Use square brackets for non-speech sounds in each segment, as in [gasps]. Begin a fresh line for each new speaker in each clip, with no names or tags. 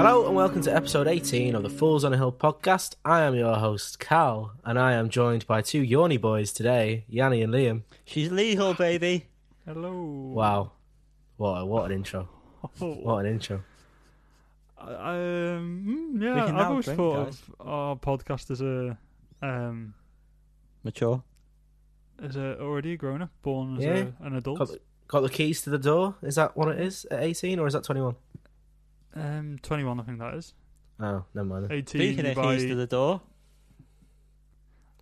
and welcome to episode 18 of the Fools on a Hill podcast. I am your host, Cal, and I am joined by two yawny boys today, Yanni and Liam.
She's legal, baby.
Hello.
Wow. What, what an intro.
[laughs] Oh,
What an intro.
um, mm,
We
yeah,
can
I've
now
always
drink,
thought
guys.
of our podcast as a um
Mature.
as a already a grown up, born as
Yeah.
a, an adult.
Got the, got the keys to the door? Is that what it is at 18 or is that 21?
Um, twenty one, I think that is.
Oh, never mind. then.
Eighteen
Speaking of
by
keys to
[laughs]
the door,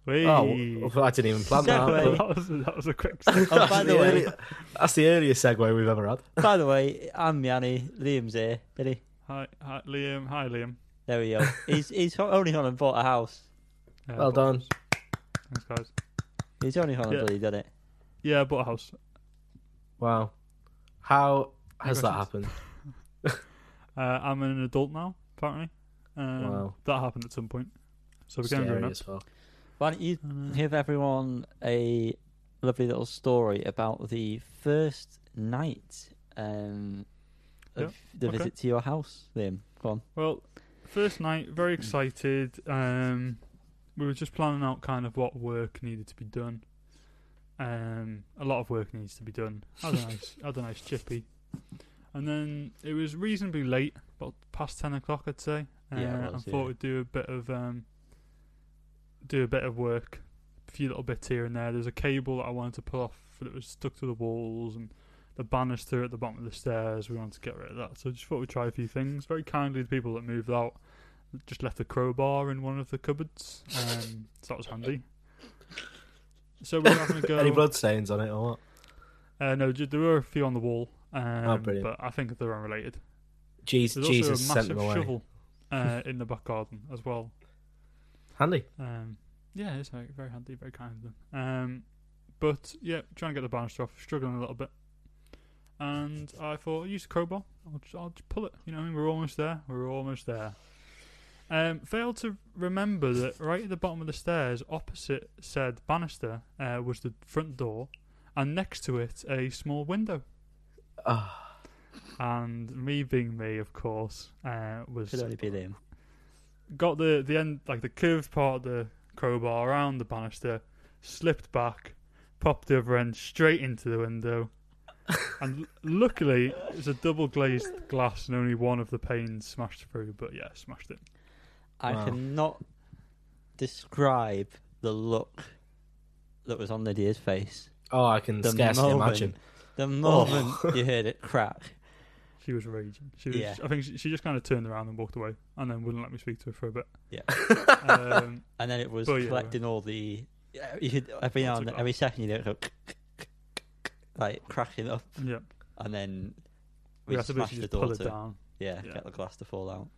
Wait.
Oh, well, I didn't even plan [laughs] that.
Segue.
[laughs] that, was, that was
[laughs]
a quick. step.
Oh,
[laughs]
by the way-
early- that's the earliest segue we've ever had.
by the way, I'm Yanni. Liam's here. Billy.
hi, hi, Liam. Hi, Liam.
There
[laughs]
we go. He's he's ho- only gone and bought a house.
Yeah,
Well
but-
done.
Thanks, guys.
He's only gone and
Yeah.
bloody done it.
Yeah, I bought a house.
Wow. How has that
questions?
happened?
Uh, I'm an adult now, apparently. Um,
Wow.
That happened at some point. So we can
Scary
grown up.
as fuck.
Why don't you
And, uh,
give everyone a lovely little story about the first night um, of the
okay.
visit to your house, Liam? Go on.
Well, first night, very excited. Um, we were just planning out kind of what work needed to be done. Um, a lot of work needs to be done. Had a nice, had a nice chippy, and then it was reasonably late, about past ten o'clock, I'd say. Uh,
Yeah, it was,
I thought
yeah.
we'd do a bit of um, do a bit of work, a few little bits here and there. There's a cable that I wanted to pull off that was stuck to the walls, and the banister at the bottom of the stairs. We wanted to get rid of that, so just thought we'd try a few things. Very kindly, the people that moved out just left the crowbar in one of the cupboards, um, so that was handy. So we
[laughs]
were having a go.
Any blood stains on it or what?
Uh, no, ju- there were a few on the wall, um,
Oh, brilliant.
but I think they're unrelated.
Jesus,
There's
Jesus
also a
sent them
massive
away.
shovel uh, in the back garden as well.
Handy.
Um, yeah, it's very, very handy, very kind of them. Um, but yeah, trying to get the banister off, struggling a little bit. And I thought, use the crowbar. I'll just, I'll just pull it. You know, what I mean, we're almost there. We're almost there. Um, failed to remember that right at the bottom of the stairs, opposite said banister, uh, was the front door, and next to it a small window.
Oh,
Ah.
And me being me, of course, uh, was
Could only be Liam.
got the the end like the curved part of the crowbar around the banister, slipped back, popped the other end straight into
[laughs]
the window, and l- luckily it was a double glazed glass and only one of the panes smashed through. But yeah, smashed it.
I
Wow.
cannot describe the look that was on Lydia's face.
oh I can
The
scarcely
moment,
imagine. Oh.
The
[laughs]
moment you heard it crack.
She was raging. She was,
Yeah.
I think she, she just kind of turned around and walked away, and then wouldn't let me speak to her for a bit.
Yeah. [laughs]
um,
And then it was
Oh, yeah.
collecting all the. uh, You could, every now
Lots
and
of
then, every second you do it go like cracking up,
yeah.
and then
We
we,
had to
smashed the
basically just pull
door
it
to
down
yeah,
Yeah.
get the glass to fall out.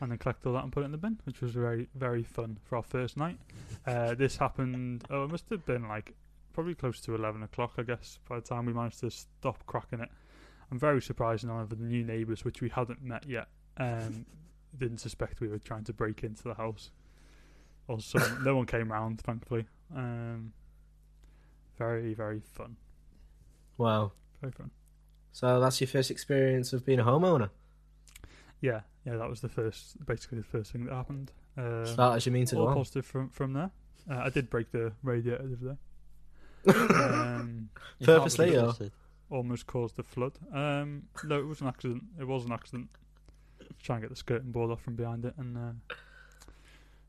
and then collect all that and put it in the bin, which was very very fun for our first night. Uh, this happened. Oh, it must have been like probably close to eleven o'clock, I guess. By the time we managed to stop cracking it, I'm very surprised none of the new neighbours, which we hadn't met yet, um, [laughs] didn't suspect we were trying to break into the house. Also, no one came round, thankfully. Um, very very fun,
Wow.
very fun.
So that's your first experience of being a homeowner.
Yeah, yeah, that was the first, basically the first thing that happened. Uh,
Start as you mean to go
all
on.
positive from from there. Uh, I did break the radiator the other day. um,
You can't
Purposely,
be
or-
trusted.
almost caused a flood. Um, no, it was an accident. It was an accident. Trying to get the skirting board off from behind it, and uh,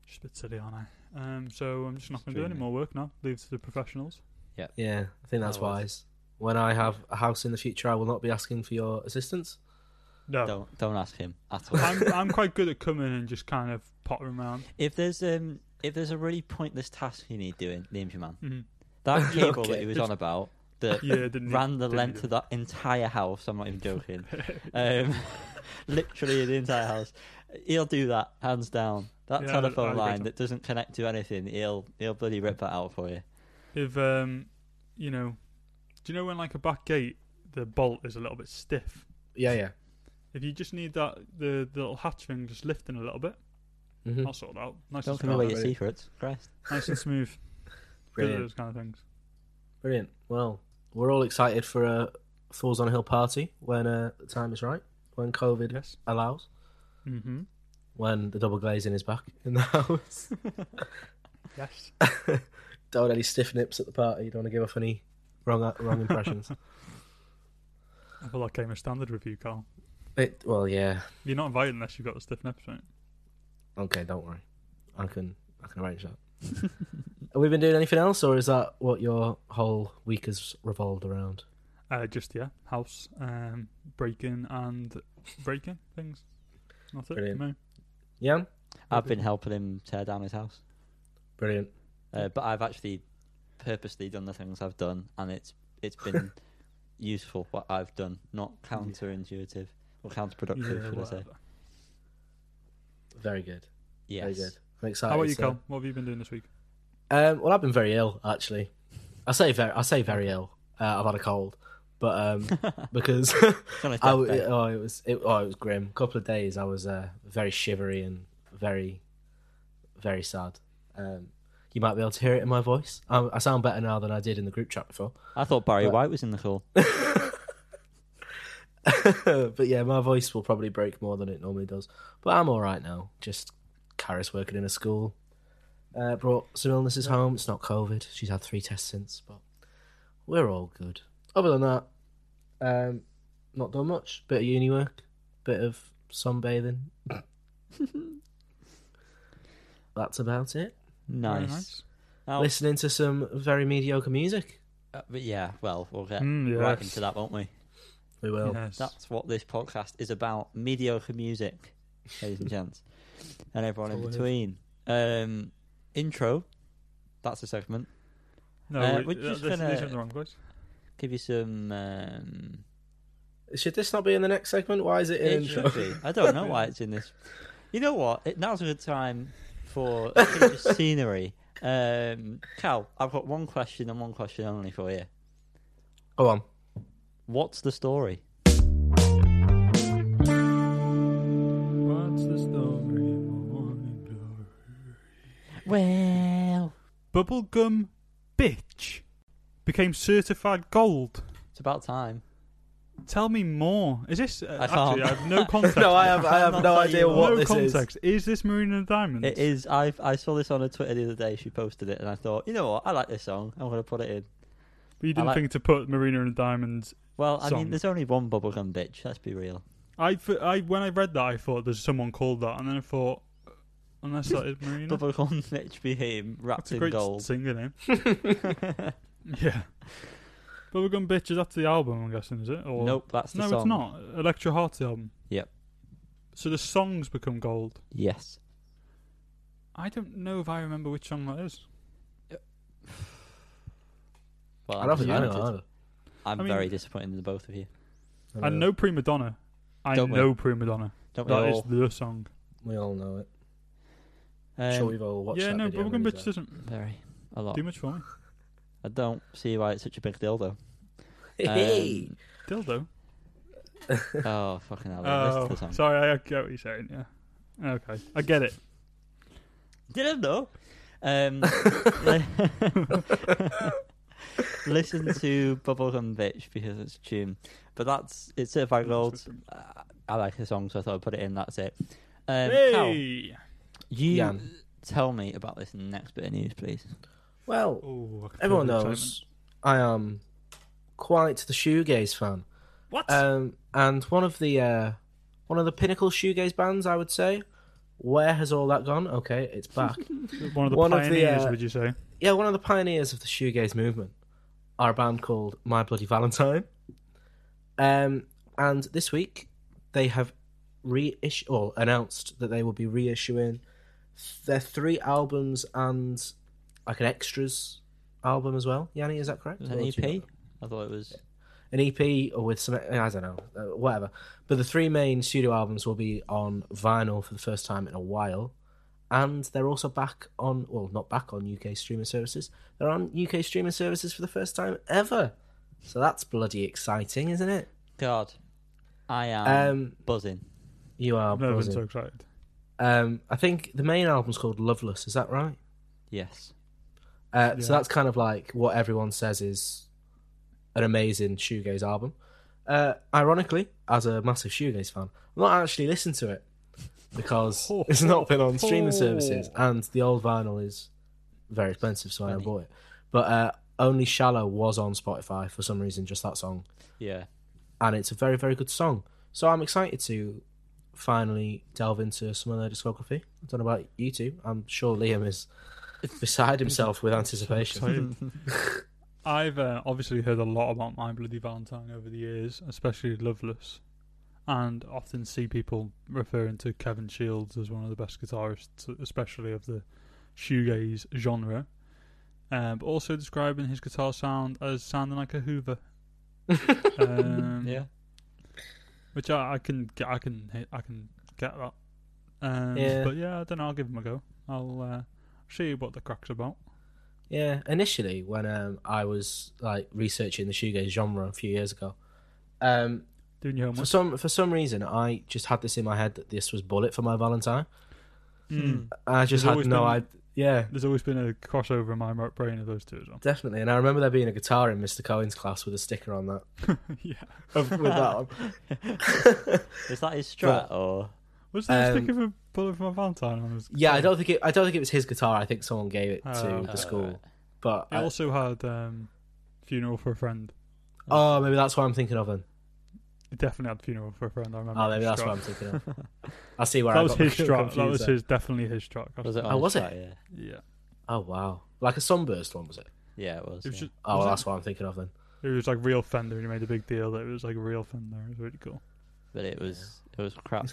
just a bit silly, aren't I? Um, so I'm just not going to do any
Extremely.
more work now. Leave it to the professionals.
Yeah, I think that's
That was-
wise. When I have a house in the future, I will not be asking for your assistance.
No,
Don't don't ask him at all.
[laughs] I'm I'm quite good at coming and just kind of pottering around.
if there's um if there's a really pointless task you need doing, Liam's your man.
Mhm.
[laughs]
That cable that
Okay.
he was on about
[laughs]
that
Yeah, didn't need-
ran the
didn't
length
need
of that entire house. I'm not even joking. um, [laughs] literally the entire house. He'll do that hands down. That
Yeah, I- I
telephone
agree
line
with
that doesn't connect to anything, he'll he'll bloody rip that out for you.
If um, you know, do you know when like a back gate the bolt is a little bit stiff?
Yeah, yeah.
If you just need that the, the little hatch thing just lifting a little bit,
Mm-hmm.
I'll sort it out. Nice
Mm. Don't
and
give
smooth.
away your
really-
secrets, Christ.
nice and
[laughs]
smooth. Good at
Brilliant.
those kind of things.
Brilliant. Well, we're all excited for a Fools on a Hill party when uh, the time is right, when COVID
Yes.
allows.
Mm-hmm.
when the double glazing is back in the [laughs] house.
Yes.
don't want any stiff nips at the party. Don't want to give off any wrong wrong impressions.
[laughs] I thought that came a standard review, Carl.
it, well, yeah.
You're not invited unless you've got a stiff nips, right?
Okay, don't worry. I can I can arrange that. [laughs] Have we been doing anything else, or is that what your whole week has revolved around?
Uh, just yeah, house, um, breaking and breaking things. That's it.
Brilliant.
No.
Yeah,
I've been helping him tear down his house,
brilliant.
uh, but I've actually purposely done the things I've done, and it's it's
[laughs]
been useful what I've done, not counterintuitive or counterproductive,
Yeah,
should I say?
whatever.
Very good.
Yes.
Very
[laughs]
good. I'm excited.
How about you,
so-
uh,
Carl? What have you been doing this week?
Um, well, I've been very ill actually. I say very. I say very ill. Uh, I've had a cold, but um, [laughs]
[laughs]
because
It's on his
I w-
deathbed.
oh, it was it, oh, it was grim. A couple of days, I was uh, very shivery and very, very sad. Um, you might be able to hear it in my voice. I, I sound better now than I did in the group chat before.
I thought Barry
but-
White was in the call.
[laughs] but yeah, my voice will probably break more than it normally does. But I'm all right now. Just Karis working in a school. Uh, brought some illnesses home. It's not COVID. She's had three tests since, but we're all good. Other than that, um, not done much. Bit of uni work, bit of [laughs] sunbathing. That's about it.
Very
Nice. Now-
Listening to some very mediocre music.
uh, but yeah, well, we'll get
Mm,
Uh, right
yes.
into that, won't we?
We will.
Yes.
That's what this podcast is about: mediocre music, ladies and gents, and everyone in
That's all
between. Um, intro. That's the segment.
No,
Uh,
we,
we're
uh,
just
this,
gonna-
these are in the wrong place.
Give you some. Um,
Should this not be in the next segment? Why is it in
it
intro?
should be. I don't know why it's in this. You know what? It, now's a good time for a change of scenery. Um, Cal, I've got one question and one question only for you.
Go on.
What's the story?
What's the story? Morning glory.
Well,
Bubblegum bitch became certified gold.
it's about time.
Tell me more. Is this uh,
I can't.
actually? I have
[laughs]
no
[laughs]
context.
no, I have, I have
I'm
[laughs]
not
no
telling
idea
you
what
no
this
context. Is. this Marina and Diamonds?
It is. I I saw this on her Twitter the other day. She posted it, and I thought, you know what? I like this song. I'm gonna put it in.
But you
I
didn't
like-
think to put Marina and Diamonds.
Well, I
Song.
mean, there's only one bubblegum bitch. Let's be real.
I, th- I when I read that, I thought there's someone called that, and then I thought, unless that is Marina.
Bubblegum [laughs] bitch be him wrapped
That's a
in
great
gold.
singer name. [laughs]
[laughs]
Yeah. Bubblegum bitch is that's the album. I'm guessing is it? [laughs] Or...
nope, that's the
No,
song.
it's not. Electro Heart's album.
Yep.
So the songs become gold.
Yes.
I don't know if I remember which song that is.
Well,
I don't think I know
disappointed.
either.
I'm
I mean-
very disappointed in the both of you.
I know Prima Donna. I
Don't we?
know Prima Donna.
Don't we
That is
all?
the song.
We all know it.
Um,
sure, we've all watched
yeah,
that
no,
video.
Bubblegum
when
Bitch
he's
doesn't
very a lot.
do much for me.
I don't see why it's such a big deal though.
out. [laughs] Hey!
[laughs] Um,
Dildo.
oh fucking hell!
Oh,
listen to the song.
sorry, I get what you're saying. Yeah. Okay, I get it.
Didn't know.
[laughs]
Um, [laughs] listen to Bubblegum Bitch because it's a tune. But that's it's certified gold.
um,
Uh, I like the song, so I thought I'd put it in. That's it. Um, Cal,
hey.
you
Jan.
tell me about this next bit of news, please.
well,
Oh, I can
everyone
feel the
knows I am quite the shoegaze fan.
excitement. What?
Um, and one of the uh, one of the pinnacle shoegaze bands, I would say. Where has all that gone? Okay, it's back.
one of the
one of the,
pioneers,
uh,
would you say?
yeah, one of the pioneers of the shoegaze movement are a band called My Bloody Valentine. Um, and this week they have reissue or announced that they will be reissuing their three albums and like an extras album as well. Yanni, is that correct?
Was
Or
it
do
an E
you not know?
EP? I thought it was.
an EP or with some I don't know, uh, whatever. But the three main studio albums will be on vinyl for the first time in a while, and they're also back on well, not back on UK streaming services. They're on UK streaming services for the first time ever. So that's bloody exciting, isn't it?
God, I am
Um,
buzzing.
you are
I've never been so
buzzing.
excited.
Um, I think the main album's called Loveless. Is that right?
Yes.
Uh, So
Yeah.
that's kind of like what everyone says is an amazing shoegaze album. Uh, ironically, as a massive shoegaze fan, I've not actually listened to it, because it's not been on streaming services, and the old vinyl is very expensive, so I never
Money.
bought it. But uh, only "Shallow" was on Spotify for some reason, just that song, [laughs]
Yeah.
and it's a very, very good song. So I'm excited to finally delve into some of their discography. I don't know about you two. I'm sure Liam is beside himself with anticipation.
I've uh, obviously heard a lot about My Bloody Valentine over the years, especially Loveless, and often see people referring to Kevin Shields as one of the best guitarists, especially of the shoegaze genre, um, but also describing his guitar sound as sounding like a Hoover. [laughs] um,
Yeah.
which I, I can get, I can hit, I can get that. Um,
Yeah.
But yeah, I don't know. I'll give him a go. I'll uh, show you what the crack's about.
[laughs] Yeah, initially when um, I was like researching the shoegaze genre a few years ago, um,
Doing
for
your homework.
some for some reason I just had this in my head that this was Bullet for my Valentine. Hmm.
Mm.
I just
There's
had
always
no
been-
idea. Yeah,
There's always been a crossover in my mo- brain of those two
[laughs]
as well. [laughs]
definitely. And I remember there being a guitar in Mr. Cohen's class with a sticker on
[laughs]
that
yeah.
of, with that on.
Is that his strat or?
Was there a
Um,
stick of a bullet for my Valentine on his?
[laughs] Yeah, I
guitar?
don't think it. I don't think it was his guitar. I think someone gave it to
Oh.
the
Oh,
school.
right.
But
It
I-
also had um, funeral for a friend.
oh, maybe that's what I'm thinking of then.
It definitely had funeral for a friend. I remember.
Oh, maybe
his
that's
strap.
what I'm thinking of.
[laughs]
I see where
That
I
was
got [laughs]
his strap. That
confused
was
there.
his definitely his strap.
Was it? On
Oh,
his
was
strat? Yeah.
Yeah.
Oh wow, like a sunburst one was it?
Yeah, it was.
It was
yeah.
just.
Oh,
was
well,
it-
that's what I'm thinking of then.
It was like real Fender, and he made a big deal that it was like a real Fender. It was really cool.
But it was. It was crap.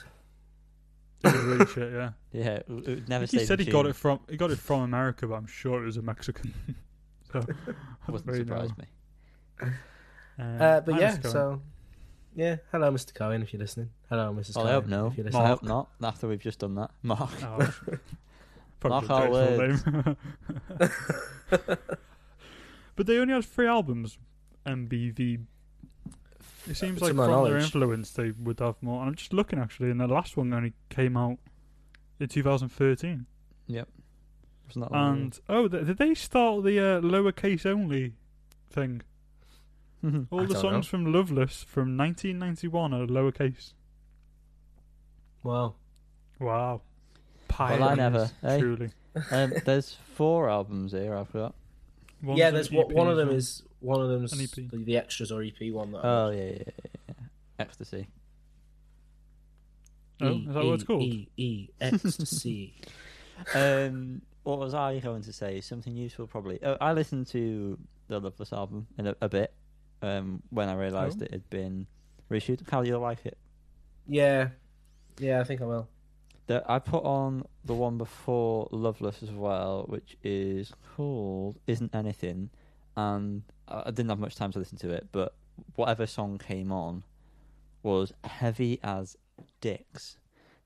[laughs]
It was really shit, yeah.
Yeah. It, it would never.
He
stayed
said
in
he got
tune.
it from he got it from America, but I'm sure it was a Mexican. [laughs] so I
Wouldn't
really know.
surprise me.
Um,
Uh, but
I'm
yeah,
just going,
so yeah, hello, Mr. Cohen, if you're listening. Hello, Mrs.
Oh, I
Cohen,
hope no.
If you're
I
listening.
hope not. After we've just done that, [laughs] Mark.
oh, [laughs] that's- probably
Mark our
a dreadful er name. but they only had three albums. MBV. It seems
To
like
my
from their
knowledge.
influence, they would have more. And I'm just looking actually, and the last one only came out in 2013.
Wasn't that long
And oh, th- did they start the uh, lowercase only thing?
ago?
All
I
the
don't
songs from Loveless from 1991 are lowercase.
Well,
Wow.
Well, I never, eh?
Truly.
[laughs] um, there's four albums here. I've got.
One's E
yeah,
an
there's
EP
one of
as
them
well.
is one of them's
An E EP.
the, the extras or EP one that
Oh yeah, yeah, yeah, yeah. Ecstasy.
Oh, is that what it's called?
E
[laughs]
E ecstasy.
Um, what was I going to say? Something useful, probably. Oh, I listened to the Loveless album in a, a bit um, when I realised
Oh.
it had been reissued. How do you like it?
yeah, yeah, I think I will.
The, I put on the one before Loveless as well, which is called Isn't Anything, and I I didn't have much time to listen to it, but whatever song came on was heavy as dicks.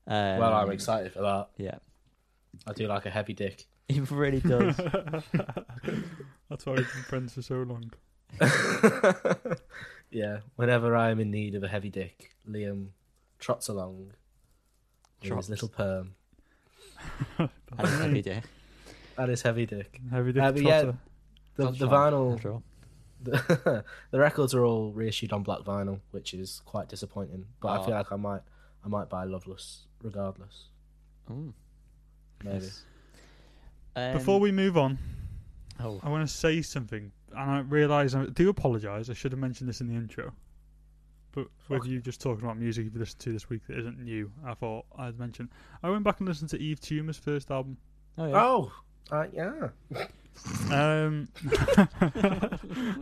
Um,
well, I'm excited for that.
Yeah, [laughs]
I do like a heavy dick.
it really
[laughs]
does.
That's why we've been friends for so long.
yeah, whenever I am in need of a heavy dick, Liam trots along with
Trots.
his little perm.
and it's heavy dick.
That is heavy dick.
Heavy dick
Uh, but yeah,
trotter.
[laughs] The,
That's
the
right,
vinyl
after all.
the, [laughs] the records are all reissued on black vinyl, which is quite disappointing. But I
Oh.
feel like I might, I might buy Loveless regardless.
Mm,
Maybe.
yes. Um,
Before we move on,
oh,
I want to say something, and I realise I do apologise. I should have mentioned this in the intro, but with
Fuck.
you just talking about music you've listened to this week that isn't new, I thought I'd mention. I went back and listened to Eve Tumor's first album.
oh, yeah.
Oh, uh, yeah.
Um,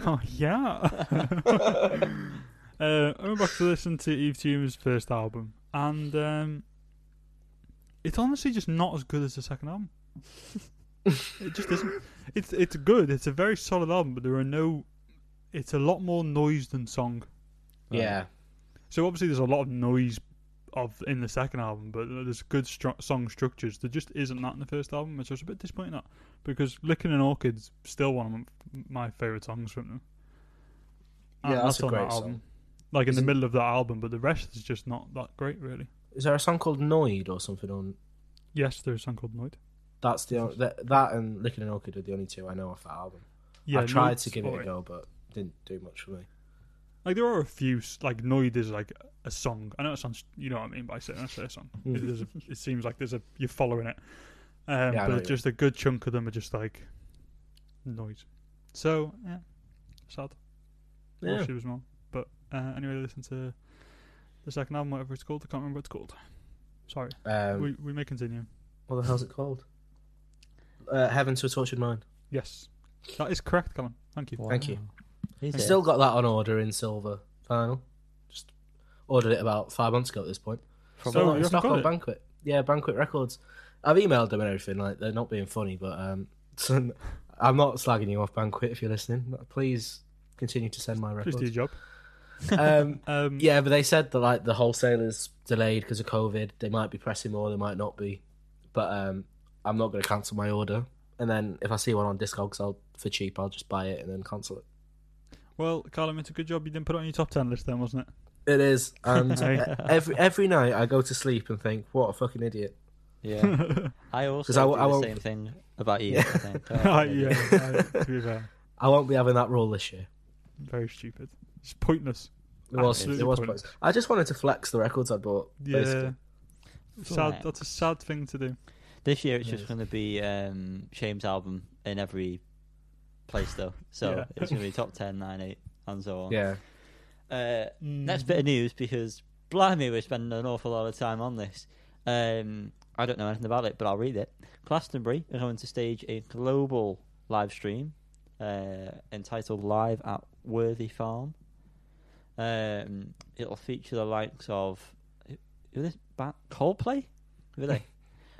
oh yeah. uh, I went back to listen to Eve Tumor's first album, and um, it's honestly just not as good as the second album. it just isn't. It's it's good. It's a very solid album, but there are no. It's a lot more noise than song.
Yeah,
So obviously, there's a lot of noise of in the second album, but there's good stru- song structures. There just isn't that in the first album, which I was a bit disappointed at because "Licking an Orchid's still one of m- my favorite songs from them.
Yeah, that's a
on
great
that
song.
album. Like in
Isn't-
the middle of that album, but the rest is just not that great, really.
is there a song called Noid or something on?
Yes, there's a song called Noid.
That's the on- that, that and Licking an Orchid are the only two I know off that album.
Yeah,
I tried
Noid's
to give it a
alright.
go, but didn't do much for me.
Like there are a few s- like Noid is like a song. I know it sounds you know what I mean by saying that's a song.
Mm.
It, there's a, it seems like there's a you're following it,
Yeah, I
um,
know what you mean.
but just a good chunk of them are just like noise. So yeah, sad. Wish
Yeah.
she was wrong. But uh, anyway, listen to the second album, whatever it's called. I can't remember what it's called. Sorry,
Um,
we we may continue.
what the hell's it called? Uh, Heaven to a Tortured Mind.
Yes, that is correct, Colin. Thank you.
Thank you.
Is
I
it?
still got that on order in silver final. Just ordered it about five months ago at this point.
From
So-
Still not
what?
Oh, you
in
haven't
stock
got
on
it?
Banquet. Yeah, Banquet Records. I've emailed them and everything. Like they're not being funny, but um, [laughs] I'm not slagging you off, Banquet. If you're listening, please continue to send my
Please do your
records.
job. [laughs]
Um,
Um,
yeah, but they said that like the wholesalers delayed because of COVID. They might be pressing more, they might not be. But um, I'm not going to cancel my order. And then if I see one on Discogs, I'll for cheap, I'll just buy it and then cancel it.
Well, Colin, it's a good job you didn't put it on your top ten list then, wasn't it?
It is, and e-,
Aye.
every every night I go to sleep and think, what a fucking idiot. [laughs]
Yeah.
[laughs]
I also
'Cause I
do
w- I
the
won't-
same thing about you.
[laughs]
I think.
Uh, yeah, uh, to be fair,
I won't be having that rule this year.
very stupid. It's pointless.
It was,
Absolutely
it was
pointless.
pointless. I just wanted to flex the records I bought.
Yeah,
Basically.
sad. That's a sad thing to do.
This year it's
Yes.
just going to be um, Shame's album in every place, though. So
Yeah.
it's going to be top 10, 9, 8, and so on.
Yeah,
Uh, Next bit of news because blimey, we're spending an awful lot of time on this. Um, I don't know anything about it, but I'll read it. Glastonbury are going to stage a global live stream uh, entitled Live at Worthy Farm. Um, it'll feature the likes of who- who are this band? Coldplay? Who are they?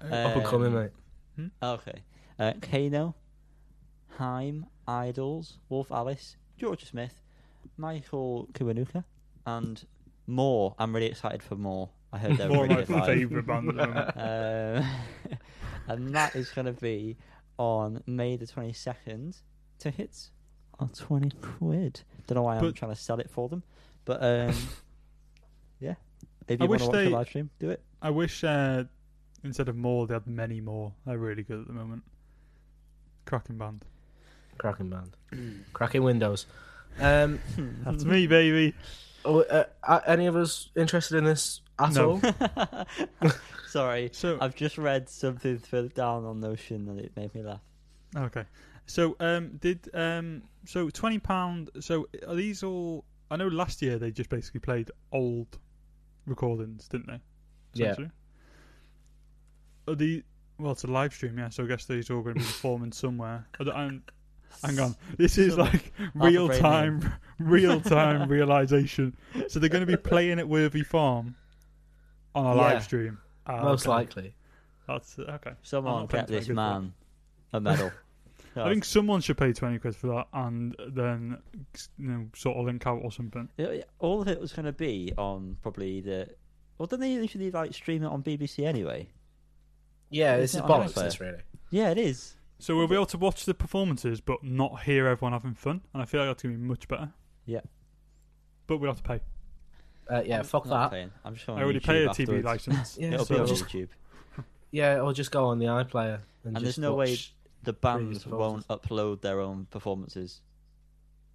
up and coming,
Um,
mate.
Okay. Uh, Kano, Heim, Idols, Wolf Alice, Georgia Smith, Michael Kiwanuka, and more. I'm really excited for more. I heard they're
More
really
my
good live.
favourite band. at the moment.
Um, [laughs] and that is going to be on May the 22nd. Tickets are 20 quid. Don't know why I'm
But-
trying to sell it for them. But
[laughs]
um, yeah. If
I
you want
wish
to watch
they-
the live stream, do it.
[laughs] I wish uh, instead of more, they had many more. They're really good at the moment. Cracking band.
[laughs] Cracking band,
Mm.
cracking windows. Um,
That's me, baby.
oh, uh, are any of us interested in this at
No. [laughs]
all?
[laughs] Sorry.
So
I've just read something further down on Notion and it made me laugh.
Okay. So um did um so twenty pound so are these all I know last year they just basically played old recordings, didn't they?
Yeah.
Essentially. Are the well it's a live stream, yeah, so I guess these are all gonna be performing somewhere. I don't- I'm, hang on. This is
Somewhere.
like
Half a
real
[laughs]
brain
time real time realization. So they're gonna be playing at Worthy Farm on a
Yeah.
live stream. Ah,
Most
okay.
likely.
That's okay.
Someone
not paying
get this
20 quid for it.
man a medal.
[laughs] I think someone should pay twenty quid for that, and then you know, sort of link out or something.
It- all of it was going to be on probably the. Well, didn't they usually like stream it on BBC anyway?
Yeah,
It's
this is
not on
bollocks.
Betfair.
This really.
Yeah, it is.
So we'll be able to watch the performances, but not hear everyone having fun. And I feel like that's gonna be much better.
Yeah.
But we'll have to pay.
Uh, yeah, fuck
Not
that.
playing. I'm just going
I already
YouTube
pay a TV
afterwards.
license.
[laughs] Yeah,
It'll be
so
on
just-
YouTube.
yeah, or just go on the iPlayer and,
And
just
there's no way-
watch.
The bands
Previous
won't upload their own performances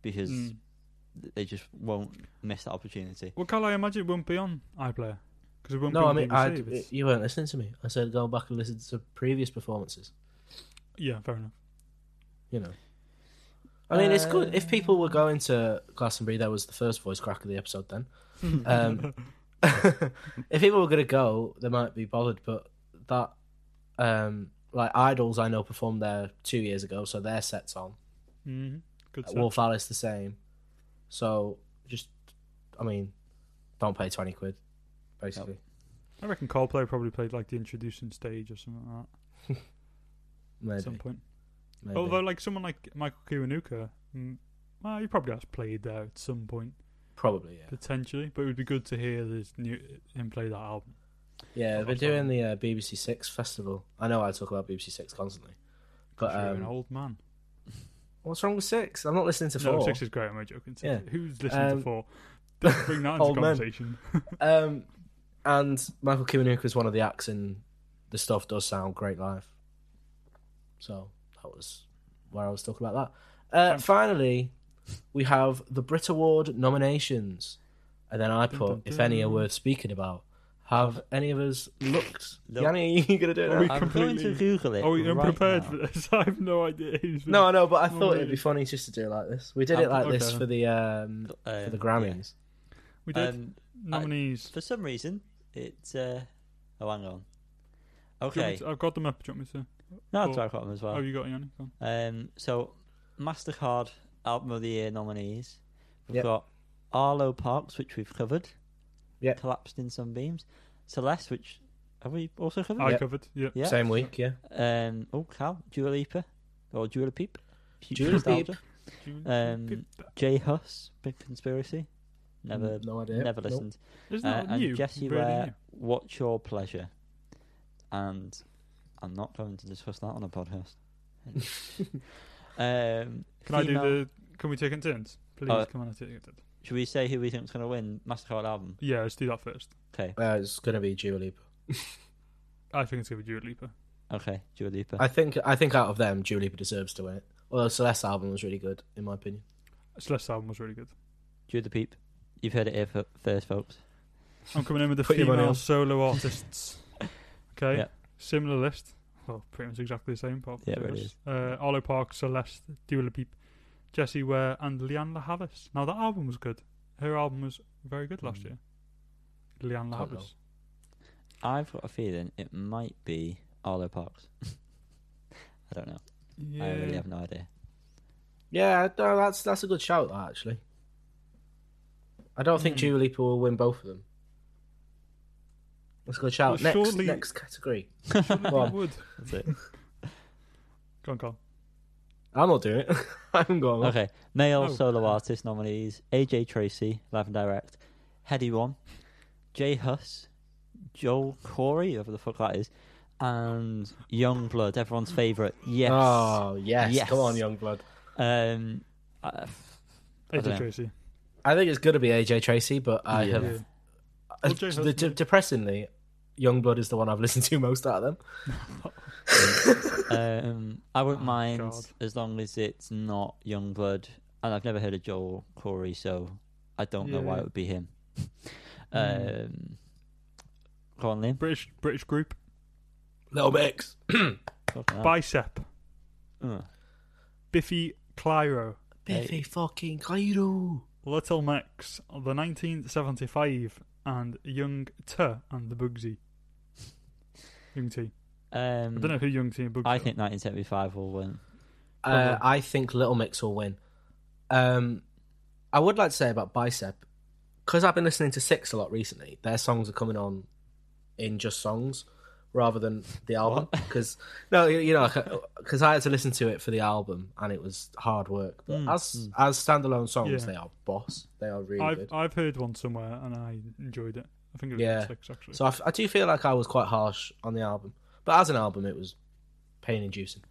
because
Mm.
they just won't miss that opportunity.
Well, Carl, I imagine it won't be on iPlayer because it won't be
No, I
on
mean,
BBC.
I,
if it's-
you weren't listening to me. I said go back and listen to previous performances.
yeah, fair enough.
You know. I mean, it's
Uh,
good if people were going to Glastonbury. That was the first voice crack of the episode. Then,
[laughs]
um, if people were going to go, they might be bothered. But that, um, like Idols, I know performed there two years ago, so their sets on.
Mhm. Good
Uh,
stuff.
Wolf Alice the same. So just, I mean, don't pay twenty quid, basically.
I reckon Coldplay probably played like the introducing stage or something like that
Maybe.
at some point.
maybe.
Although, like someone like Michael Kiwanuka, mm, well, he probably has played there at some point.
Probably, yeah.
Potentially, but it would be good to hear this new him play that album.
Yeah,
Not
they're
much longer.
doing the uh, BBC Six festival. I know I talk about BBC Six constantly, but
'Cause you're an
um,
old man.
what's wrong with six? I'm not listening to four.
No, six is great. I'm only joking. Six-
Yeah.
Who's listening
Um,
to four? Don't bring that
[laughs]
into
old men.
conversation.
Um, and Michael Kiwanuka is one of the acts, and the stuff does sound great live. So that was where I was talking about that. Uh,
Thanks.
finally, we have the Brit Award nominations, and then I
Dun,
put
dun,
if any are
dun.
worth speaking about. Have any of us looked?
Nope.
Yanni, [laughs] are you gonna do it?
Are
now?
we
I'm
completely-
going to Google it.
Are we
right
unprepared
now.
for this? [laughs] I have no idea. who's been-
No, I know, but I
Oh,
thought it'd
really?
be funny just to do it like this. We did
Um,
it like this
okay.
for the um,
Um,
for the
yeah.
Grammys.
we did
Um,
nominees.
for some reason, it's. Uh... Oh, hang on.
Do you want me
Okay.
to- I've got them up. Do you want me to?
No, I'll
Oh.
talk about them as well.
Oh, you got any? Go on.
Um, so, Mastercard Album of the Year nominees. We've
Yep.
got Arlo Parks, which we've covered.
Yep.
Collapsed in Sunbeams. Celeste, which have we also covered?
I
Yep.
covered. Yeah.
yeah.
Same week, yeah.
Um, oh, Cal, Dua Lipa, or Dua Peep.
Dua Lipa.
Um, J Huss, Big Conspiracy. Never,
Mm. no idea.
never
Nope.
listened.
Isn't
Uh,
that
and
new?
Jesse
Really
Ware,
new.
What's Your Pleasure? And I'm not going to discuss that on a podcast. [laughs] um,
Can I do
female-
the? Can we take it in turns? Please,
Uh,
come on, take it. in turns.
Should we say who we think's going to win Mastercard album?
Yeah, let's do that first.
Okay,
[laughs] Uh, it's gonna be Dua Lipa.
I think it's gonna be Dua Lipa.
okay, Dua Lipa.
I think I think out of them, Dua Lipa deserves to win it. Although Celeste's album was really good, in my opinion.
Celeste's album was really good.
Dua the Peep. You've heard it here fir- first, folks.
I'm
[laughs]
coming in with the
Put your money
female
on.
solo artists. okay,
Yeah.
similar list. Well, pretty much exactly the same. But
Yeah, it really is.
Uh, Arlo Park, Celeste, Dua Lipa, Jesse Ware, and Leanne LaHavis. Now that album was good. Her album was very good last
Mm.
year. Leanne
Can't
LaHavis.
I've got a feeling it might be Arlo Parks. [laughs] I don't know.
Yeah.
I really have no idea.
Yeah, no, that's that's a good shout. That actually, I don't think
Hmm.
Dua Lipa will win both of them. That's a good shout.
Well,
next
surely-
next category.
Surely
Go
they
on.
would.
That's it.
[laughs] Go on, Carl.
I'm not doing it. [laughs] I'm going. Okay.
okay, male
Oh.
solo artist nominees AJ Tracy, Live and Direct, Heady One, Jay Huss, Joel Corey, whoever the fuck that is, and Young Blood, everyone's favourite. Yes.
Ah.
Oh yes.
Yes.
come on, young blood.
Um, uh, I don't
AJ
know.
Tracy.
I think it's going to be AJ Tracy, but I
Yeah.
have
Yeah.
Uh,
Well, Jay
the,
Hurst
de-
might-
depressingly, Youngblood is the one I've [laughs] listened to most out of them.
Um, I wouldn't
Oh,
mind
God.
as long as it's not Youngblood, and I've never heard of Joel Corey, so I don't know why
Yeah. Hmm.
it would be
[laughs]
him.
Mm.
um, go on, Liam.
British British group.
Little Mix. [clears throat]
Fucking hell.
Bicep.
Ugh.
Biffy Clyro.
Biffy fucking Clyro.
Little Mix, The 1975, and Young T and The Bugsy. Young T. I
Um,
don't know who Young T and Bugsy
I
are.
think 1975 will win.
Uh, I think Little Mix will win. Um, I would like to say about Bicep, because I've been listening to Six a lot recently, their songs are coming on in just songs rather than the album. Because, no, you, you know, because I had to listen to it for the album and it was hard work. But
Mm,
as, as standalone songs,
Yeah.
they are boss. They are really
I've,
good.
I've heard one somewhere and I enjoyed it. I think it was
Yeah.
on six, actually.
So I, f- I do feel like I was quite harsh on the album, but as an album, it was pain-inducing.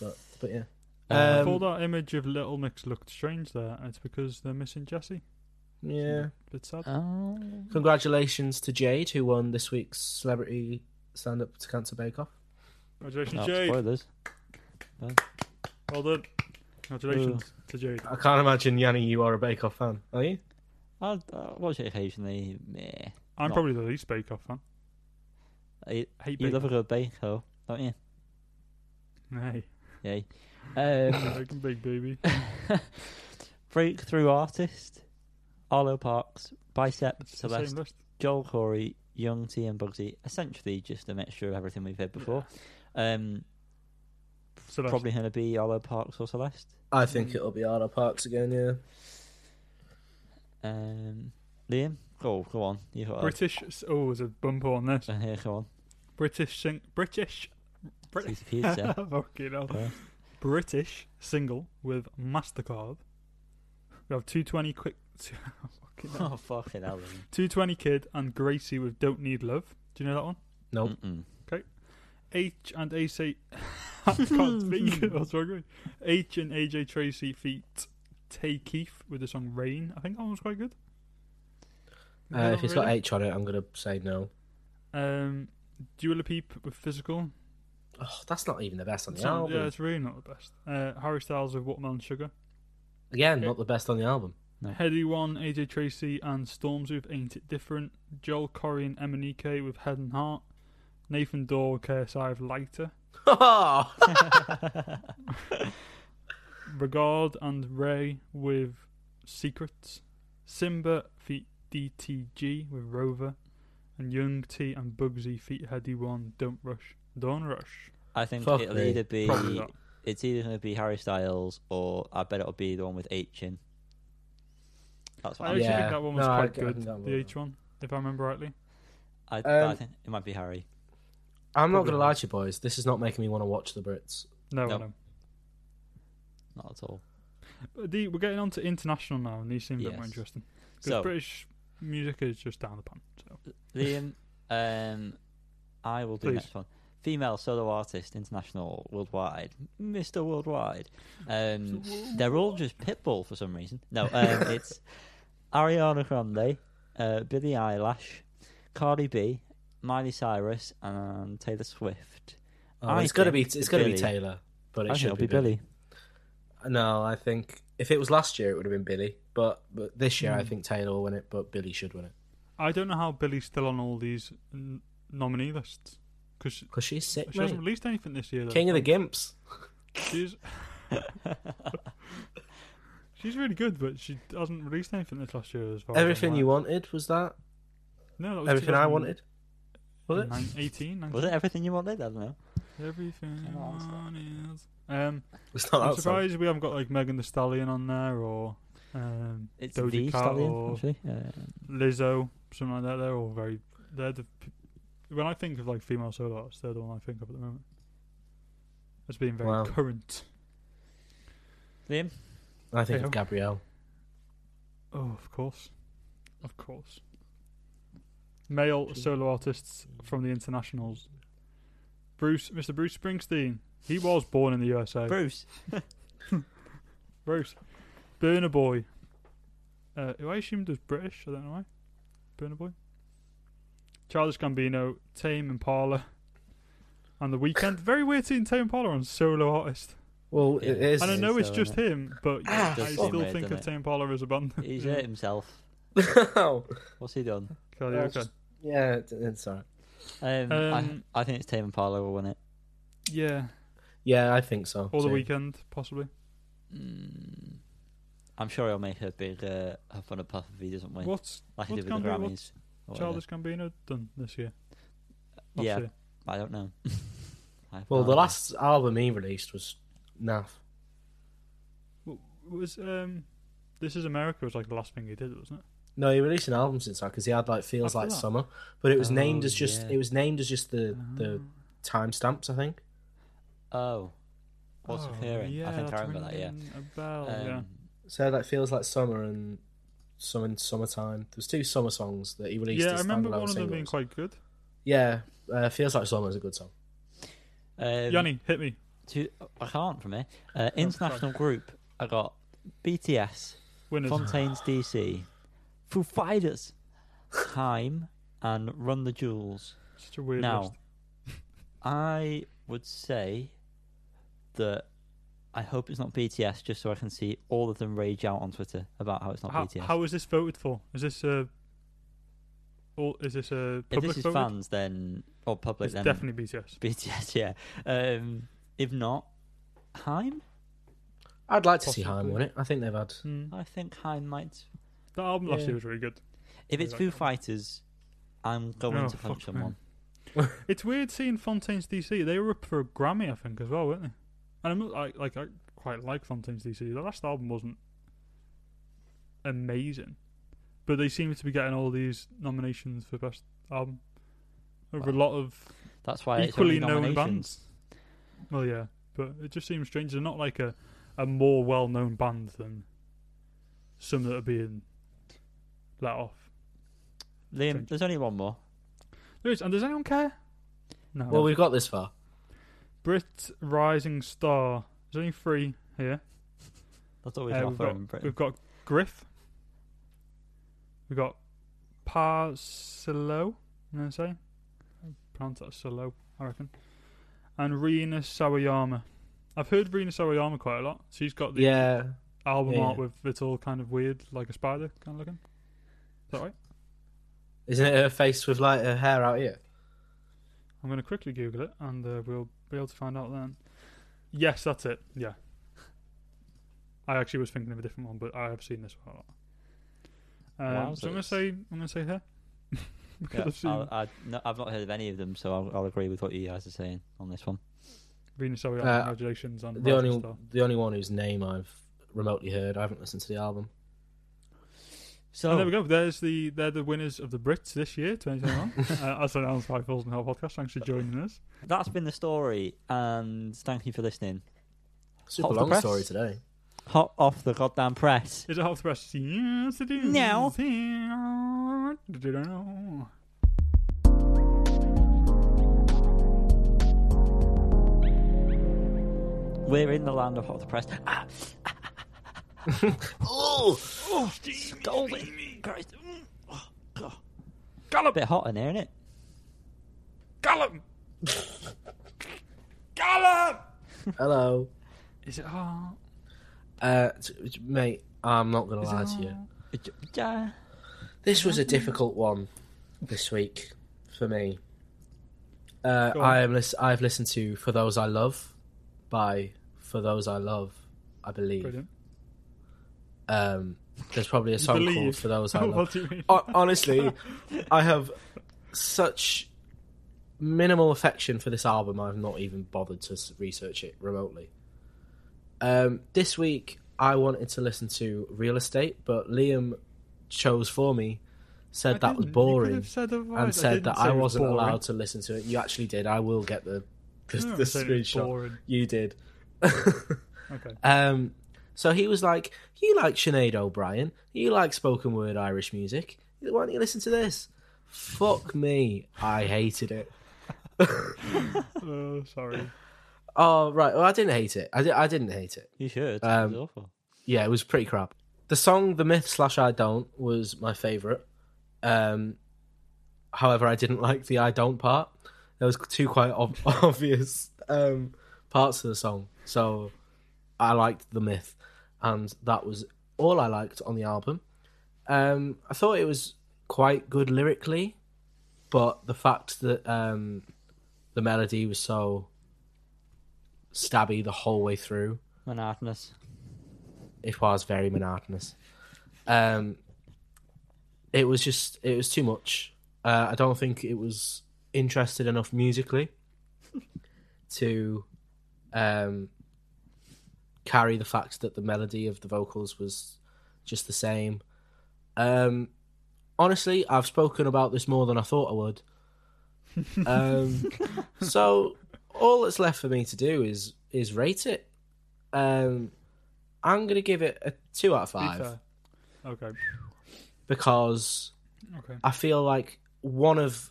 But but yeah,
Um,
Before that image of Little Mix looked strange there, and it's because they're missing Jesse.
yeah.
It's sad.
Oh,
Congratulations to Jade who won this week's Celebrity Stand Up to Cancer Bake Off.
Congratulations,
oh,
Jade.
spoilers.
Well done. Congratulations to Jade.
I can't imagine Yanni, you are a Bake Off fan, are you?
I'll, I'll watch it occasionally. Meh.
I'm
Not-
probably the least Bake Off fan.
You,
Hate
you
Bake
love a good bake, though, don't you? [laughs]
Hey,
Yay. Um, [laughs]
American Big Baby.
Breakthrough artist: Arlo Parks, Bicep,
It's the same
Celeste,
list.
Joel Corey, Young T, and Bugsy. Essentially, just a mixture of everything we've heard before. Um,
Celeste.
probably going to be Arlo Parks or Celeste.
I think it'll be Arlo Parks again. Yeah.
Um, Liam, go, go on. You got a,
British. Oh, there's a bumper on this.
uh, here, go on.
British sing
[laughs]
British Brit-
Piece of pizza.
[laughs] fucking hell.
Yeah.
British single with Mastercard. We have 220 quick [laughs] two- fucking hell.
oh fucking hell! Liam.
220 kid and Gracie with Don't Need Love. Do you know that one?
Nope.
Mm-mm.
H and AC [laughs] I can't speak.
[laughs]
What's wrong with me? H and AJ Tracy feat Tay Keith with the song Rain. I think that one was quite good. You know
Uh,
that
if
one
it's got
really?
H on it, I'm gonna say no.
um Dua Peep with Physical.
Oh, that's not even the best on the
It's not-
album.
yeah, it's really not the best. Uh, Harry Styles with Watermelon Sugar.
Again, not the best on the album. [laughs]
Heady One, AJ Tracy, and Storms with Ain't It Different. Joel Corry and Emanike with Head and Heart. Nathan Dorr with KSI with Lighter. Regard and Ray with Secrets. Simba feat DTG with Rover. And Young T and Bugsy feat Heady One, Don't Rush. Don't Rush.
I think
Fuck
it'll
me.
either be
Probably not.
it's either going to be Harry Styles or I bet it'll be the one with H in. That's
I
what I'm
actually
Yeah.
think that one was
No, I
quite
get- I
good,
think that
the
one-
H one, if I remember rightly.
I, but I
Um,
think it might be Harry.
I'm not
Probably
going to lie to you, boys. This is not making me want to watch the Brits.
No,
No.
no.
Not at all.
But the, we're getting on to international now, and these seem a bit more
Yes.
interesting. Because
So
British music is just down the pan. So
Liam, um, I will do
Please.
next one. Female solo artist, international, worldwide, Mister Worldwide.
Mm.
Um, they're all just Pitbull for some reason. No,
[laughs]
um, it's Ariana Grande, uh, Billie Eilish, Cardi B, Miley Cyrus, and Taylor Swift.
Oh,
I
it's got to
think
be. It's got to be
Billy.
Taylor, but it
I think
should
it'll
be,
be Billy.
No, I think if it was last year, it would have been Billy. But but this year,
Hmm.
I think Taylor will win it. But Billy should win it
I don't know how Billy's still on all these n- nominee lists because she,
because she's sick,
she
mate.
hasn't released anything this year. Though.
King of the Gimps.
She's
[laughs]
she's really good, but she hasn't released anything this last year. As far
Everything
as
you wanted was that.
No, that was
Everything I wanted. Was it?
2009, 18,
Was it everything you wanted? I don't know.
19. Everything
Come
you
on,
wanted. Um,
It's not
I'm
Oh, that song.
surprised we haven't got like Megan the Stallion on there or um,
It's
Doja
the
Cat
stallion,
or
actually. Um,
Lizzo, something like that. They're all very. They're the p- when I think of like female solo artists, they're the one I think of at the moment. It's been very
Wow.
current.
Liam,
I think
Hey-ho.
of Gabrielle.
Oh, of course, of course. Male solo artists from the internationals. Bruce, Mr. Bruce Springsteen. He was born in the USA.
Bruce.
Bruce. Burner Boy. Uh, who I assumed was British, I don't know why. Burner Boy. Charles Gambino, Tame Impala. And
[laughs]
The Weekend. Very weird seeing Tame Impala on solo artist.
Well,
Yeah.
it is.
And I know it's
so,
just
isn't
him, but
Ah,
I
does
still
seem weird,
think
doesn't
of
it?
Tame Impala as a band. [laughs]
He's
Yeah.
hurt himself.
[laughs] Oh,
What's he done?
Kelly,
well,
Oh, okay.
just- yeah, it- it's alright.
Um,
Um,
I, I think it's Tame Impala will win it.
Yeah.
Yeah, I think so.
Or The
too.
Weekend, possibly.
Mm, I'm sure he'll make a big uh, have fun of puff if he doesn't win,
What's
like he
what
did with the
can be-
Grammys. or whatever.
Charles Gambino done this year? Last
Yeah.
year.
I don't
[laughs]
know. I have
Well,
no
the
idea.
last album he released was naff.
W- Was, um, this is America was like the last thing he did, wasn't it?
No, he released an album since that because he had like feels
After
like
that?
summer, but it was
Oh,
named as just
yeah.
it was named as just the
Ah.
the timestamps. I think.
Oh, what's
Oh,
appearing? I think I
that's
remember that. Yeah.
ringing a bell, yeah.
Um,
So like feels like summer and some in summertime. There's two summer songs that he released.
Yeah,
as
I remember
standalone
one of them being
singles.
quite good.
Yeah, uh, feels like summer is a good song.
um,
Yanni, hit me.
two- I can't from here.
Oh,
Uh, international group. I got BTS,
Winners.
Fontaines DC, Foo Fighters, Time, and Run the Jewels.
Such a weird
Now,
list.
I would say that I hope it's not BTS, just so I can see all of them rage out on Twitter about how it's not
How,
BTS.
how is this voted for? Is this a... All, is this a
if
public
this is
vote?
fans, then or public,
it's
then [laughs]
definitely BTS.
BTS. Yeah. Um, if not, Heim.
I'd like to see
Possibly.
Haim win it. I think they've had.
Mm.
I think Heim might.
That album last
Yeah.
year was really good.
If it's
Yeah.
Foo Fighters, I'm going
Oh,
to punch
fuck me.
someone.
It's weird seeing Fontaines DC. They were up for a Grammy, I think, as well, weren't they? And I'm not, I, like, I quite like Fontaines DC. The last album wasn't amazing, but they seem to be getting all these nominations for best album over a
Wow.
lot of
That's why
equally
it's only
known
nominations.
bands. Well, yeah, but it just seems strange. They're not like a, a more well known band than some that are being let off.
Liam, there's only one more.
There is, and does anyone care? No.
Well, we've got this far.
Brit Rising Star. There's only three here.
That's all we
Uh,
can
we've
offer in Britain.
We've got Griff. We've got Parsilo. I'm going to say. I pronounce that Silo, I reckon. And Rina Sawayama. I've heard Rina Sawayama quite a lot. She's got the
Yeah,
album
Yeah,
art
yeah.
with it's all kind of weird, like a spider kind of looking. Is that right?
Isn't it her face with like her hair out here?
I'm going to quickly Google it, and uh, we'll be able to find out then. Yes, that's it. Yeah. I actually was thinking of a different one, but I have seen this one a lot. Um, so I'm gonna
Wowzers.
say I'm gonna say her. [laughs] because
Yeah,
I've seen
I'll- I, no, I've not heard of any of them, so I'll, I'll agree with what you guys are saying on this one.
Venus Ariel.
Uh,
congratulations on
The only
Star.
the only one whose name I've remotely heard. I haven't listened to the album.
So
Oh.
And there we go. There's the they're the winners of the Brits this
[laughs]
year, 2021. uh, that's an Alan Spike Falls and Hell podcast. Thanks for joining us.
that's been the story, and thank you for listening.
Super
Hot off the
long
press.
story today.
Hot off the goddamn press.
Is it half the press? Yes, it is.
No. We're in the land of hot off the press. Ah,
Oh,
oh, scalding. Christ. Mm. Oh, God. Gallop. Bit hot in here, isn't it?
Gallop! Gallop!
hello,
Is it
oh.
hot?
uh, t- t- mate. I'm not gonna
Is it
lie to you.
hot?
Ja.
This was a difficult one this week for me. Uh,
Go on.
I am lis- I've listened to "For Those I Love" by "For Those I Love," I believe.
Brilliant.
Um, there's probably a song called
believe?
"For Those I Love."
[laughs] what do you mean?
Hon- Honestly, I have such minimal affection for this album. I've not even bothered to s- research it remotely. Um, this week, I wanted to listen to "Real Estate," but Liam chose for me. Said
I
that was
didn't. You could have
boring
said otherwise. I
and said
didn't
that
say
I
it was
wasn't
boring.
allowed to listen to it. You actually did. I will get the the,
No,
the
I said it was
screenshot.
boring.
You did.
Okay.
um, so he was like, "You like Sinead O'Brien? You like spoken word Irish music? Why don't you listen to this?" Fuck me, I hated it.
Oh,
[laughs]
sorry.
Oh right, well I didn't hate it. I, di- I didn't hate it.
You should.
Um,
it's awful.
Yeah, it was pretty crap. The song "The Myth" slash "I Don't" was my favorite. Um, however, I didn't like the "I Don't" part. There was two quite ob- [laughs] obvious um, parts of the song, so I liked "The Myth," and that was all I liked on the album. Um, I thought it was quite good lyrically, but the fact that um, the melody was so stabby the whole way through
Monotonous.
it was very monotonous. Um, it was just it was too much. Uh, I don't think it was interested enough musically to um, carry the fact that the melody of the vocals was just the same. Um, honestly, I've spoken about this more than I thought I would. Um, so all that's left for me to do is is rate it. Um, I'm gonna give it a two out of
Be
five
fair. Okay.
because
Okay.
I feel like one of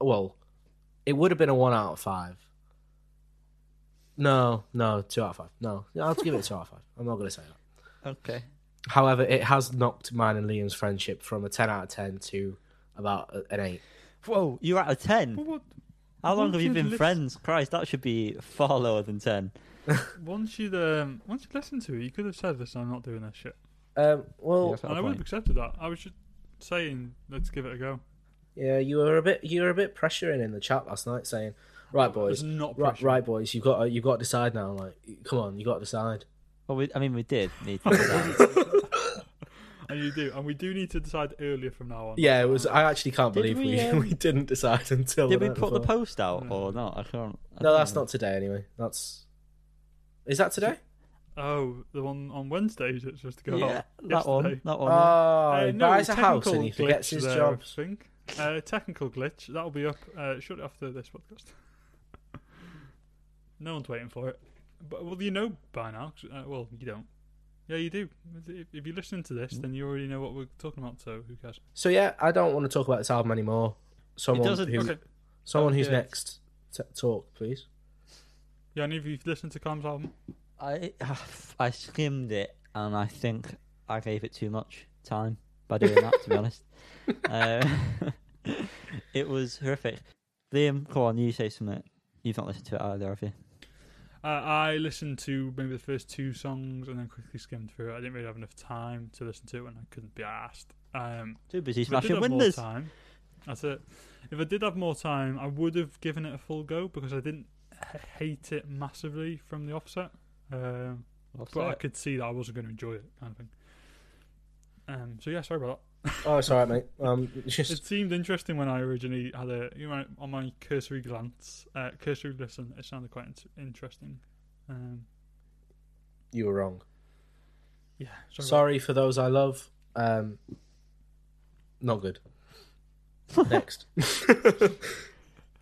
well, it would have been a one out of five. No, no, two out of five. No, I'll give it a two out of five. I'm not gonna say that.
Okay.
However, it has knocked mine and Liam's friendship from a ten out of ten to about a- an eight.
Whoa, Oh, you're at a
Well,
10.
what?
How long
Who
have you
should
been
lis-
friends? Christ, that should be far lower than 10.
Once you'd um, once you listened to it, you could have said, "Listen, I'm not doing this shit,"
Um, well,
Fair
and I would have
point.
accepted that. I was just saying, "Let's give it a go."
yeah, you were a bit you were a bit pressuring in the chat last night, saying, "Right,
It's
boys,
not
right,
pressure.
right, boys, you've got to, you've got to decide now. Like, come on, you have got to decide." [laughs]
Well, we, I mean, we did need to do that.
And you do, and we do need to decide earlier from now on.
Yeah, it was. uh, I actually can't
Did
believe we
we,
we, [laughs]
um,
didn't decide until
Did we
night
put the Hmm.
before.
post out
No.
or not? I can't. I
No,
don't
that's
know.
not today anyway. That's is that today?
Oh, the one on Wednesdays that's just to go.
Yeah,
out
that one.
yesterday.
That
Oh,
one.
Uh,
he
no,
buys a house and
technical
he forgets
glitch
his
there,
job.
I think. Uh, technical glitch. That'll be up uh, shortly after this podcast. no one's waiting for it. But well, you know by now. 'cause, Uh, well, you don't. Yeah, you do. If- If you're listening to this, then you already know what we're talking about. So who cares?
So yeah, I don't want to talk about this album anymore. Someone
doesn't-
who,
Okay.
someone
Oh,
who's
yeah.
next, t- talk please.
Yeah, and if you've listened to Cam's album,
I, [sighs] I skimmed it and I think I gave it too much time by doing that,
[laughs]
to be honest. Uh, [laughs] it was horrific. Liam, come on, you say something. You've not listened to it either, have you?
Uh, I listened to maybe the first two songs and then quickly skimmed through it. I didn't really have enough time to listen to it and I couldn't be asked. Um,
Too busy
if I did
smashing
have more
windows.
time- that's it. If I did have more time, I would have given it a full go because I didn't h- hate it massively from the offset. Um,
Offset.
but I could see that I wasn't going to enjoy it, kind of thing. Um, so yeah, sorry about that.
Oh, it's all right, mate. Um, [laughs] it's just
It seemed interesting when I originally had a you know, on my cursory glance, uh, cursory listen. It sounded quite in- interesting. Um,
you were wrong.
yeah, sorry. about
Sorry for those I love. Um, not
[laughs]
good. Next,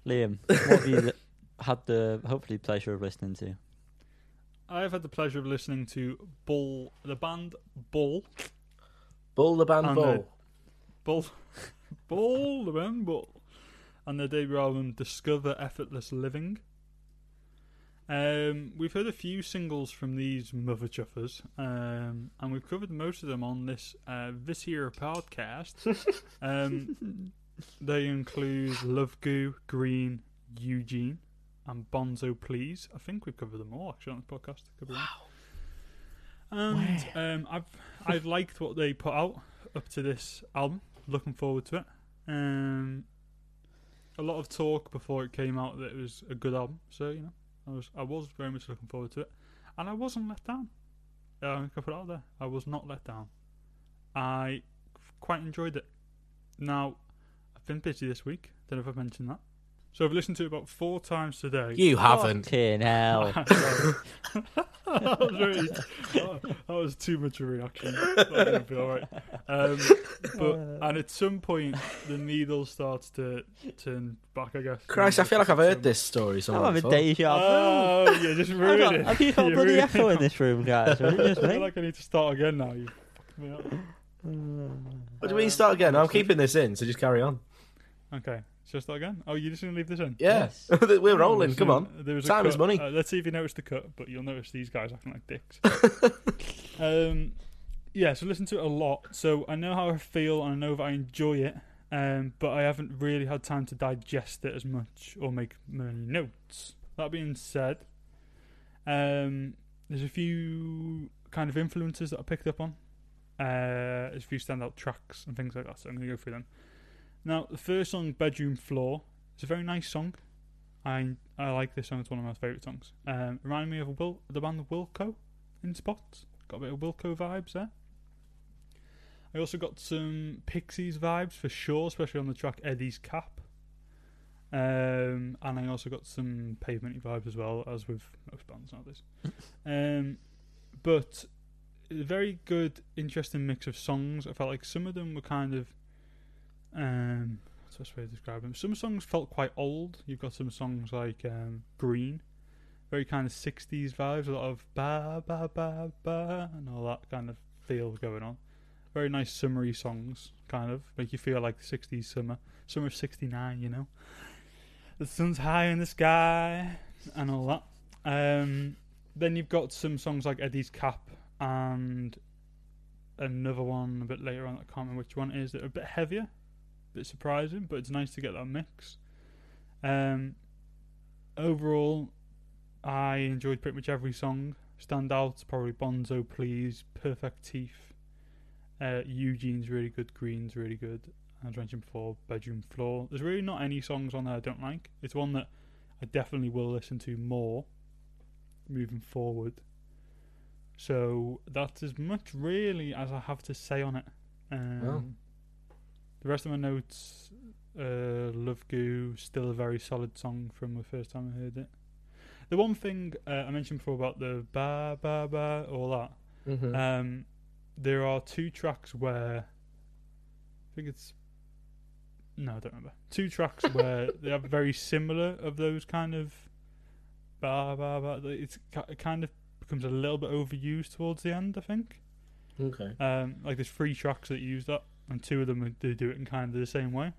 Liam, what have you li- had the hopefully pleasure of listening [laughs] to?
that. I've had the pleasure of listening to Bull, the band Bull,
Bull the Band
And, uh,
Bull.
Bull, [laughs] Bull, the band Bull, and their debut album Discover Effortless Living. Um, we've heard a few singles from these mother chuffers, um, and we've covered most of them on this uh, this year podcast.
[laughs]
Um, They include Love Goo, Green, Eugene, and Bonzo Please. I think we've covered them all actually on this podcast. Could be wrong. And um, I've I've liked what they put out up to this album. Looking forward to it. Um, a lot of talk before it came out that it was a good album. So you know, I was I was very much looking forward to it, and I wasn't let down. Yeah, I think I put it out there. I was not let down. I quite enjoyed it. Now, I've been busy this week. Don't know if I've mentioned that. So I've listened to it about four times today.
You haven't.
Fucking [laughs] hell.
[laughs] that, was really- that was too much of a reaction. That was gonna be all right. Um,
[laughs]
but
Uh,
and at some point the needle starts to turn back. I guess.
Christ, I feel like I've heard
Um,
this story
I'm
somewhere
having
before.
deja vu.
[laughs] Oh, yeah, just
Hang
ruined
on,
it.
Have you got a
[laughs] You
bloody
ruined
echo
it.
in this room, guys? Are you
[laughs] I
just me?
feel like I need to start again now. You fucked me up.
What do you mean start again? I'm keeping this in, so just carry on.
Okay, should I start again? Oh, you just gonna leave this in?
Yeah, [laughs]
[laughs] Yes.
we're rolling.
There's
Come
no-
on.
there was a
Time
cut.
is money.
Uh, let's see if you notice the cut, but you'll notice these guys acting
[laughs]
like dicks. um, yeah, so listen to it a lot. So I know how I feel and I know that I enjoy it, um, but I haven't really had time to digest it as much or make many notes. That being said, um, there's a few kind of influences that I picked up on. Uh, there's a few standout tracks and things like that, so I'm going to go through them. Now, the first song, Bedroom Floor, it's a very nice song. I I like this song. It's one of my favourite songs. Um, remind me of Wil- the band Wilco in spots. Got a bit of Wilco vibes there. I also got some Pixies vibes for sure, especially on the track Eddie's Cap. Um, and I also got some pavementy vibes as well, as with most bands nowadays. um, but a very good, interesting mix of songs. I felt like some of them were kind of um, what's the best way to describe them? Some songs felt quite old. You've got some songs like um, Green, very kind of 60s vibes, a lot of ba ba ba ba, and all that kind of feel going on. Very nice summery songs, kind of make you feel like 60s summer, summer of 69, you know. The sun's high in the sky, and all that. Um, then you've got some songs like Eddie's Cap and another one a bit later on. I can't remember which one it is. That are a bit heavier, bit surprising, but it's nice to get that mix. Um, overall, I enjoyed pretty much every song. Standouts probably Bonzo Please, Perfect Teeth, uh, Eugene's really good, Green's really good. As mentioned before, Bedroom Floor. There's really not any songs on there I don't like. It's one that I definitely will listen to more moving forward. So that's as much really as I have to say on it. Um,
Well.
The rest of my notes, uh, Love Goo, still a very solid song from the first time I heard it. The one thing uh, I mentioned before about the ba ba ba, all that.
Mhm.
Um, there are two tracks where I think it's no, I don't remember. Two tracks where they are very similar of those kind of ba ba ba. It's ki- it kind of becomes a little bit overused towards the end. I think
okay.
um, like there's three tracks that use that, and two of them they do it in kind of the same way.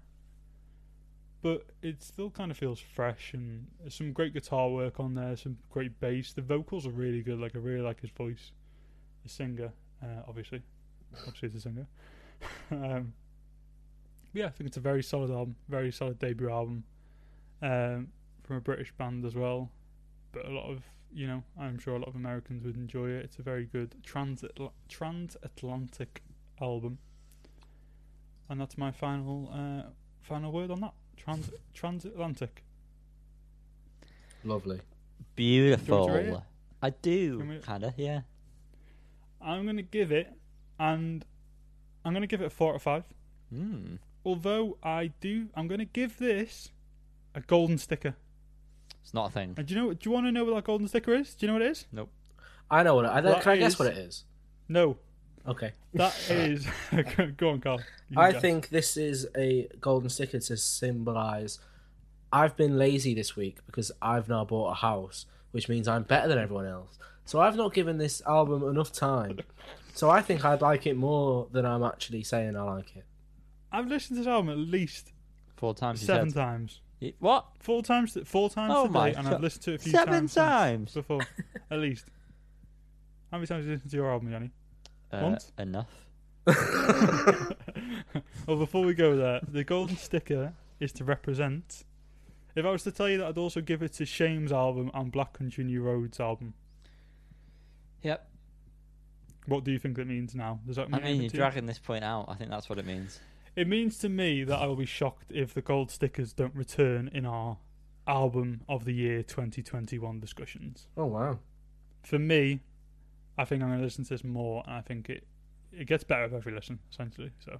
But it still kind of feels fresh, and there's some great guitar work on there, some great bass. The vocals are really good. Like I really like his voice, the singer, uh, obviously, obviously the singer. [laughs] um, yeah, I think it's a very solid album, very solid debut album um, from a British band as well, but a lot of you know, I'm sure a lot of Americans would enjoy it. It's a very good transatl- transatlantic album, and that's my final uh, final word on that. Trans transatlantic.
Lovely.
Beautiful.
rate it?
I
Can we-
do, kind of, yeah.
I'm gonna give it, and I'm gonna give it a four out of five.
Mm.
Although I do, I'm gonna give this a golden sticker.
It's not a thing.
And do you know? Do you want to know what that golden sticker is? Do you know what it is?
I know what. It, I,
What
can I guess
is-
what it is?
No,
Okay.
that is. [laughs] go on, Carl. You
I
guess.
think this is a golden sticker to symbolize. I've been lazy this week because I've now bought a house, which means I'm better than everyone else. So I've not given this album enough time. So I think I'd like it more than I'm actually saying I like it.
I've listened to this album at least
Four times. you
seven
said.
times.
Y- What?
Four times, four times
Oh my
today, and I've
God.
listened to it a few
Seven
times, since
times? [laughs]
before, at least. How many times have you listened to your album, Yanni?
Uh,
Once?
Enough.
well, before we go there, the golden sticker is to represent. If I was to tell you that, I'd also give it to Shame's album and Black Country New Roads album.
Yep.
What do you think that means now? Does that mean,
I mean,
anything
you're
to you?
dragging this point out. I think that's what it means.
It means to me that I will be shocked if the gold stickers don't return in our album of the year 2021 discussions.
Oh wow.
for me, I think I'm going to listen to this more, and I think it it gets better with every listen, essentially. So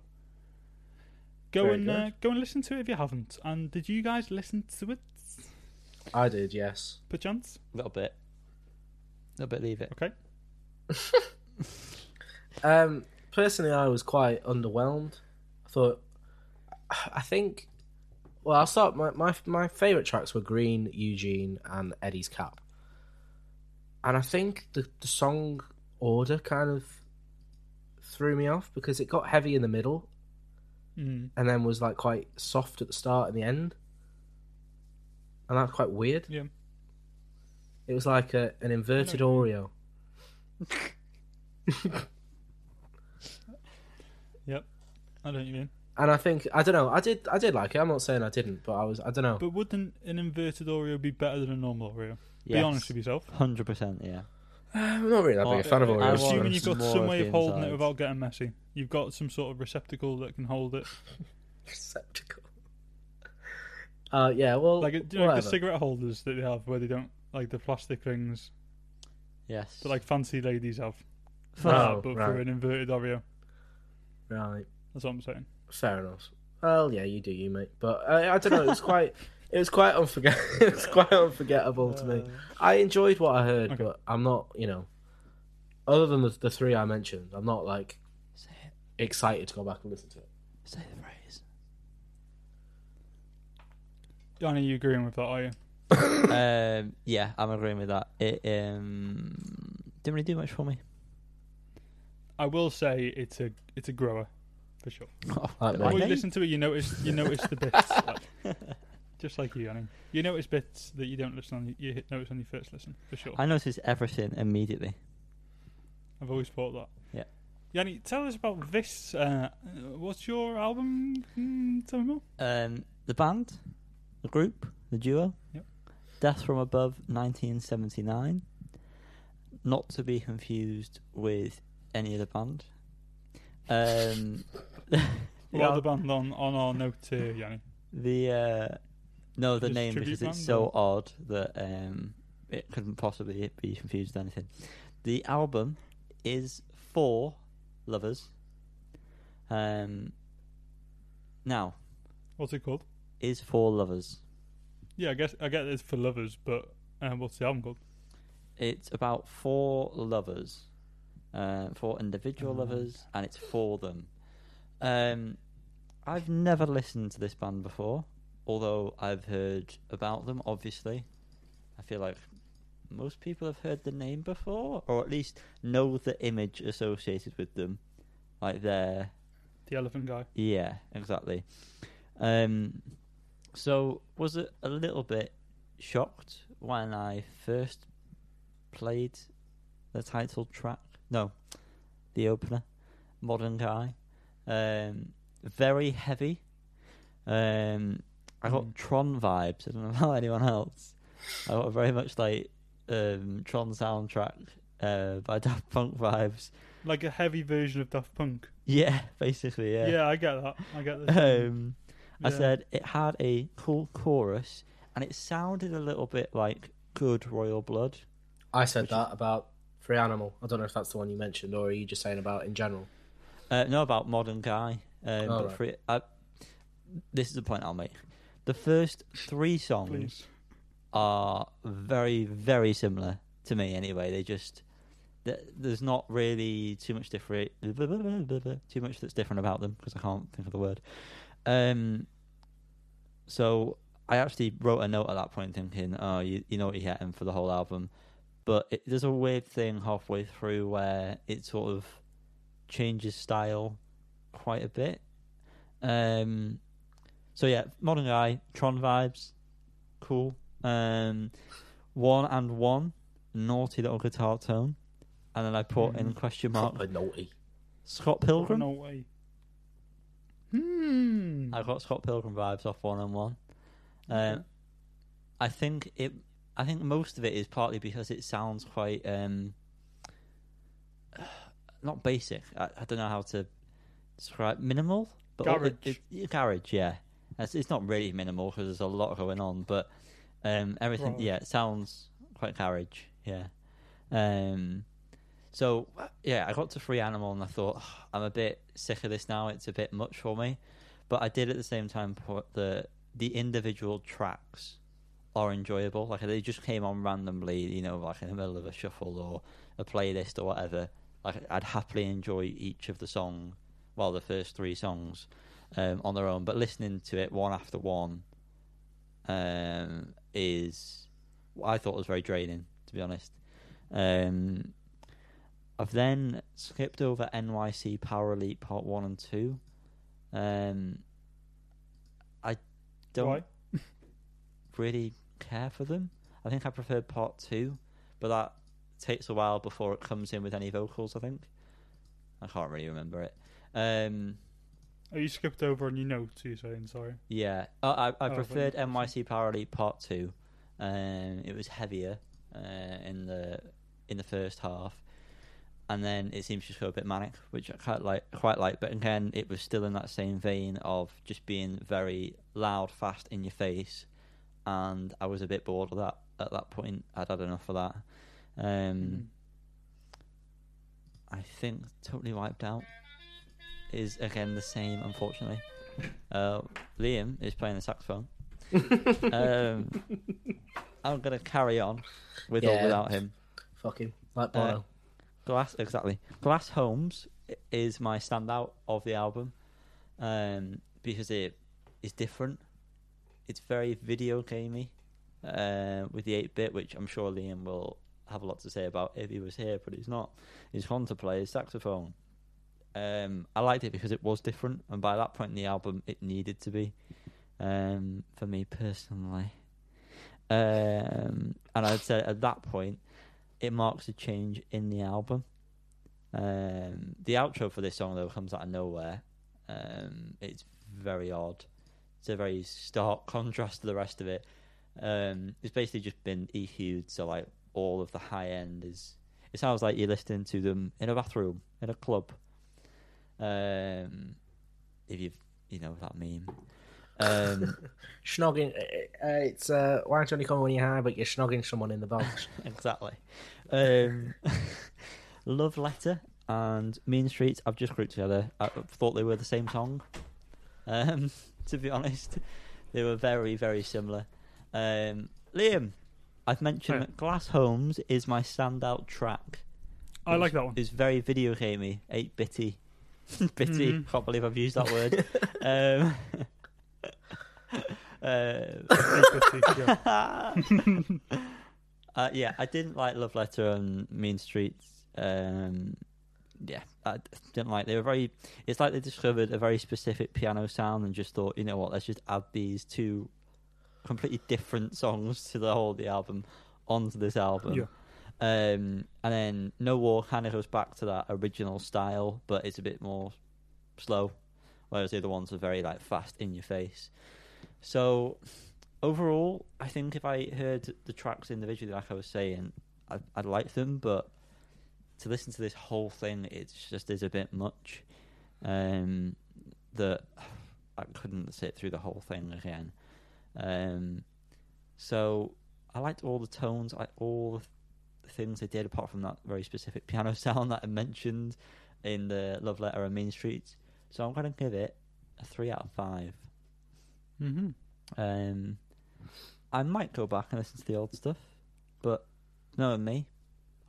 go
Very
and uh,
good.
go and listen to it if you haven't. And did you guys listen to it,
I did, yes.
perchance?
A little bit. A little bit, leave it.
Okay.
Um, personally, I was quite underwhelmed. I thought, I think, well, I'll start. My my my favorite tracks were Green, Eugene, and Eddie's Cap. And I think the the song order kind of threw me off because it got heavy in the middle
Mm.
and then was like quite soft at the start and the end. And that was quite weird.
Yeah.
It was like a, an inverted Oreo.
Yep. I don't even.
And I think I don't know. I did I did like it. I'm not saying I didn't, but I was I don't know.
But wouldn't an inverted Oreo be better than a normal Oreo? Be
Yes.
honest with yourself.
Hundred percent, yeah.
I'm not really that big a fan of
I
Oreos.
was-
to be
Assuming
honest.
you've got
more
some
of
way
the
of holding it
insides.
without getting messy. You've got some sort of receptacle that can hold it,
receptacle. Uh, yeah, well,
like
like,
do you know, like the
whatever.
cigarette holders that they have, where they don't like the plastic rings
Yes.
that like fancy ladies have.
Oh,
but for
right.
an inverted Oreo.
right,
That's what I'm saying.
fair enough. Well, yeah, you do, you mate. But uh, I don't know. It was quite, [laughs] it was quite unforgettable. [laughs] it was quite unforgettable to me. I enjoyed what I heard,
Uh, Okay.
but I'm not, you know, other than the, the three I mentioned, I'm not like
Say it.
excited to go back and listen to it.
Say the phrase.
Danny, you agreeing with that, are you?
um, yeah, I'm agreeing with that. It um, didn't really do much for me.
I will say it's a it's a grower, for sure.
Like
Are
When you
they?
listen to it, you notice you notice
[laughs]
the bits, like, just like you, Danny. You notice bits that you don't listen on. You hit notice on your first listen, for sure.
I noticed everything immediately.
I've always thought that.
Yeah.
Yanni, tell us about this. Uh, what's your album? Mm, tell me more.
Um, the band, the group, the duo.
Yep.
Death from Above, 1979. Not to be confused with any other band. Um,
Well, the band on, on our note here, Yanni.
The uh, no, the
Just
name
tribute
because it's
band,
so odd that um, it couldn't possibly be confused with anything. The album is for lovers. Um, now
What's it called?
is for lovers.
Yeah, I guess I get it's for lovers, but um, what's the album called?
It's about four lovers, uh, four individual lovers, and it's for them. Um, I've never listened to this band before, although I've heard about them. Obviously, I feel like most people have heard the name before, or at least know the image associated with them, like their
The Elephant Guy.
yeah, exactly. Um, so was it a little bit shocked when I first played the title track? No, the opener, Modern Guy. Um, very heavy. Um, I got
Mm.
[laughs] Tron vibes. I don't know about anyone else. I got very much like um, Tron soundtrack uh, by [laughs] Daft Punk vibes.
Like a heavy version of Daft Punk.
Yeah, basically,
Yeah,
yeah.
I get that. I
[laughs]
get this.
Um, I
Yeah.
said it had a cool chorus and it sounded a little bit like good Royal Blood.
I said that about Free Animal. I don't know if that's the one you mentioned, or are you just saying about in general?
Uh, no, about Modern Guy.
Oh,
Um, but
right.
free, I, this is the point I'll make. The first three songs
please.
are very, very similar to me. Anyway, they just th- there's not really too much different, too much that's different about them because I can't think of the word. Um, so I actually wrote a note at that point, thinking, "Oh, you, you know what you're getting for the whole album." But it, there's a weird thing halfway through where it sort of changes style quite a bit. Um, so yeah, Modern Eye, Tron vibes, cool. Um, one and one, naughty little guitar tone, and then I put in
Mhm.
question mark
Proper naughty.
Scott Pilgrim.
No way. Hmm.
I got Scott Pilgrim vibes off one on one.
Okay.
Um, I think it. I think most of it is partly because it sounds quite um, [sighs] not basic. I, I don't know how to describe minimal, but all- it-
Garage.
it- garage, yeah. It's, it's not really minimal because there's a lot going on, but um, everything,
Right.
yeah, it sounds quite garage, yeah. Um, so yeah, I got to Free Animal and I thought "Ugh, I'm a bit sick of this now. It's a bit much for me, but I did at the same time put the the individual tracks are enjoyable. Like they just came on randomly, you know, like in the middle of a shuffle or a playlist or whatever. Like I'd happily enjoy each of the song, well, the first three songs um, on their own. But listening to it one after one um, is what I thought was very draining, to be honest. Um, I've then skipped over NYC Power Elite Part One and Two. Um, I don't
Why?
really care for them. I think I prefer part two, but that takes a while before it comes in with any vocals. I think I can't really remember it. Um,
Oh, you skipped over on your notes, you're saying, sorry.
yeah, I, I, I
Oh,
preferred
but-
NYC Power Elite Part Two. Um, it was heavier uh, in the in the first half, and then it seems to go a bit manic, which I quite like. Quite like, but again, it was still in that same vein of just being very loud, fast in your face, and I was a bit bored of that at that point. I'd had enough of that. Um,
Mhm.
I think Totally Wiped Out is again the same, unfortunately. Uh, Liam is playing the saxophone. um, I'm going to carry on with or
Yeah.
without him.
Fucking like Bono.
Glass, exactly. Glass Homes is my standout of the album um, because it is different. It's very video gamey uh, with the 8 bit, which I'm sure Liam will have a lot to say about if he was here, but he's not. He's gone to play his saxophone. Um, I liked it because it was different, and by that point in the album, it needed to be um, for me personally. Um, and I'd say at that point, it marks a change in the album. Um, the outro for this song though comes out of nowhere. Um, it's very odd. It's a very stark contrast to the rest of it. Um, it's basically just been EQ'd, so like all of the high end is. It sounds like you're listening to them in a bathroom in a club. Um, if you've you know that meme. Um,
Schnogging. uh, uh, It's uh, why don't you come when you're high, but you're snogging someone in the box.
exactly. Um, [laughs] Love Letter and Mean Streets, I've just grouped together. I thought they were the same song. Um, [laughs] to be honest, they were very, very similar. Um, Liam, I've mentioned
Hiya.
that Glass Homes is my standout track.
I like
[laughs]
that one.
It's very video gamey, 8 bitty. [laughs] bitty,
Mhm.
can't believe I've used that word. um, [laughs] uh,
Yeah.
uh, yeah, I didn't like Love Letter and Mean Streets. Um, yeah, I d- didn't like. They were very. It's like they discovered a very specific piano sound and just thought, you know what, let's just add these two completely different songs to the whole of the album onto this album.
Yeah.
Um, and then No War kind of goes back to that original style, but it's a bit more slow, whereas the other ones are very like fast in your face. So overall, I think if I heard the tracks individually, like I was saying, I'd, I'd like them, but to listen to this whole thing, it just is a bit much. Um, that I couldn't sit through the whole thing again. Um, so I liked all the tones, I liked all the th- things they did, apart from that very specific [laughs] piano sound that I mentioned in the Love Letter and Mean Streets. So I'm going to give it a three out of five.
Mm-hmm.
Um, I might go back and listen to the old stuff, but knowing me,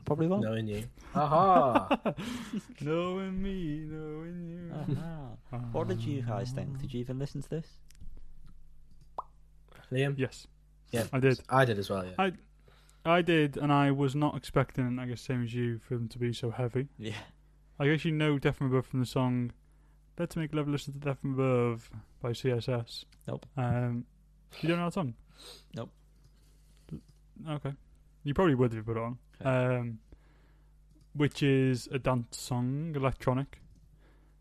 I probably won't.
Knowing you. Aha!
[laughs] knowing me, knowing you.
Aha. Ah.
[laughs]
What did you guys think? Did you even listen to this?
Liam?
Yes,
Yeah.
I did.
I did as well, yeah.
I- I did, and I was not expecting. I guess same as you for them to be so heavy.
Yeah.
I guess you know Death from Above from the song Let's Make Love Listen to Death from Above by CSS.
Nope.
Um, you don't know that song?
Nope.
Okay. You probably would if you put it on.
Okay.
Um, which is a dance song, electronic.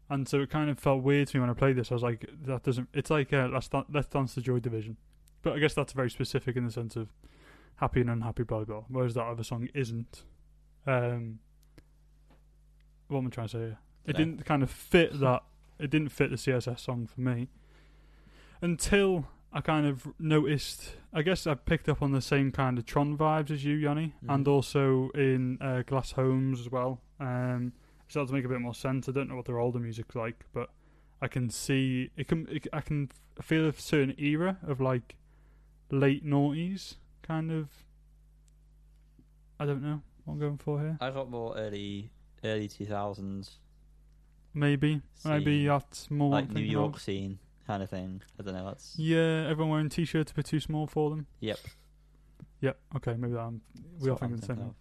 And so it kind of felt weird to me when I played this. I was like, that doesn't. It's like uh, Let's, Dan- Let's Dance to Joy Division. But I guess that's very specific in the sense of happy and unhappy, blah, blah. Whereas that other song isn't. Um, what am I trying to say here? It
No.
didn't kind of fit that. It didn't fit the CSS song for me until I kind of noticed. I guess I picked up on the same kind of Tron vibes as you, Yanni,
Mhm.
and also in uh, Glass Homes as well. Um, it started to make a bit more sense. I don't know what their older music's like, but I can see it can. It, I can feel a certain era of like late noughties kind of. I don't know what I'm going for here.
I got more early early two thousands,
Maybe, maybe
Scene.
that's more what
like
I'm
New
thinking of.
York scene kind of thing. I don't know. That's
Yeah, everyone wearing t-shirts a bit too small for them.
Yep.
Yep. Okay, maybe that. I'm,
that's
we all
what I'm
think the same.
thinking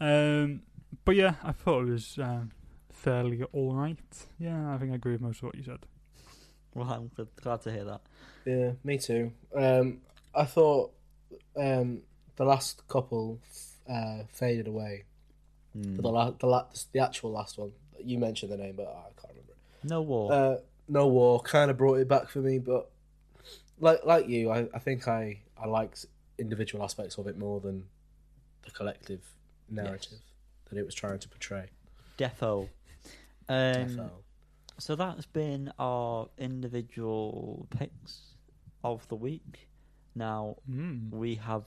Um, but yeah, I thought it was um, fairly all right. Yeah, I think I agree with most of what you said.
of. [laughs] Well, I'm gl- glad to hear that.
Yeah, me too. Um, I thought um, the last couple f- uh, faded away.
Mm.
The, la- the, la- the actual last one. You mentioned the name, but I can't remember.
No war.
uh, no war kind of brought it back for me but like like you I, I think I I liked individual aspects of it more than the collective narrative that it was trying to portray
Defo. Um,
So,
So that's been our individual picks of the week. Now
Mm.
we have.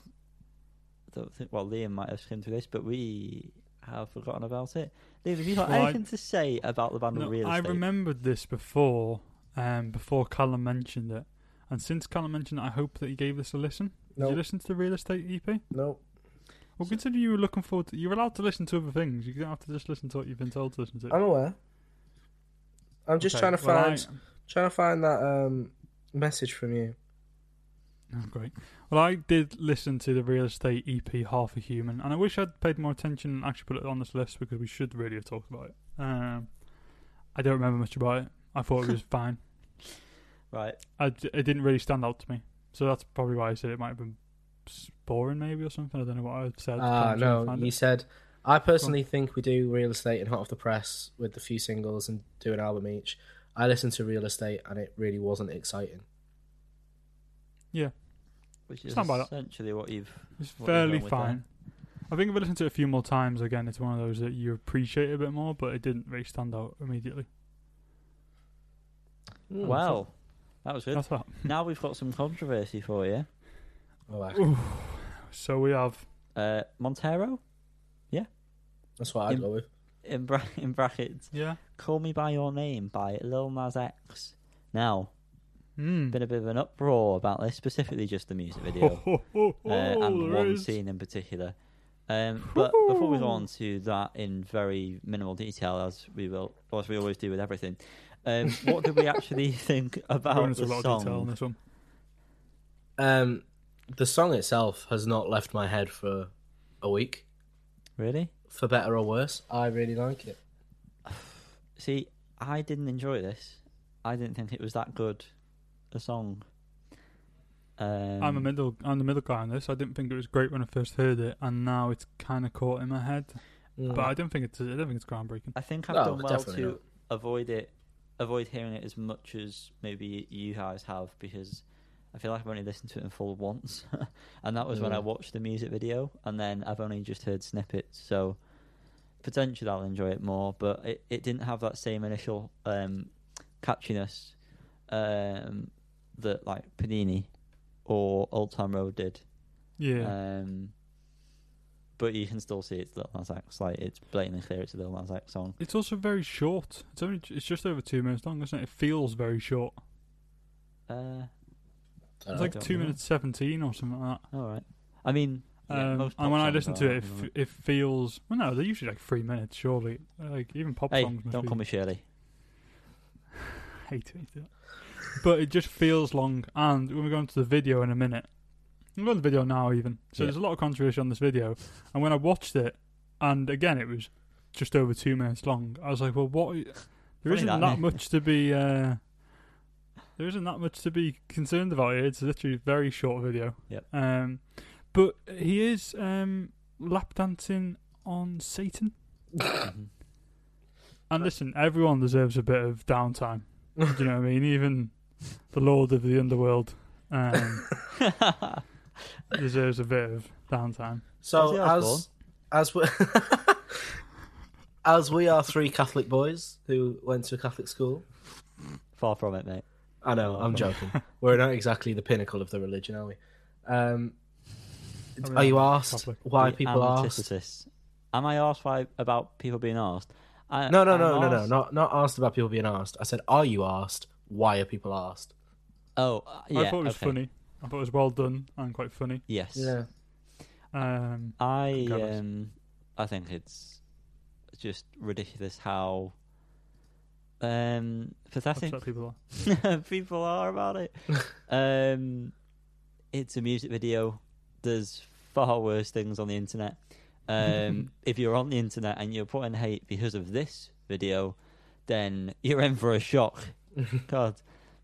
Don't think. Well, Liam might have skimmed through this, but we have forgotten about it. Liam, have you got
Well, I-
anything to say about the band
No,
real
I
estate?
remembered this before, um, before Callum mentioned it, and since Callum mentioned it, I hope that you gave this a listen. Did
No.
you listen to the real estate EP?
no
Well,
So-
consider you were looking forward to. You're allowed to listen to other things. You don't have to just listen to what you've been told to listen to.
I'm aware I'm just
Okay,
trying to
well, I-
find trying to find that um message from you
Oh, great. Well, I did listen to the real estate EP Half a Human, and I wish I'd paid more attention and actually put it on this list because we should really have talked about it. Um, I don't remember much about it. I
[laughs]
thought it was fine.
Right.
I d it didn't really stand out to me, so that's probably why I said it might have been s- boring, maybe or something. I don't know what I said.
ah
I'm trying to
no
find
you
it.
said I personally think we do real estate and hot off the press with a few singles and do an album each I listened to real estate and it really wasn't exciting
Which is
Stand by that.
essentially what you've.
It's
what you're
fairly
going with there.
fine. I think if I listened to it a few more times, again, it's one of those that you appreciate a bit more, but it didn't really stand out immediately.
Hmm.
Mm.
Well, that was good.
That's that.
Now we've got some controversy for you.
Oh, I-
Ooh. So we have
Uh, Montero,
that's what I'd
Im-
go with
in, bra- [laughs] in brackets,
yeah.
Call Me By Your Name by Lil Nas X. Now,
Mm.
been a bit of an uproar about this, specifically just the music
[laughs]
video.
Ho, ho, ho,
uh, and
there
one
is.
scene in particular.
[laughs]
Um, but before we go on to that in very minimal detail, as we will, as we always do with everything, um, what did we actually [laughs] think
Going
about
into
the
a lot of detail on
song?
this one.
Um, the song itself has not left my head for a week,
Really?
for better or worse. I really like it.
See, I didn't enjoy this. I didn't think it was that good a song. Um,
I'm a middle. I'm the middle guy on this. I didn't think it was great when I first heard it, and now it's kind of caught in my head.
Mm.
But I don't think it's. I don't think it's groundbreaking.
I think I've
No,
done well
definitely
to
not.
avoid it, avoid hearing it as much as maybe you guys have, because I feel like I've only listened to it in full once, [laughs] and that was when I
Mm.
watched the music video, and then I've only just heard snippets. So potentially I'll enjoy it more, but it, it didn't have that same initial um, catchiness um, that like Panini or Old Town Road did.
Yeah.
Um, but you can still see it's Lil Nas X. Like it's blatantly clear it's a Lil Nas X song.
it's also very short. It's only it's just over two minutes long, isn't it? It feels very short.
Uh,
I don't
It's
know.
like
don't
two
know.
minutes seventeen or something like that.
all right. I mean, yeah,
um,
most pop
and when I
songs
listen
are,
to it, it,
aren't
f- it feels well. No, they're usually like three minutes, surely. Like even pop
Hey,
songs. Must
don't
be,
call me Shirley.
hate it. hate it. but it just feels long. And when we go into the video in a minute, we'll go to the video now even. So
Yeah.
there's a lot of controversy on this video. And when I watched it, and again it was just over two minutes long, I was like, well, what? There
Funny
isn't
that,
that,
innit?
much to be. Uh, there isn't that much to be concerned about here. It's literally a very short video.
Yep.
Um, but he is um lap dancing on Satan. Mm-hmm.
Mhm.
And listen, everyone deserves a bit of downtime. [laughs] Do you know what I mean? Even the Lord of the Underworld
[laughs]
um, deserves a bit of downtime.
Ozzy
So
Osbourne.
as as we [laughs] as we are three Catholic boys who went to a Catholic school.
[laughs] Far from it, mate.
I know,
[laughs]
I'm joking. We're not exactly the pinnacle of the religion, are we? Um,
I mean,
are you
I'm
asked
Catholic.
why
The
people asked?
antithesis. Am I asked why about people being asked? I,
No, no,
I'm
no, no, no,
asked-
not not asked about people being asked. I said, are you asked? Why are people asked?
Oh, uh, yeah.
I thought it was
okay.
funny. I thought it was well done and quite funny.
Yes.
Um,
I
Regardless.
um, I think it's just ridiculous how um pathetic
upset people.
[laughs] people are
[laughs]
about it. um, it's a music video. There's far worse things on the internet.
[laughs]
Um, if you're on the internet and you're putting hate because of this video, then you're in for a shock. God,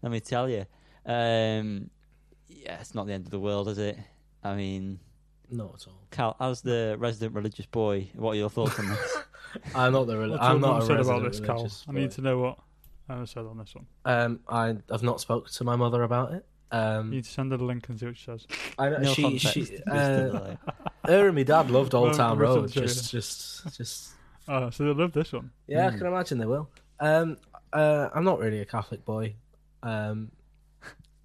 let me tell you. Um, yeah, it's not the end of the world, is it? I mean,
[laughs] Not at all.
Cal, as the resident religious boy, what are your thoughts
[laughs]
on this?
I'm not the. Re-
What's
I'm
your mum
not a
said about
resident
this, Cal?
religious
I
boy.
need to know what Emma said on this one.
Um, I have not spoke to my mother about it.
You
Um,
need to send her the link and see what she says.
I know
No
she,
context.
she,
Mr.
uh,
Lilly.
her and my dad loved Old
Well,
Town
written
Road.
to you.
Just, just, just.
Uh, so they love this one.
Yeah,
Mm.
I can imagine they will. Um, uh, I'm not really a Catholic boy. Um,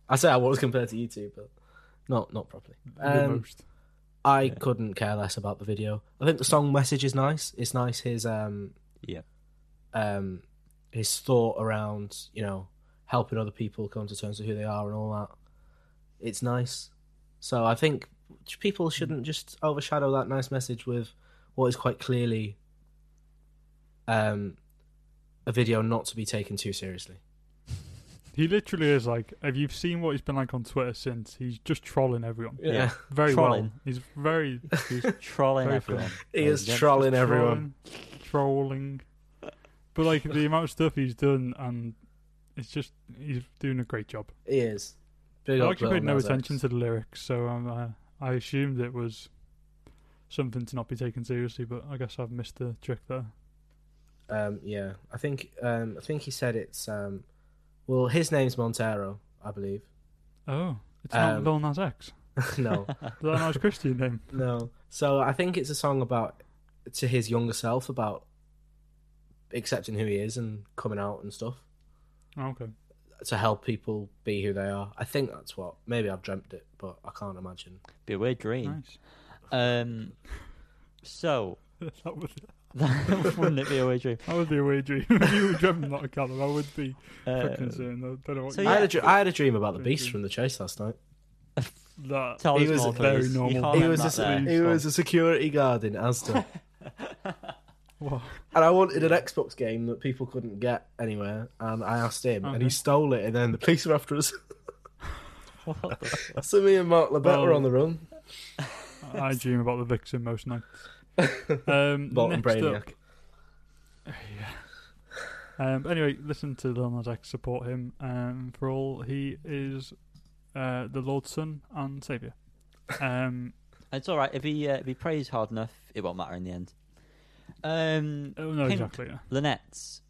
I say I was compared to you two, but not not properly.
the
Um,
most.
I
Yeah.
couldn't care less about the video. I think the song message is nice. It's nice his um
yeah,
um his thought around you know helping other people come to terms with who they are and all that. It's nice. So I think people
Hmm.
shouldn't just overshadow that nice message with what is quite clearly um a video not to be taken too seriously.
He literally is like, if you've seen what he's been like on Twitter since, he's just trolling everyone.
Yeah.
Very well.
Trolling.
He's very [laughs]
he's trolling
Very
everyone.
[laughs] he
Ladies
is
and gents. [laughs]
trolling everyone.
Trolling. trolling. But like the amount of stuff he's done, and it's just he's doing a great job.
He is. Big
I
up
actually
Lil
paid no
Nas X.
attention to the lyrics, so um, uh, I assumed it was something to not be taken seriously. But I guess I've missed the trick there.
Um, yeah, I think um, I think he said it's um, well, his name's Montero, I believe. [laughs]
Oh, it's
Um,
not Lil Nas X.
no,
Is that not his Christian name?
[laughs] no. So I think it's a song about to his younger self about accepting who he is and coming out and stuff
Oh,
[laughs]
okay.
to help people be who they are. I think that's what. Maybe I've dreamt it, but I can't imagine.
Be a weird dream.
Nice. [laughs]
Um, so [laughs]
that would
wouldn't it be a weird dream?
that would be a weird dream. [laughs] if you were dreaming that, Callum, I would be
Uh,
concerned. I don't know what
so
you-
I,
yeah.
had a dr- I had a dream about the
Good
beast
dream.
from the chase last night.
that.
tell
He
us
was
more,
very
please. You
normal.
can't
He
He
let
was
that
a,
there.
he was a security guard in Asda,
Wow.
and I wanted an Xbox game that people couldn't get anywhere. And I asked him, and he
Okay.
stole it. And then the police were after us.
[laughs]
[laughs]
What the-
so me and Mark Labette were
Well,
on the run.
I dream about the vixen
[laughs]
most nights. Um,
Bolton
next
Brainiac.
up- yeah. Um, anyway, listen to Lil Nas X support him um, for all he is uh, the Lord's son and saviour. Um,
it's all right if he uh, if he prays hard enough, it won't matter in the end. Um,
oh, no,
Pink.
exactly. Yeah.
Lynette's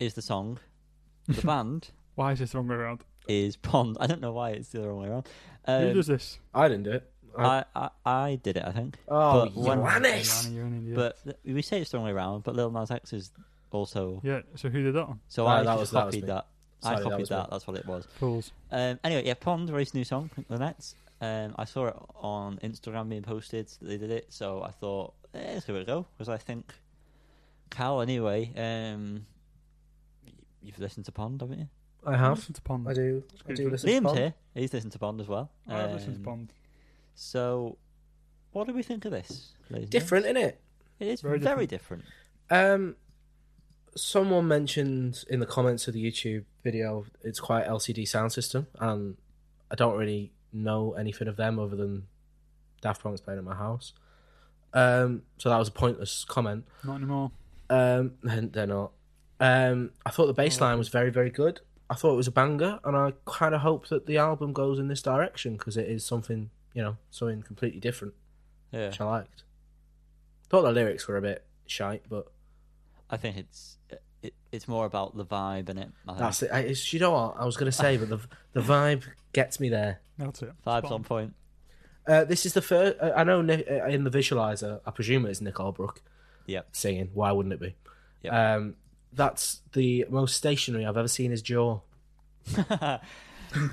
is the song, the band.
[laughs]
Why is this the wrong way around?
is Pond. I don't know why it's the other way around. Um,
Who does this?
I didn't do it. I-
I, I I did it, I think.
Oh,
But when-
Johannes!
You're an idiot.
But th- we say it's the wrong way around. But Lil Nas X is also.
yeah, so who did that one?
So
No,
I
Ah, that
just
was- that was
copied
me.
that. I
Sorry, that
copied
was me.
that. That's what it was.
Fools.
Um, anyway, yeah, Pond released a new song, The Nets. Um, I saw it on Instagram being posted. that They did it, so I thought, eh, let's give it a go. Because I think Cal, anyway, um, y- you've listened to Pond, haven't you?
I have.
Listen to Pond.
I do. I
Excuse
do
me.
listen to
Liam's
Bond.
here. He's listened to Bond as well.
I have listened to
Um,
Bond.
So, what do we think of this? ladies and
Different, isn't it?
gents? It is very,
Very
different.
Um, someone mentioned in the comments of the YouTube video it's quite LCD sound system, and I don't really know anything of them other than Daft Punk's playing at my house. Um, so that was a pointless comment.
Not anymore.
Um, [laughs] and they're not. Um, I thought the bass line was very, very good. I thought it was a banger, and I kind of hope that the album goes in this direction because it is something, you know, something completely different,
Yeah,
which I liked. Thought the lyrics were a bit shite, but
I think it's it, it's more about the vibe in it. I think.
That's it. I, it's, you know what I was going to say, but the the vibe gets me there.
That's it.
vibes
Spot
on point.
Uh, this is the first. Uh, I know Nick, uh, in the visualizer, I presume it's Nick Albrook
Yep.
singing. Why wouldn't it be?
Yep.
Um, that's the most stationary I've ever seen his jaw.
Liam,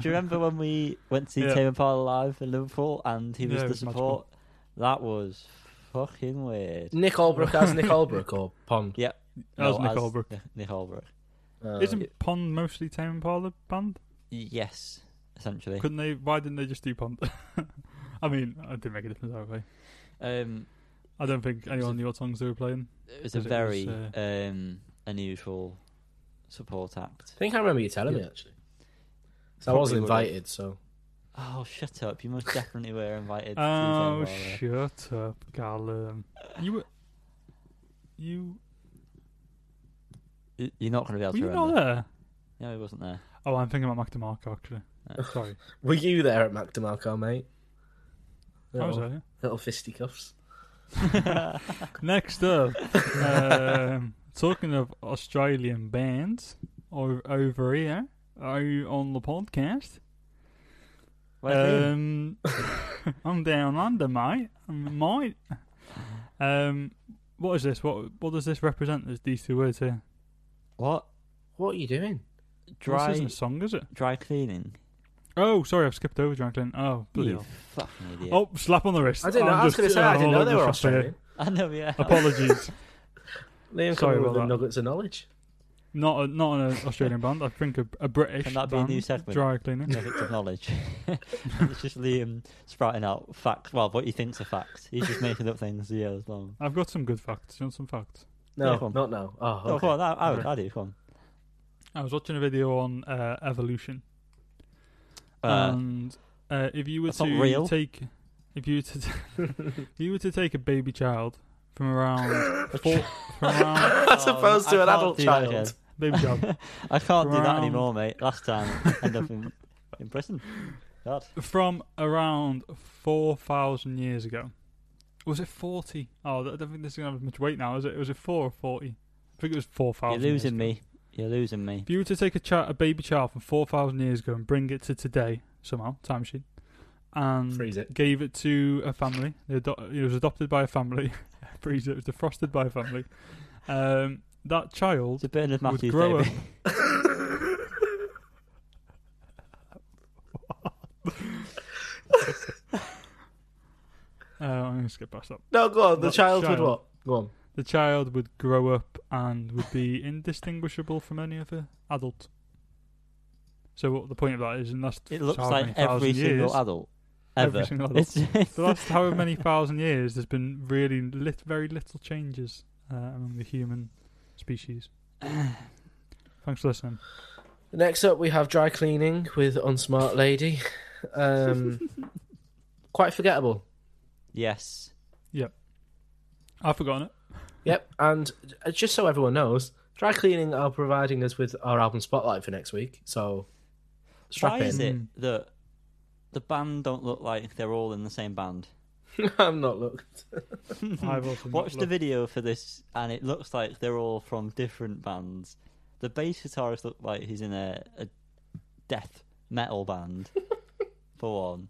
do you remember when we went to see
Yeah.
Tame Impala live in Liverpool and he was
Yeah, it
the
was
support?
magical.
That was fucking weird.
Nick Albrook as Nick Albrook or
[laughs]
Pond.
Yep.
That was Nick Holbrook.
Nick Holbrook.
Uh,
Isn't Pond mostly Tame Impala band?
Yes, essentially.
Couldn't they? Why didn't they just do Pond? [laughs] I mean, it didn't make a difference either way.
Um,
I don't think anyone knew what songs they were playing.
it was a
'Cause it was,
very
uh,
um, unusual support act.
I think I remember you telling me actually. So I
Probably
wasn't
would've.
invited, so
Oh, shut up! You most definitely were invited. to
Oh,
Tame Impala.
shut up, Callum. You were. You.
Y- You're not going to be able to
Were you
remember.
not there?
No, he wasn't there. [laughs]
Oh, I'm thinking about Mac DeMarco, actually. Sorry.
were you there at Mac DeMarco, mate?
I was
Little,
there.
little fisticuffs.
Next up, um, talking of Australian bands o- over here, are you on the podcast?
Where's Liam?
[laughs] Um, I'm down under, mate. I'm mate. Um, what is this? What what does this represent? There's these two words here. Oh,
what
What are you doing?
This
dry
isn't a song, is it?
dry cleaning?
Oh, sorry, I've skipped over Franklin. Oh, bloody
You
hell.
fucking idiot!
Oh, slap on the wrist.
I didn't know.
I'm
I was
just-
going to
uh, oh,
say I
I'm
didn't
all
know they
over
were
the shop here.
Australian.
[laughs] I know. Yeah. [laughs]
[laughs] Apologies.
Liam
Sorry
coming with
about
the
that.
nuggets of knowledge.
not a, not an Australian band. I think a, a British.
Can that be a
band,
new segment?
Dry cleaning.
Nuggets
[laughs]
of knowledge. [laughs] it's just Liam sprouting out facts. Well, what he thinks are facts. He's just making up things as he goes along.
I've got some good facts. You want some facts?
No,
Yeah, come
not
on.
now. Oh,
Oh,
okay.
come on, I, I would, I do. Come
I was watching a video on uh, evolution,
on. Uh,
[laughs] and uh, if you were
that's not
to
real.
take, if you were to, t- [laughs] if you were to take a baby child from
[laughs]
around, four, from around
As
oh,
opposed
I
to an
can't
adult
do that
child.
again.
baby child
I can't do that
Round.
anymore, mate. Last time,
[laughs]
I [laughs] end up in, in prison. God.
from around four thousand years ago, was it forty? Oh, I don't think this is gonna have much weight now, is it? Was it four or forty? I think it was four
You're
thousand.
losing me. You're losing me.
If you were to take a, cha- a baby child from four thousand years ago and bring it to today somehow, time machine, and
Freeze
[laughs]
it.
gave it to a family. They ado- it was adopted by a family. [laughs] Freeze it. It was defrosted by a family. Um, that child
It's a Bernard
would
Matthews
grow
baby.
up. Uh, I'm going to skip past that.
No, go on. The
Not
child,
child.
would what? Go on.
The child would grow up and would be indistinguishable from any other adult. So what the point of that is, in the last
It looks
however
like
many thousand
every
years,
single adult ever.
every single adult.
It's, it's,
the last however many thousand years, there's been really lit, very little changes uh, among the human
[clears throat]
species. Thanks for listening.
Next up, we have dry cleaning with Unsmart Lady.
[laughs]
Um, quite forgettable.
[laughs] yes.
I've forgotten it.
[laughs]
Yep. And uh, just so everyone knows, dry cleaning are providing us with our album spotlight for next week. So strap
Why
in.
is
Mm.
it that the band don't look like they're all in the same band?
[laughs] I'm not looked.
I've also not
Watch the
looked.
video for this, and it looks like they're all from different bands. The bass guitarist looked like he's in a, a death
[laughs]
metal band for one.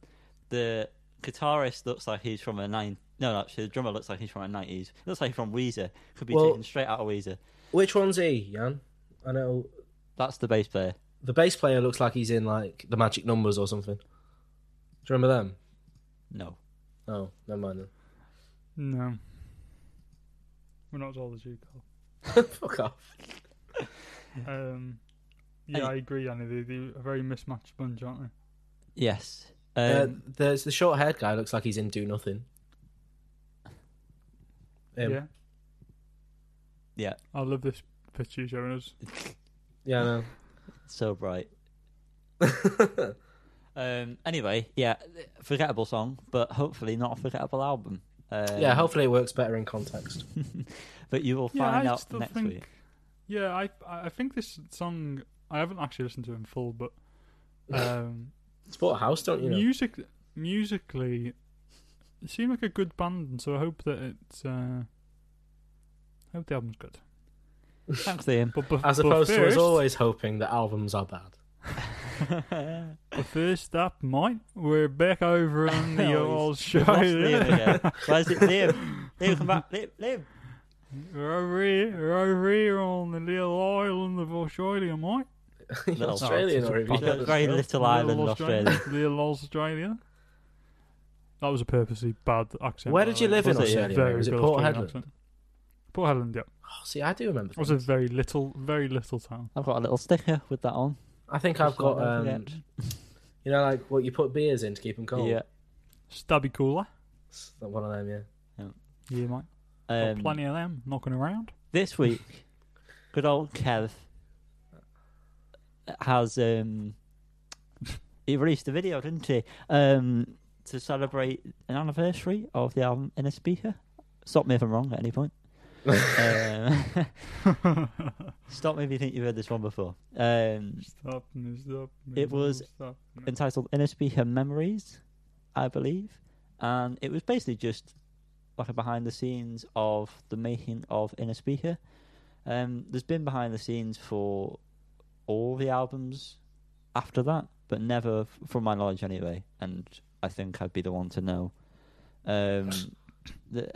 The guitarist looks like he's from a nine. No, actually, the drummer looks like he's from a nineties. Looks like he's from Weezer. Could be
Well-
taken straight out of Weezer.
Which one's he, Jan? I know
That's the bass player.
the bass player looks like he's in like the Magic Numbers or something. Do you remember them?
No,
Oh, never mind. Then.
No. We're not zoology, Carl.
[laughs] Fuck off.
Um, yeah,
Hey.
I agree, Annie. They, they're a very mismatched bunch, aren't they?
yes,
Uh,
um,
there's the short-haired guy. Looks like he's in Do Nothing. Um, Him.
Yeah.
Yeah.
I love this picture you're showing us.
Yeah, I know.
so
[laughs]
bright. Um, anyway, yeah, forgettable song, but hopefully not a forgettable album. Um,
yeah, hopefully it works better in context.
[laughs] but you will
Yeah,
find
I
out
still
next
think-
week.
Yeah, I I I think this song I haven't actually listened to it in
[laughs]
full, but um,
Sport house, don't you know?
music musically, it seemed like a good band, and so I hope that it's. Uh, I hope the album's good.
Thanks, Liam.
But, but
As
but
opposed to us
first-
always hoping that albums
[laughs]
are bad. [laughs]
But first up, mate, we're back
[laughs]
over on the
Oh,
old
[laughs]
show.
We've lost
[laughs]
Liam again. Where's it, Liam? Liam, come back. Liam, Liam.
We're over here, we're over here on the little island of Australia, mate.
Little-
Australian
Oh,
or
it's a
even
bugger.
Very little island,
Little
in Australia.
[laughs] little Australia. That was a purposely bad accent.
Where
by
did
the
you
way.
live in
Was it, yeah?
Australia?
Very
Was it
good
Port
Australian
Hedland?
accent. Port Hedland, yeah.
Oh, see, I do remember.
It was a
things.
very little, very little town.
I've got a little sticker with that on.
I think I've
Just so I
got,
don't
um,
forget.
you know, like what you put beers in to keep them cold.
yeah.
Stabby cooler.
It's not one of them. Yeah.
Yeah, mate. Got
Um,
plenty of them knocking around. [laughs]
this week, good old Kev has um, he released a video, didn't he, um, to celebrate an anniversary of the album Inner Speaker. Stop me if I'm wrong at any point.
[laughs] Uh,
um, [laughs] stop me if you think you've heard this one before. Um,
Stop me, stop me.
It was
stop me.
entitled Inner Speaker Memories, I believe, and it was basically just like a behind the scenes of the making of Inner Speaker. Um, there's been behind the scenes for all the albums after that, but never, f- from my knowledge anyway, and I think I'd be the one to know. Um, the,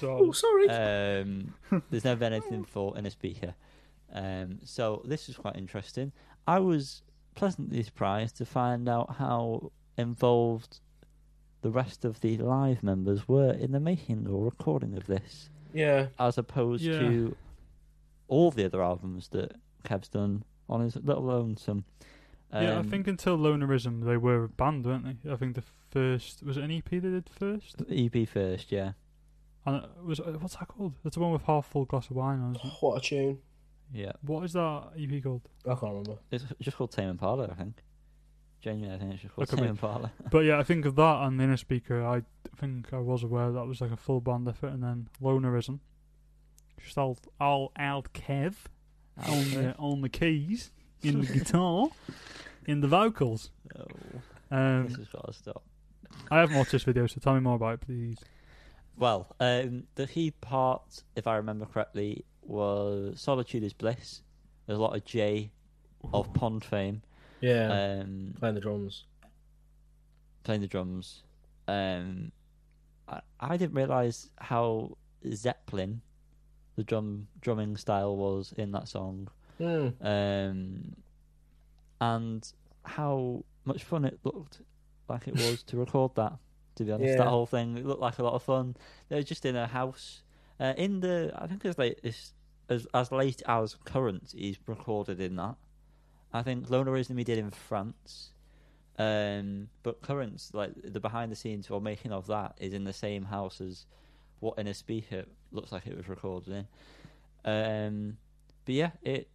So,
[laughs] Oh, sorry.
[laughs]
um, there's never been anything for in a speaker. Um, so this was quite interesting. I was pleasantly surprised to find out how involved the rest of the live members were in the making or recording of this,
yeah.
as opposed
Yeah.
to all the other albums that Kev's done on his little lonesome.
yeah, I
Um,
think until Lonerism, they were a band, weren't they? I think the first. Was it an EP they did first?
EP E first, yeah.
And it was uh, What's that called? That's the one with half full glass of wine on, isn't it?
[gasps]
What a tune.
Yeah.
What is that EP called?
I can't remember.
It's just called Tame Impala, I think. Genuinely, I think it's just called
Look at me.
Tame Impala.
But yeah, I think of that and the inner speaker. I think I was aware that was like a full band effort, and then lonerism, just all all out Kev on the
[laughs]
on the keys, in the guitar, in the vocals.
Oh, this
Um,
has got to stop.
I haven't watched this video, so tell me more about it, please.
Well, um, the key part, if I remember correctly, was Solitude is Bliss. There's a lot of J of Pond fame
Yeah.
Uh,
um,
Playing the drums.
playing the drums. Um, I, I didn't realise how Zeppelin, the drum drumming style, was in that song,
Hmm.
um, and how much fun it looked like it was to record that. To be honest, that
Yeah.
whole thing it looked like a lot of fun. They were just in a house uh, in the. I think as late as as, as late as current is recorded in that. I think Lonerism he did in France, um, but currents like the behind the scenes or making of that is in the same house as what in a speaker looks like it was recorded in. Um, but yeah, it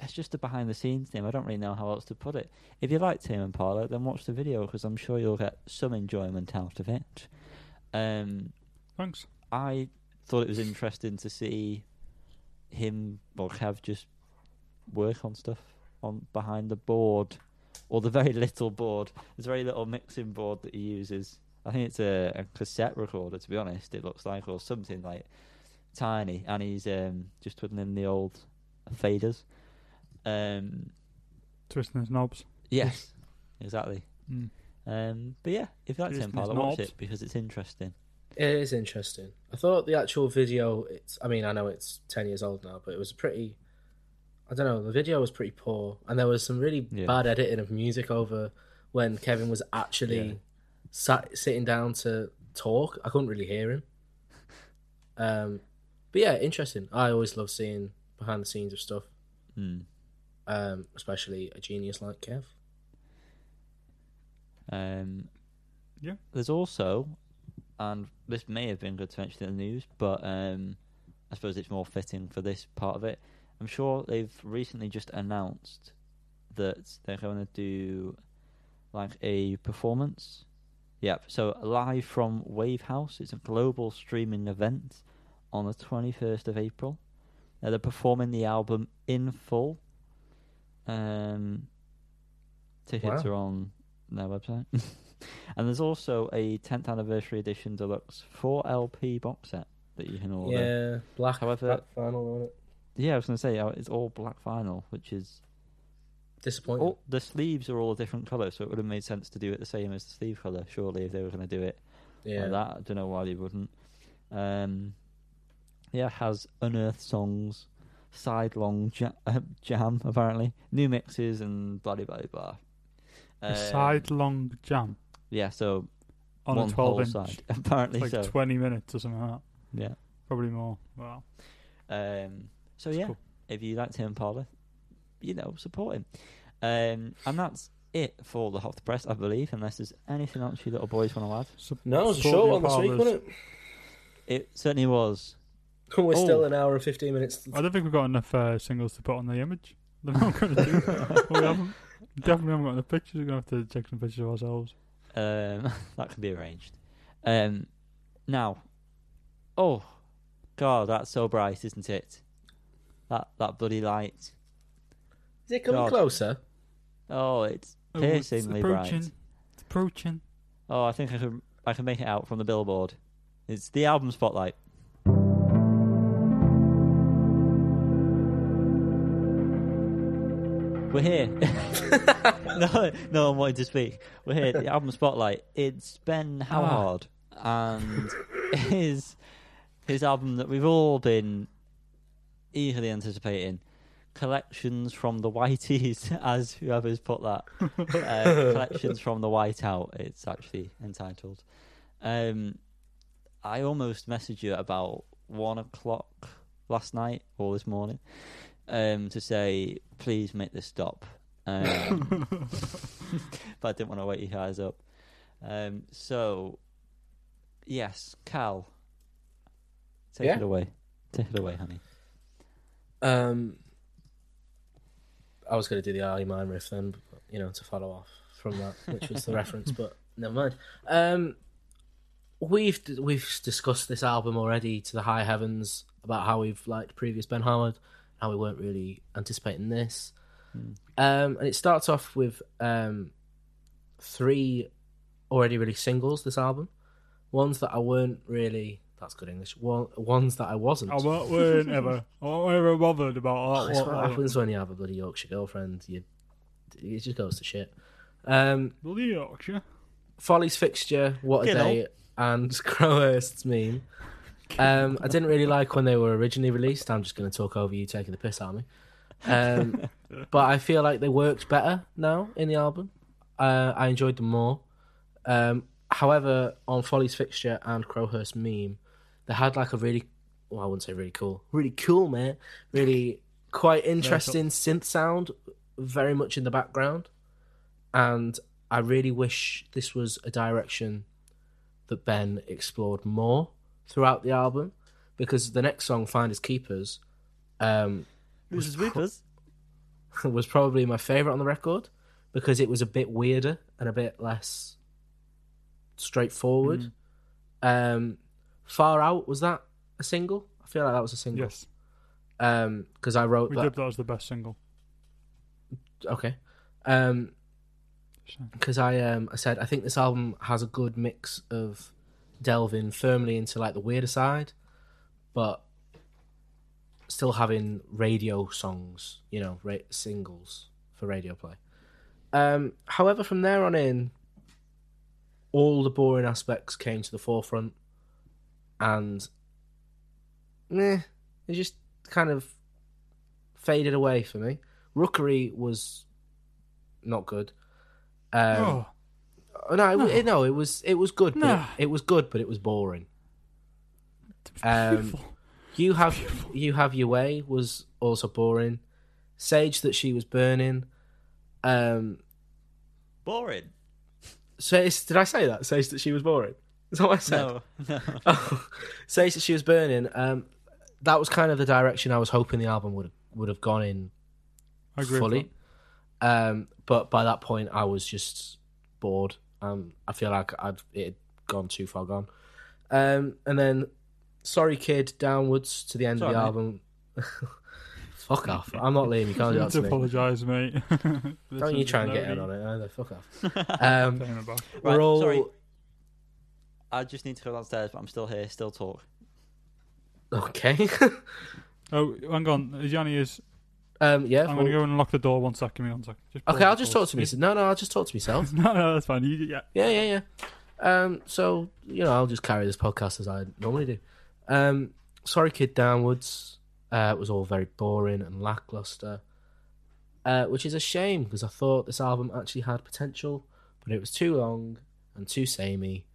it's just a behind the scenes thing. I don't really know how else to put it. If you like Tim and Parla, then watch the video because I'm sure you'll get some enjoyment out of it. Um,
Thanks.
I thought it was interesting to see him or Kev just work on stuff on behind the board or the very little board. There's a very little mixing board that he uses. I think it's a, a cassette recorder, to be honest. It looks like or something like tiny, and he's um, just twiddling the old faders. Um,
Twisting his knobs.
Yes, exactly.
Mm.
Um, but yeah, if you like
Just
Tim
these
Parler, watch
knobs.
it because it's interesting.
It is interesting. I thought the actual video. It's. I mean, I know it's ten years old now, but it was pretty. I don't know. The video was pretty poor, and there was some really
Yeah.
bad editing of music over when Kevin was actually
Yeah.
sat sitting down to talk. I couldn't really hear him. Um, but yeah, interesting. I always love seeing behind the scenes of stuff,
Hmm.
um, especially a genius like Kev.
Um,
Yeah.
There's also, and this may have been good to mention in the news, but um, I suppose it's more fitting for this part of it. I'm sure they've recently just announced that they're going to do like a performance. Yep. So live from Wave House. It's a global streaming event on the 21st of April. Now they're performing the album in full. Um, tickets
Wow.
are on their website. and there's also a 10th anniversary edition deluxe 4LP box set that you can order.
Yeah, black,
However-
black final on it.
Yeah, I was going to say uh, it's all black vinyl, which is
Oh,
Disappointing.
all, the sleeves are all a different colour, so it would have made sense to do it the same as the sleeve colour. Surely, if they were going to do it
yeah,
like that, I don't know why they wouldn't. Um, yeah, it has unearthed songs, sidelong ja- uh, jam apparently, new mixes, and blah blah blah. blah.
A
Um,
side long jam
yeah, so
on
one
a 12
whole
inch.
side [laughs]
It's
apparently.
like
so
20 minutes or something like that.
yeah,
Probably more. Wow.
um, so
It's
yeah,
cool.
if you like Tim Parler, you know, support him. Um, and that's it for the Hot Press, I believe, unless there's anything else you little boys want to add.
So-
no, it was a
support
short
your
one this week,
fathers.
wasn't it?
It certainly was.
We're
Oh.
still an hour and 15 minutes.
I don't think we've got enough uh, singles to put on the image. [laughs] They're not going to
[laughs]
do that. we haven't. Definitely haven't got the pictures. We're going to have to take some pictures of ourselves.
Um, [laughs] that can be arranged. Um, now, oh, God, that's so bright, isn't it? That that bloody light.
Is it coming
God.
closer?
Oh, it's
Oh, it's
piercingly
approaching.
bright.
It's approaching.
Oh, I think I can I can make it out from the billboard. It's the album spotlight. We're here. [laughs] no, no one wanted to speak. We're here. The album spotlight. It's Ben Howard and his his album that we've all been eagerly anticipating. Collections from the Whiteys, [laughs] as whoever's put that uh, [laughs] collections from the Whiteout. It's actually entitled. Um, I almost messaged you at about one o'clock last night or this morning um, to say please make this stop, [laughs] um, but I didn't want to wake you guys up. Um, so, yes, Cal, take
Yeah?
it away. Take it away, honey.
Um, I was going to do the Arlie Mine riff then, but, you know, to follow off from that, which was
[laughs]
the reference, but never mind. Um, we've we've discussed this album already to the high heavens about how we've liked previous Ben Howard, how we weren't really anticipating this.
Hmm.
Um, and it starts off with um, three already released singles. This album, ones that I weren't really. That's good English. One, ones that I wasn't.
I won't
[laughs]
Oh, we're never. I won't ever bothered about that.
That's what
whatsoever.
happens when you have a bloody Yorkshire girlfriend. You, it just goes to shit. Um,
Bloody Yorkshire.
Folly's fixture, what a
Get
day, and [laughs] Crowhurst's meme. Um, I didn't really like when they were originally released. I'm just going to talk over you taking the piss out of me. Um, but I feel like they worked better now in the album. Uh, I enjoyed them more. Um, however, on Folly's fixture and Crowhurst meme, they had like a really, well, I wouldn't say really cool, really cool, man, really quite interesting synth sound, very much in the background, and I really wish this was a direction that Ben explored more throughout the album, because the next song, "Finders Keepers," um, [laughs]
This is Weepers.
was probably my favorite on the record because it was a bit weirder and a bit less straightforward.
Mm.
Um, Far Out was that a single? I feel like that was a single.
Yes,
Um, because I wrote
we
that.
did that as the best single.
Okay. Um,
So,
because I um I said I think this album has a good mix of delving firmly into like the weirder side, but still having radio songs, you know, ra- singles for radio play. Um, however, from there on in, all the boring aspects came to the forefront, and eh, it just kind of faded away for me. Rookery was not good. Um,
oh,
Oh, no, it, w- it- no, it was it was good. But
No.
it, it was good, but it was boring.
it's
um,
beautiful.
You have you have your way was also boring. Sage that she was burning. Um,
[laughs] Boring.
Sage, did I say that? Sage that she was boring. Is that what I said?
No, no.
[laughs]
[laughs]
Oh, Sage that she was burning. Um, that was kind of the direction I was hoping the album would would have gone in
I agree with
fully.
that.
Um, but by that point, I was just bored. Um, I feel like I'd it had gone too far gone. Um, and then, sorry, kid, downwards to the end of
Sorry,
the
mate.
album. [laughs] Fuck off! I'm not Liam. You can't do that
You need to
to Oh, me.
apologise, mate. [laughs]
Don't you try and get in on it either. Fuck off.
[laughs]
Um,
it.
Right,
we're all.
sorry. I just need to go downstairs, but I'm still here, still talk.
Okay. [laughs]
Oh, hang on. Johnny is.
um, yeah. well-
I'm going to go and lock the door one second. Give me one second.
okay, I'll just talk to
me.
myself. No, no, I'll just talk to myself.
[laughs] No, no, that's fine. You, yeah.
Yeah, yeah, yeah. Um, so you know, I'll just carry this podcast as I normally do. Um, sorry, kid. Downwards. Uh, it was all very boring and lackluster, uh, which is a shame because I thought this album actually had potential, but it was too long and too samey,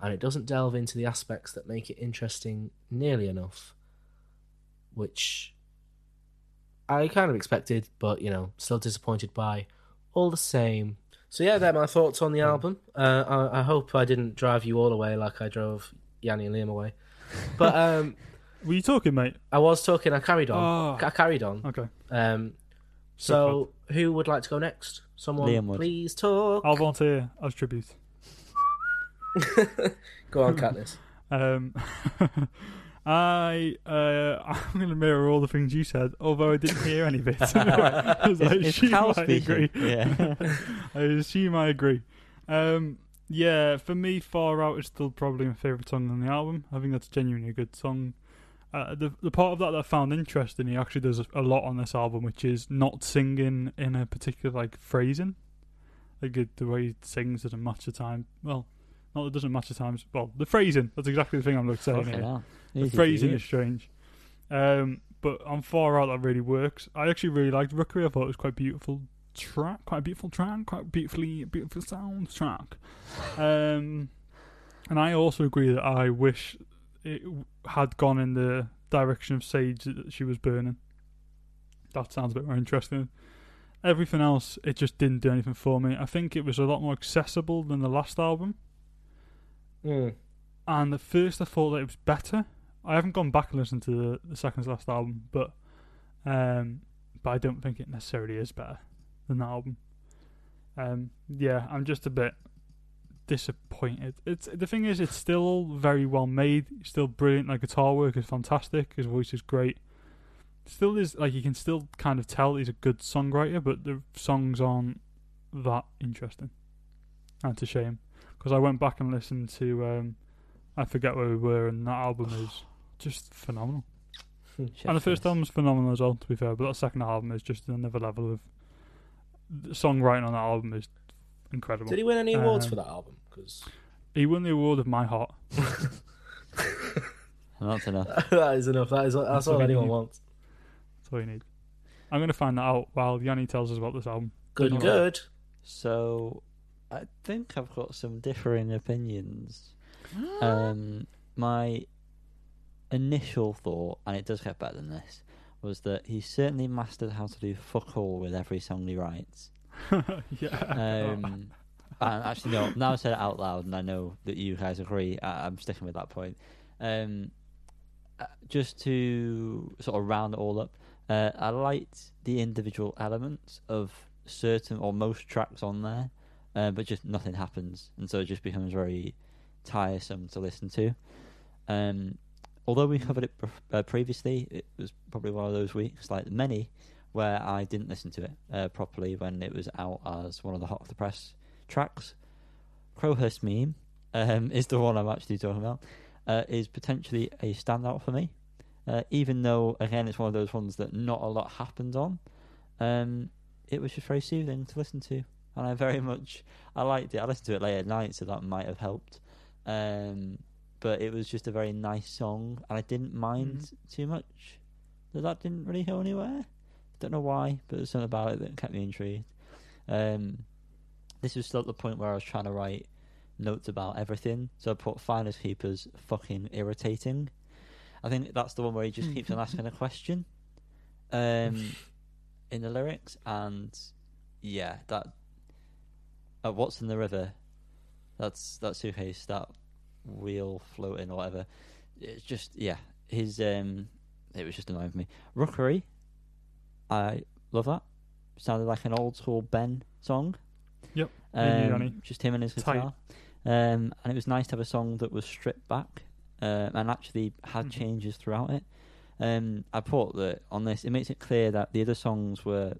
and it doesn't delve into the aspects that make it interesting nearly enough, which I kind of expected, but you know, still disappointed by. All the same, so yeah, they're my thoughts
Hmm.
on the album. Uh, I, I hope I didn't drive you all away like I drove Yanni and Liam away.
[laughs]
But um,
Were you talking, mate?
I was talking. I carried on.
Oh,
I carried on.
okay.
Um, so who would like to go next? Someone,
Liam would.
please talk.
I'll volunteer as tribute.
go
[laughs]
on, Katniss.
Um, [laughs] I uh, [laughs] I'm going to mirror all the things you said, although I didn't hear any
[laughs]
of it. [laughs] I was like,
It's- it's
"Shoot,
Cal
[laughs] I agree.
speaking. Yeah.
I assume I agree. Um, yeah, for me, Far Out is still probably my favourite song on the album. I think that's genuinely a good song. Uh, the the part of that that I found interesting, he actually does a lot on this album, which is not singing in a particular like phrasing. Like it- the way he sings doesn't match the time. Well, not that it doesn't match the times. Well, the phrasing. That's exactly the thing I'm looking saying
Fucking
here.
hell.
The
Easy for
phrasing
you.
is strange. Um, but on Far Out, that really works. I actually really liked Rookery. I thought it was quite beautiful track, quite a beautiful track, quite beautifully beautiful sound track. Um, and I also agree that I wish it w- had gone in the direction of Sage that she was burning. That sounds a bit more interesting. Everything else, it just didn't do anything for me. I think it was a lot more accessible than the last album
Hmm.
Mm.
and at first I thought that it was better. I haven't gone back and listened to the, the second to last album, but um, but I don't think it necessarily is better than that album. Um, yeah, I'm just a bit disappointed. It's the thing is, it's still very well made, still brilliant. Like guitar work is fantastic. His voice is great. Still is like you can still kind of tell he's a good songwriter, but the songs aren't that interesting. That's a shame because I went back and listened to um, I forget where we were, and that album
[sighs]
is just phenomenal.
Shit
and the first
face.
album's phenomenal as well, to be fair. But that second album is just another level of the songwriting on that album is incredible.
Did he win any awards
Um,
for that album? Because
He won the award of My Heart.
That's enough.
[laughs] that is enough. That is that's all
Okay.
anyone wants.
That's all you need. I'm gonna find that out while Yanni tells us about this album. [laughs]
Good,
Don't know.
good.
So, I think I've got some differing opinions.
Ah.
um, my initial thought, and it does get better than this, was that he certainly mastered how to do fuck all with every song he writes.
yeah.
Um, and actually, no, now I said it out loud, and I know that you guys agree. I, I'm sticking with that point. Um, uh, just to sort of round it all up, uh, I liked the individual elements of certain or most tracks on there, uh, but just nothing happens, and so it just becomes very tiresome to listen to. Um, although we covered it pre- uh, previously, it was probably one of those weeks, like many, where I didn't listen to it uh, properly when it was out as one of the hot off the press tracks. Crowhurst meme um, [laughs] is the one I'm actually talking about. Uh, is potentially a standout for me, uh, even though again it's one of those ones that not a lot happened on. Um, it was just very soothing to listen to. and I very much I liked it. I listened to it late at night, so that might have helped. Um, but it was just a very nice song, and I didn't mind too much. That that didn't really go anywhere. Don't know why, but there's something about it that kept me intrigued. Um, this was still at the point where I was trying to write notes about everything, so I put "Finders Keepers" fucking irritating. I think that's the one where he just keeps on asking a question um, in the lyrics, and yeah, that uh, what's in the river? That's that suitcase, that wheel floating or whatever. It's just yeah, his um, it was just annoying for me. Rookery, I love that. Sounded like an old school Ben song.
Yep, me and you, Johnny.
Um, just him and his
Tight.
guitar. Um, and it was nice to have a song that was stripped back um, and actually had
Mhm.
changes throughout it. Um, I put that on this. It makes it clear that the other songs were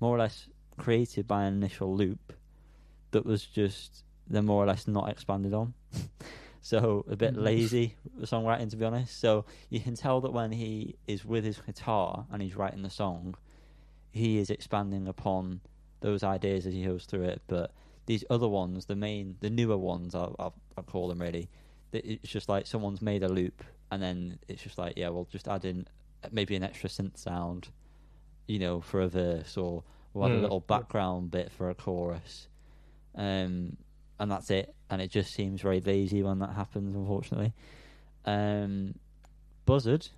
more or less created by an initial loop that was just they're more or less not expanded on. [laughs] so a bit
Mhm.
lazy the songwriting, to be honest. So you can tell that when he is with his guitar and he's writing the song, he is expanding upon those ideas as he goes through it. But these other ones, the main, the newer ones, I'll, I'll, I'll call them really. that It's just like someone's made a loop, and then it's just like, yeah, we'll just add in maybe an extra synth sound, you know, for a verse, or we'll add a
Mm.
little background bit for a chorus, um, and that's it. And it just seems very lazy when that happens, unfortunately. Um, Buzzard,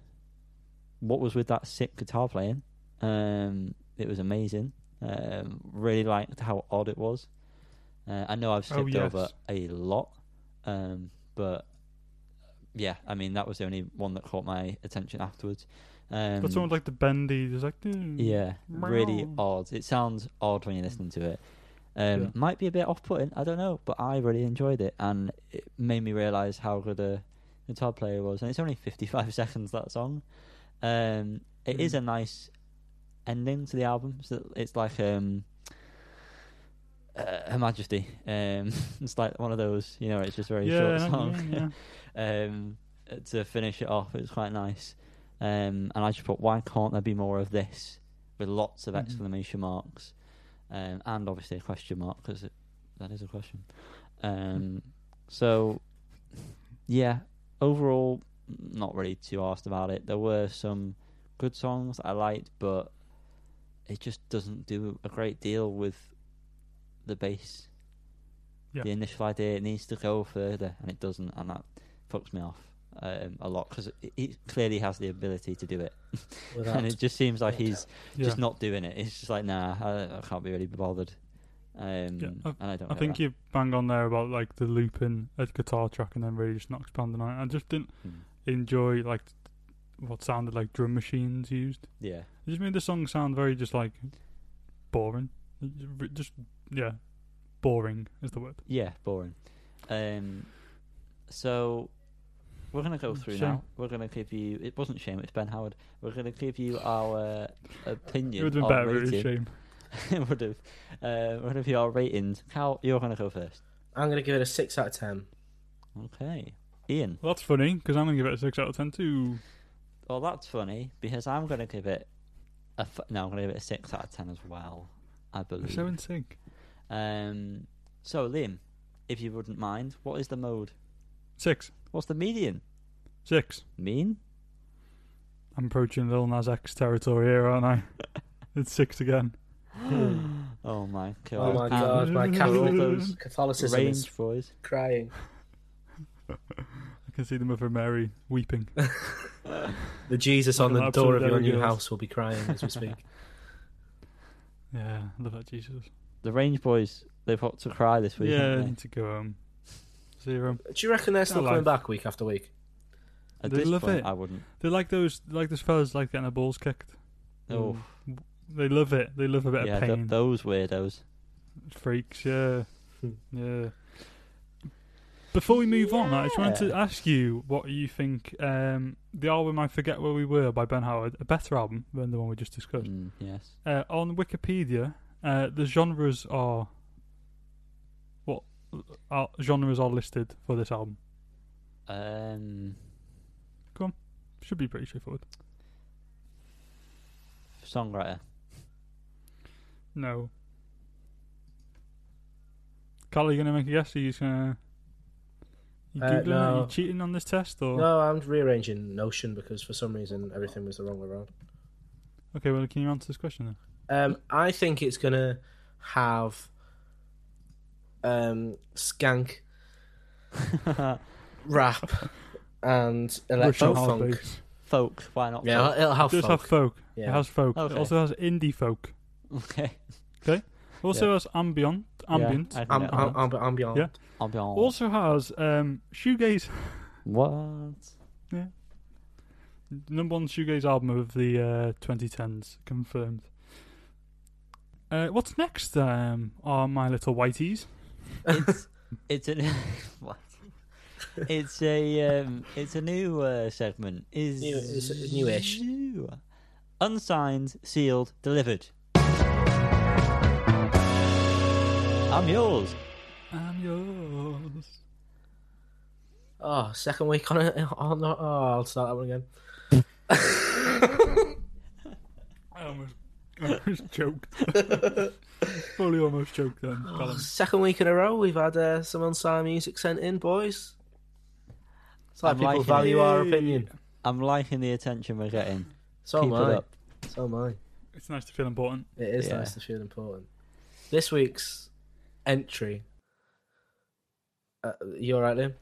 what was with that sick guitar playing? Um, it was amazing. Um, really liked how odd it was. Uh, I know I've
Oh,
skipped over
yes.
a lot, um, but yeah, I mean that was the only one that caught my attention afterwards. Um,
That's almost like the bendy. There's like "Doo."
yeah, really
Meow.
odd. It sounds odd when you listen to it. Um,
Mm. Yeah.
Might be a bit off-putting, I don't know, but I really enjoyed it, and it made me realise how good a guitar player he was. And it's only 55 [laughs] seconds that song. Um, it is
Mhm.
a nice ending to the album. So it's like um, uh, Her Majesty. Um, [laughs] it's like one of those, you know, it's just a very
yeah,
short
yeah,
song [laughs]
yeah.
um, to finish it off. It was quite nice. Um, and I just thought, why can't there be more of this with lots of
Mhm.
exclamation marks um, and obviously a question mark because that is a question. Um, so, yeah, overall, not really too asked about it. There were some good songs I liked, but it just doesn't do a great deal with the bass.
Yeah.
The initial idea it needs to go further, and it doesn't, and that fucks me off um, a lot because he clearly has the ability to do it, [laughs] and it just seems like
Yeah.
he's
yeah.
just not doing it. It's just like, nah, I, I can't be really bothered. Um,
Yeah, I-
and I don't.
I
know
think
that.
you bang on there about like the looping a guitar track and then really just not expanding on it. I just didn't
Mm.
enjoy like what sounded like drum machines used.
Yeah,
It just made the song sound very just like boring. Just yeah, boring is the word.
yeah, boring. Um, so we're gonna go
Mm,
through
shame.
now. We're gonna give you. It wasn't shame. It's Ben Howard. We're gonna give you our
It
opinion.
would have been
on
better. It is
rating.
shame.
it [laughs] would have. Uh, we're gonna give you our ratings. Cal, you're gonna go first.
I'm going to give it a 6 out of 10.
Okay, Ian.
Well, that's funny because I'm gonna give it a six out of ten too.
Well, that's funny because I'm going to give it a f- no. I'm going to give it a six out of ten as well. I
We're
believe.
so in sync.
um. So Liam, if you wouldn't mind, what is the mode?
Six,
What's the median?
six.
Mean?
I'm approaching Lil Nas X territory here, aren't I? it's six again.
Oh my god!
Oh my
And
god,
[laughs]
my
for all
Catholic
those
Catholicism
range
is
boys.
crying.
I can see the Mother Mary weeping.
[laughs] The Jesus on the
Absolute
door of your new
demigods.
house will be crying as we speak.
Yeah, I love that Jesus.
The range boys. They've got to cry this week.
yeah,
haven't
need to go home. Zero.
Do you reckon they're still
Hello.
coming back week after week?
they? At
they
this
love
point,
it.
I wouldn't.
They're like those, like those fellas, like getting their balls kicked.
Oh,
They love it. They love a Mm, bit
yeah,
of
th-
pain.
those weirdos.
Freaks. Yeah,
Hmm.
yeah. Before we move on, I just wanted to
Yeah.
ask you what you think um, the album "I Forget Where We Were" by Ben Howard, a better album than the one we just discussed.
Mm, yes.
Uh, on Wikipedia, uh, the genres are what uh, are, genres are listed for this album.
Um.
Should be pretty straightforward.
[laughs] Songwriter.
No, Carl, are you going to make a guess? Are you just going to. You
Uh,
googling? it? Are
no.
you cheating on this test? Or
No, I'm rearranging Notion because for some reason everything was the wrong way around.
Okay, well, can you answer this question then?
Um, I think it's gonna have um, skank rap and electro
Russian house
funk.
bass.
folk, why not?
Yeah,
folk?
it'll have
It does
funk.
have folk. It
Yeah.
has folk.
Okay.
It also has indie folk.
[laughs] Okay.
It also has ambient. Ambient.
Yeah, I think
Am-
that-
am- am- ambient.
Yeah.
ambient.
Also has um, shoegaze.
What?
Number one shoegaze album of the uh, 2010s confirmed. Uh, what's next? Um, are my little whiteies?
It's it's a [laughs] what? It's a um, it's a new uh, segment. Is
New- it's- it's newish.
new. Unsigned, sealed, delivered. I'm yours.
I'm yours.
Oh, second week on it. [laughs] Oh, no, oh, I'll start that one again.
I almost, I
[laughs]
almost [laughs] choked. Fully almost choked then,
[sighs]
Colin.
Oh, Second week in a row, we've had uh, some unsigned music sent in, boys. It's like
I'm
people
liking it.
value our
Yay.
opinion.
I'm liking the attention we're getting.
So
Keep
am
it
I.
up.
So am I.
It's nice to feel important.
It is
Yeah.
nice to feel important. This week's entry. Uh, you all right, Liam?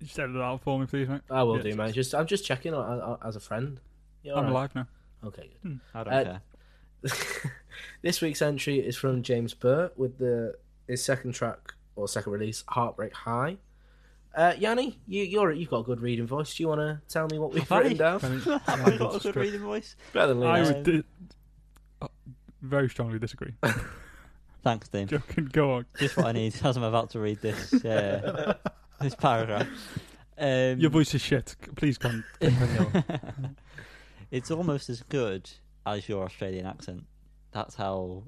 You said it out for me, please, mate.
I will
Yeah.
do, mate. Just I'm just checking on, on, as a friend. You all
I'm
right?
[laughs]
alive now.
Okay,
I don't
Uh, [laughs]
care.
good. this week's entry is from James Burt with the his second track or second release, Heartbreak High. Uh, Yanni, you you're you've got a good reading voice. Do you want to tell me what we've
Have I?
written down?
Have I got a good reading voice?
Better than
I
Liam's.
would di- uh, very
[laughs]
strongly disagree.
Thanks, Dean.
Joking, go on.
Just what I need as I'm about to read
[laughs]
this uh, this paragraph. Um,
Your voice is shit. C- Please
[laughs]
come.
it's almost as good as your Australian accent. That's how.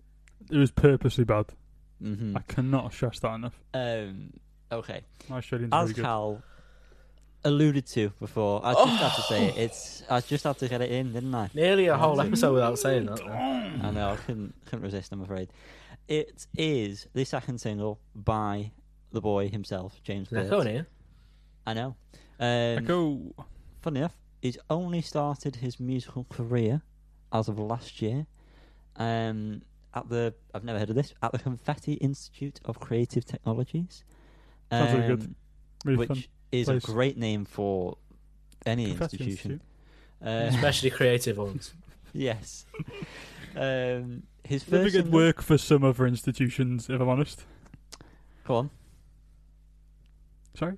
It was purposely bad.
hmm
I cannot stress that enough.
Um, okay,
My Australian's
as
really good.
Cal alluded to before, I just had to say it.
Oh!
It's I just had to get it in, didn't I?
Nearly a whole episode without saying that. though.
I know I couldn't couldn't resist. I'm afraid it is the second single by the boy himself, James.
Is that
Burt.
going here?
I know. Um,
Echo.
funny enough, he's only started his musical career as of last year. Um, at the I've never heard of this at the Confetti Institute of Creative Technologies.
Sounds really good.
um,
Really
which
fun.
is
place.
a great name for any
Confetti
institution.
Institute.
Uh, [laughs]
Especially creative
[laughs]
ones.
yes. um, his
Really
first
good
single-
work for some other institutions, if I'm honest.
Go on,
Sorry.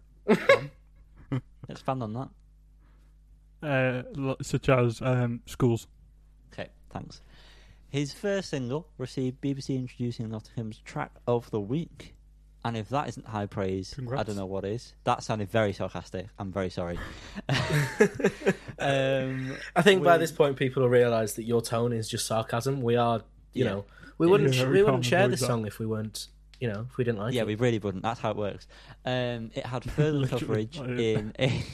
expand on that.
Uh, lo- such as um, schools.
Okay, thanks. His first single received BBC Introducing Nottingham's Track of the Week. And if that isn't high praise, I
Congrats.
don't know what is. That sounded very sarcastic. I'm very sorry. um,
I think by
We-
this point, people will realise that your tone is just sarcasm. We are, you
Yeah.
know, we
Yeah,
wouldn't
yeah, we
we wouldn't
can't
share
avoid
this
that.
song if we weren't, you know, if we didn't like
yeah,
it.
we really wouldn't. That's how it works. Um, it had further
Literally,
coverage
I know.
in [laughs] a,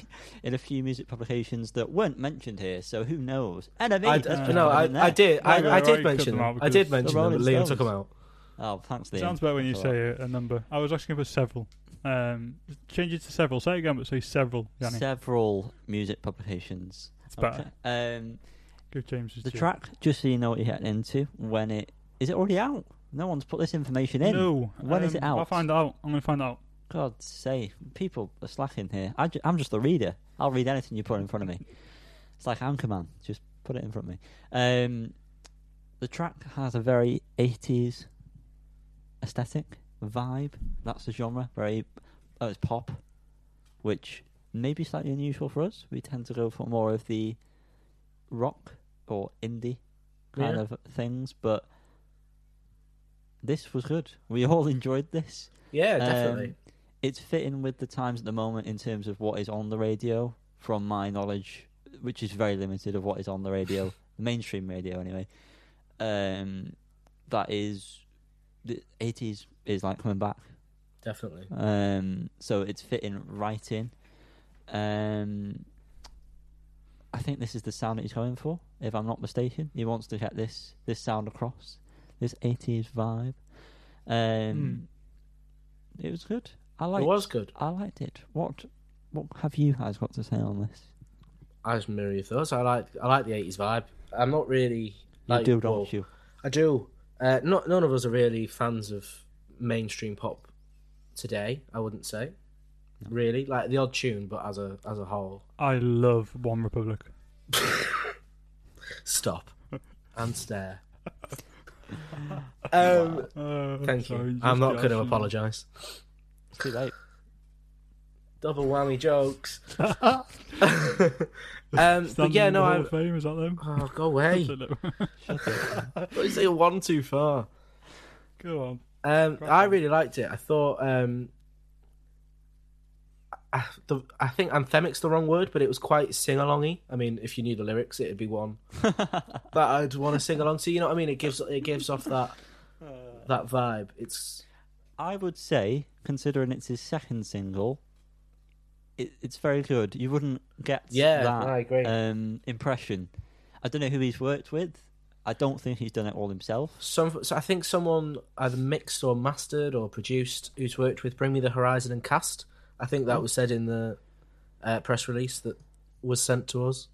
in a few music publications that weren't mentioned here. So who knows? Enemy.
I,
that's
uh,
been
no,
covered
I,
in there.
I did. I,
No, no,
I
I
did
cut
mention
them out
them. I did
because
mention
the
them, but
Rolling
Liam took them
Stones.
out.
Oh, thanks, Liam.
It sounds better when you
That's all
say a, a number. I was asking for several. Um, change it to several. Say it again, but say several. Yanni.
Several music publications.
it's better.
Okay. Um,
Give James his
The
due.
track, just so you know what you're getting into, when it is it already out? No one's put this information in.
No. Um,
When is it
I'll
out?
find out. I'm going to find out.
God's sake, people are slacking here. I am just the reader. I'll read anything you put in front of me. It's like Anchorman, just put it in front of me. Um, the track has a very 80s aesthetic vibe. That's the genre. Very, oh, it's pop, which may be slightly unusual for us. We tend to go for more of the rock or indie kind
Yeah.
of things, but this was good. We [laughs] all enjoyed this.
Yeah,
Um,
definitely.
it's fitting with the times at the moment in terms of what is on the radio, from my knowledge, which is very limited of what is on the radio, mainstream radio anyway. Um, that is the eighties is like coming back.
definitely.
Um, so it's fitting right in. Um, I think this is the sound that he's going for, if I'm not mistaken. He wants to get this this sound across, this eighties vibe. Um, It was good. I liked.
Hmm. it was good.
I liked it. What? What have you guys got to say on this?
I just mirror your thoughts. I like I like the eighties vibe. I'm not really
You
like
do,
well,
don't you?
I do. Uh, not none of us are really fans of mainstream pop today. I wouldn't say really like the odd tune, but as a as a whole,
I love One Republic.
[laughs]
stop and stare. um,
Uh,
Thank
sorry,
you.
just
I'm not going to
joshing. [laughs]
apologise.
It's too late.
Double whammy [laughs] jokes. um, but
Standing
yeah,
in the
no,
Hall
I.
of Fame, is that them?
Oh, go [laughs]
[laughs]
away! Don't say one too far.
Go on.
Um,
Crack
I
on.
really liked it. I thought um, I, the, I think anthemic's the wrong word, but it was quite sing-alongy. I mean, if you knew the lyrics, it'd be one that I'd want to sing along to. You know what I mean? It gives it gives off
[laughs]
that
Uh,
that vibe. It's
[laughs] I would say, considering it's his second single, it, it's very good. You wouldn't get
yeah,
that
I agree.
um, impression. I don't know who he's worked with. I don't think he's done it all himself.
Some, so I think someone either mixed or mastered or produced who's worked with Bring Me the Horizon and Cast. I think that was said in the uh, press release that was sent to us.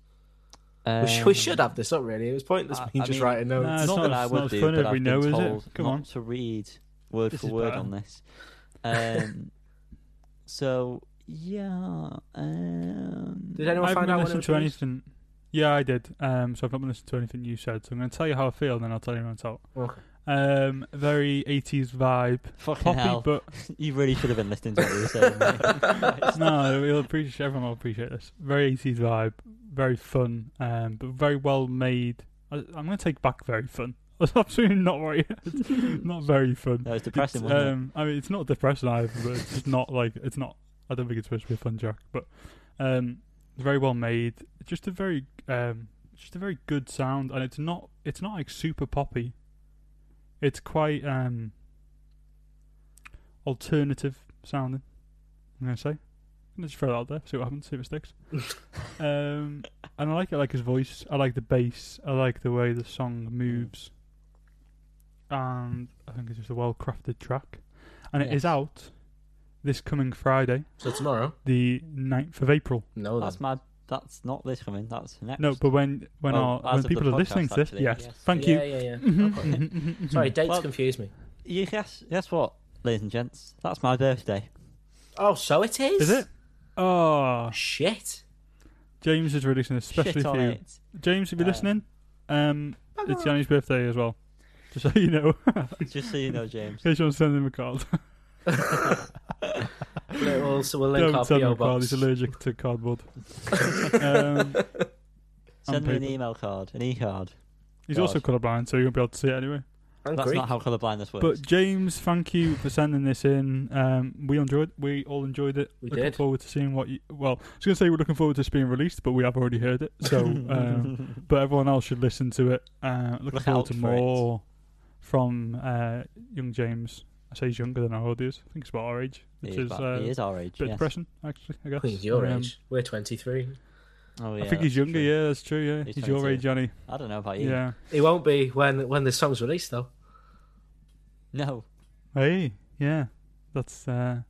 we, sh- we
Um,
should have this up, really. It was pointless
I-
me
I
just
mean,
writing notes.
Nah,
It's
it's
not,
not-
that I
it's
would
not
do,
fun
but
if
I've
we
been
know, is it?
told
Come
not
on.
to read word
This
for
is
word
better.
on
[laughs]
this. Um, so yeah. Um,
Did anyone
I haven't
find out
been
when it
listening
was
to
released?
anything. Yeah, I did. Um, so I've not been listening to anything you said. So I'm going to tell you how I feel, and then I'll tell you when it's out.
Okay.
Um, very 80s vibe,
Fucking
poppy,
hell!
but
You really should have been listening to what we were saying.
[laughs]
mate.
no, we'll appreciate everyone will appreciate this. Very 80s vibe, very fun, um, but very well made. I, I'm going to take back very fun. [laughs] That's absolutely not right. It's not very fun.
That was depressing,
It's,
wasn't it?
um, I mean, it's not depressing either, but it's just not like it's not. I don't think it's supposed to be a fun track, but um, it's very well made. Just a very, um, just a very good sound, and it's not. It's not like super poppy. It's quite um, alternative sounding. I'm gonna say. I'm gonna just throw that out there. See what happens. See if it sticks. um, and I like it. I like his voice. I like the bass. I like the way the song moves. And I think it's just a well-crafted track. And it
Yes.
is out this coming Friday,
[laughs] So tomorrow?
the 9th of April.
No,
That's
that's
my. That's not this coming. That's next.
No, but when when
Oh,
our,
as
when
of the
people are
podcast,
listening to this,
actually,
yes,
yes.
thank
yeah,
you.
yeah, yeah.
Mhm,
Okay.
mhm, mhm, mhm.
Sorry, dates
Well-
confuse me.
you guess. Guess what, ladies and gents? That's my birthday.
Oh, so it is.
[laughs] is it? Oh,
[laughs] Shit.
James is releasing this especially
Shit
for
on
you.
it.
James, if you're
Uh,
listening, um, it's Yanni's birthday as well. Just so you know, [laughs] in
Just so you know, James.
case you want to send him a card.
Little, so we'll link
Don't
our
send him
PO
a card, he's
box.
allergic
[laughs]
to cardboard. um,
Send me an
paper.
email card, an e-card.
he's
God.
also colourblind, so you won't be able to see it anyway.
And
That's
Greek.
not how colourblind this works.
But James, thank you for sending this in. Um, we enjoyed, we all enjoyed it.
We
looking
did.
forward to seeing what you. Well, I was going to say we're looking forward to this being released, but we have already heard it.
[laughs]
So, um, but everyone else should listen to it. Uh, looking
Look
forward
out
to
for
more from uh, young James. I say he's younger than our old he is. I think he's about our age,
he,
which
is
is,
about-
uh,
he is our age.
bit
yes.
depressing, actually. I guess.
I think your
Um,
age. We're 23.
Oh,
I
yeah,
think he's
that's
younger.
true.
Yeah, that's true. Yeah,
He's
he's, your
22.
age, Johnny.
I don't know about you.
Yeah.
It won't be when when this song's released though.
[laughs]
Uh,
No.
Hey. Yeah. That's. uh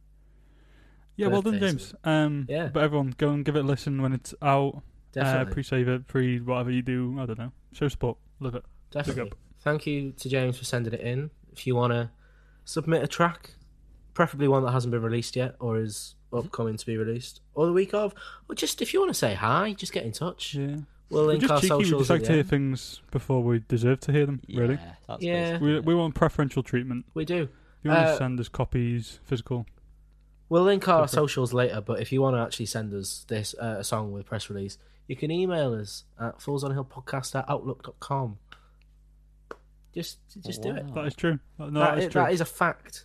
Yeah. well done,
Birthdays,
James. Um,
Yeah.
But everyone, go and give it a listen when it's out.
Definitely.
Uh, pre-save it, pre whatever you do. I don't know. Show support. Love it.
Definitely. Thank you to James for sending it in. If you want to submit a track, preferably one that hasn't been released yet or is
Mm-hmm.
upcoming to be released, or the week of, or just if you want to say hi, just get in touch.
Yeah.
We'll
We're
link
just
our
cheeky. We
socials.
just
at
like
the
to hear
end.
things before we deserve to hear them. Really.
Yeah. That's
Yeah.
basically
We
it.
we want preferential treatment.
We do.
If you want
Uh,
to send us copies, physical.
We'll link our
Okay.
socials later, but if you want to actually send us this uh, a song with press release, you can email us at foolsonhillpodcast at outlook.com. Just just do it.
Wow.
That is true. No,
Oh. That
that is
i-
true. [laughs]
that is a fact.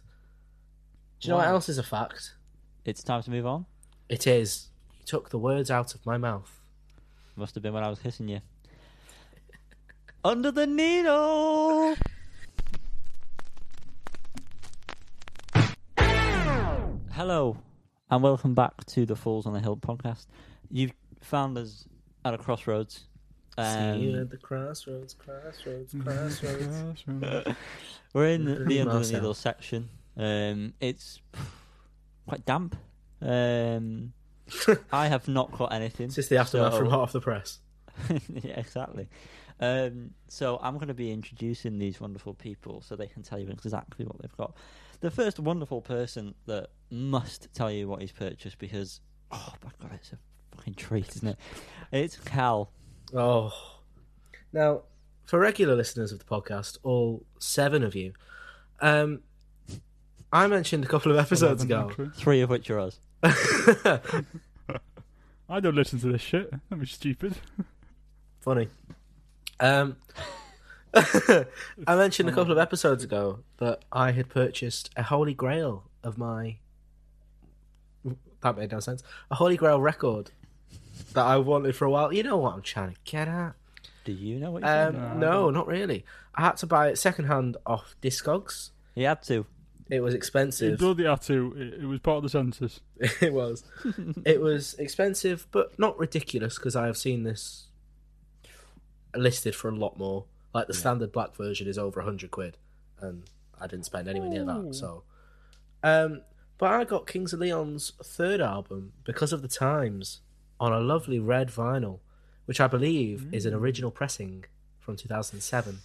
Do you know what
Wow.
else is a fact?
It's time to move on.
It is. You took the words out of my mouth.
Must have been when I was hissing you. Under the needle. Hello, and welcome back to the Falls on the Hill podcast. You've found us at a crossroads.
See you
Um,
at the crossroads,
[laughs]
crossroads, crossroads. [laughs]
Crossroads.
We're in the, the
Pretty
under
much,
the
yeah.
needle section. Um, it's [sighs] quite damp. Um, I have not caught anything.
It's just the aftermath from
so-
hot off the press.
[laughs] yeah, exactly. Um, so I'm going to be introducing these wonderful people so they can tell you exactly what they've got. The first wonderful person that must tell you what he's purchased because oh my god, it's a fucking treat, isn't it? It's Cal.
Oh. Now, for regular listeners of the podcast, all seven of you, um, I mentioned a couple of episodes
Eleven
ago.
countries.
Three of which are us.
I don't listen to this shit. That was stupid.
Funny. Um, [laughs] I mentioned a couple of episodes ago that I had purchased a holy grail of my. That made no sense. A holy grail record that I wanted for a while. You know what I'm trying to get at?
Do you know what? You're talking about?
Um, no, not really. I had to buy it secondhand off Discogs.
He had to.
It was
It
expensive.
bloody had to. It, it was part of the census.
[laughs] it was. It was expensive, but not ridiculous because I have seen this listed for a lot more. Like the standard black version is over hundred quid, and I didn't spend anywhere near that. So, um, but I got Kings of Leon's third album because of the times on a lovely red vinyl, which I believe is an original pressing from two thousand and seven.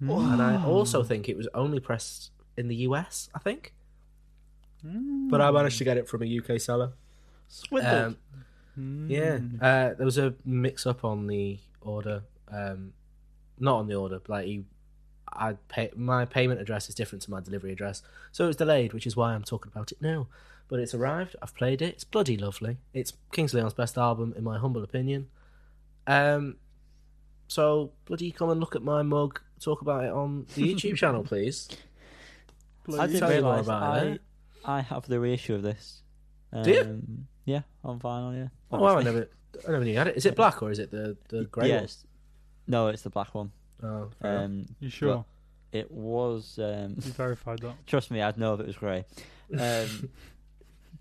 And I also think it was only pressed in the US. I think, but I managed to get it from a UK seller.
Swindled.
Um, yeah, uh, there was a mix-up on the order. Um, not on the order, but like he, I pay, my payment address is different to my delivery address, so it was delayed, which is why I'm talking about it now. But it's arrived. I've played it. It's bloody lovely. It's King's Leon's best album, in my humble opinion. Um, so bloody come and look at my mug. Talk about it on the YouTube channel, please.
I
Please
didn't
tell me more
realise that
about
I,
it.
I have the reissue of this. Um,
Do you?
Yeah, on vinyl. Yeah.
Oh, wow, I
Obviously.
never, I never knew you had it. Is it black or is it the the grey
Yeah,
one?
it's- no, it's the black one.
Oh, fair enough.
Um,
You sure?
it was. Um, [laughs]
You verified that.
Trust me, I'd know if it was grey.
[laughs]
Um,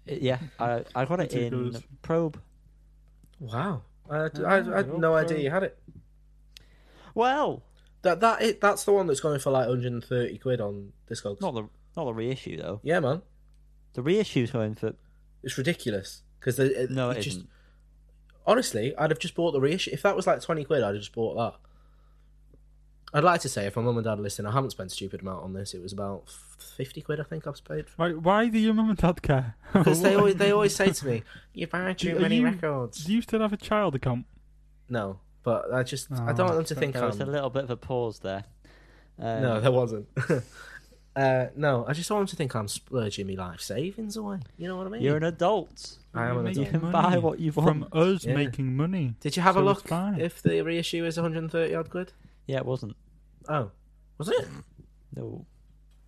it- yeah, I, I got it
Two
in
colours.
Probe.
wow. I, I, I had no
okay.
idea you had it.
Well,
That that it, that's the one that's going for like 130 quid on Discogs.
not the not the reissue though.
Yeah, man,
The reissue's going for
it's ridiculous because it,
no,
it
it
just
not
honestly, I'd have just bought the reissue. If that was like 20 quid, I'd have just bought that. I'd like to say, if my mum and dad are listening, I haven't spent a stupid amount on this. It was about 50 quid, I think I've paid.
Why, why do your mum and dad care? [laughs]
[laughs] Because they always they always say to me, "You buy
Do-
too
are
many
you-
records."
Do you still have a child account?
No, but I just I
Oh,
don't want them to think
There was a
I'm
little bit of a pause there. Um,
No, there
[laughs]
wasn't. uh, no, I just don't want them to think I'm splurging me life savings away. You know what I mean?
Um, you're an adult.
I am
You're
an
making
adult.
You can
money
buy what you
From
want.
us
Yeah.
making money.
Did you have a
So it's
look
fine.
if the reissue is 130 odd quid?
Yeah, it wasn't.
Oh, was it?
No,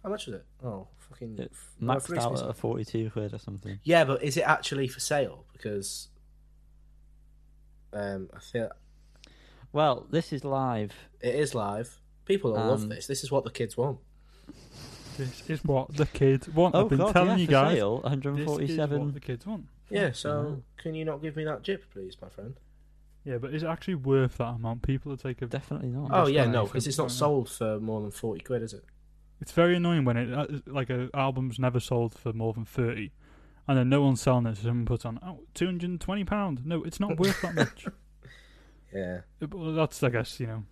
How much was it? Oh, fucking.
It
well,
maxed
freaks me
out at
so-
a forty-two quid or something.
Yeah, but is it actually for sale? Because. Um, I feel
Well, this is live.
it is live. People will
Um,
love this. This is what the kids want.
This is what the kids want.
Oh
I've been
God,
telling
yeah,
you
for
guys.
sale,
This is
147.
what the kids want.
Yeah, so can you not give me that jip, please, my friend?
Yeah, but is it actually worth that amount? People are taking.
Definitely not.
Oh
That's
yeah,
what I
no,
think
because it's
right
not
now.
sold for more than forty quid, is it?
It's very annoying when it uh, like a album's never sold for more than thirty, and then no one's selling it. So someone puts on oh, two hundred and twenty pound. No, it's not worth that much.
Yeah.
Uh, but that's I guess you know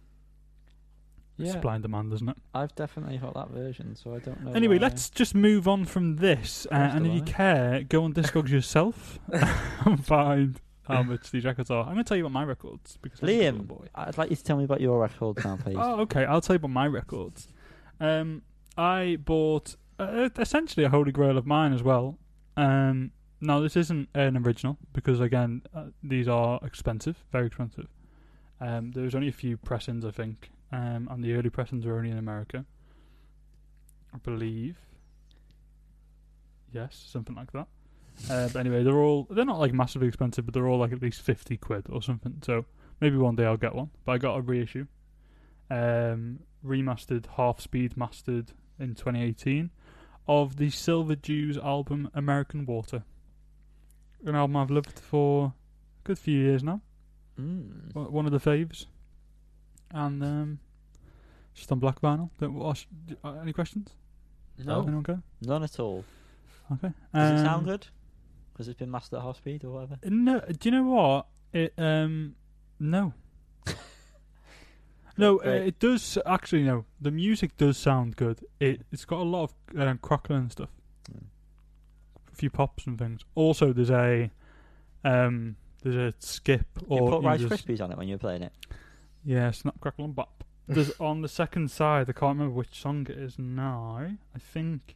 yeah,
supply and demand, isn't it?
I've definitely got that version, so I don't know.
Anyway,
why.
let's just move Oh, on from this. Uh,
Christ
and if you
alive.
care, go [laughs] on Discogs yourself [laughs] and find how much these records are. I'm going to tell you about my records because I'm a little
Liam,
boy.
I'd like you to tell me about your record now, please.
Oh, okay. I'll tell you about my records. Um, I bought uh, essentially a holy grail of mine as well. Um, now this isn't an original because again uh, these are expensive, very expensive. Um, there was only a few pressings, I think, um, and the early pressings were only in America, I believe. Yes, something like that. Uh, but anyway, they're all they're not like massively expensive, but they're all like at least fifty quid or something. So maybe one day I'll get one. But I got a reissue um, remastered, half speed mastered in 2018 of the Silver Jews album American Water. An album I've loved for a good few years now.
Mm.
O- One of the faves. And um, just on black vinyl. Don't, what else- d- uh, any questions?
No,
Anyone go?
none at all.
Okay.
Does it
Um,
sound good? Because it's been mastered at half speed or whatever.
No, do you know what? It um, no. no, uh,
Right.
it does actually. No, the music does sound good. It it's got a lot of um, crackling and stuff,
Mm.
a few pops and things. Also, there's a um, there's a skip or
you put
you
Rice
just-
Krispies on it when you were playing it.
yeah, snap, crackle, and bop. There's on the second side. I can't remember which song it is now. I think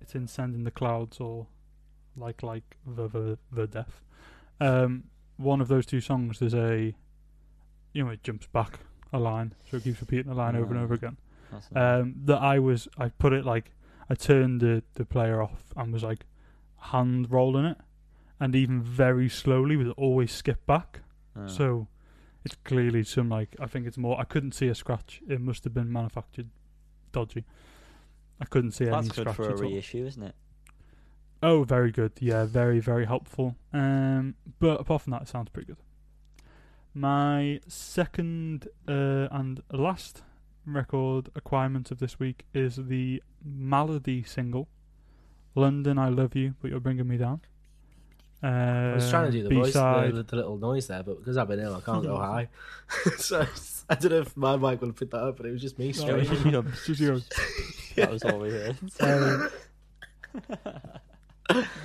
it's in "Send in the Clouds" or "Like Like the the, the Death." Um, one of those two songs. There's a you know it jumps back a line, so it keeps repeating the line over and
Ah.
over again.
That's nice.
Um, that I was I put it like I turned the the player off and was like hand rolling it, and even very slowly would always skip back.
Ah.
So it's clearly some like I think it's more. I couldn't see a scratch. It must have been manufactured dodgy. I couldn't see
that's
any
good
scratch
for a
at all.
reissue,
[laughs]
isn't it?
Oh, very good. Yeah, very very helpful. Um, but apart from that, it sounds pretty good. My second uh, and last record acquirement of this week is the Malady single, "London, I Love You," but you're bringing me down. Uh,
I was trying to do the voice,
Um, B-side.
the, the, the little noise there, but because I've been ill, I can't
[laughs]
go high. [laughs] so I don't know if my mic would have picked that up, but it was just me
Oh,
It
screaming.
was just
[laughs]
you.
it's just yours.
[laughs] That was all we heard.
[laughs] Um,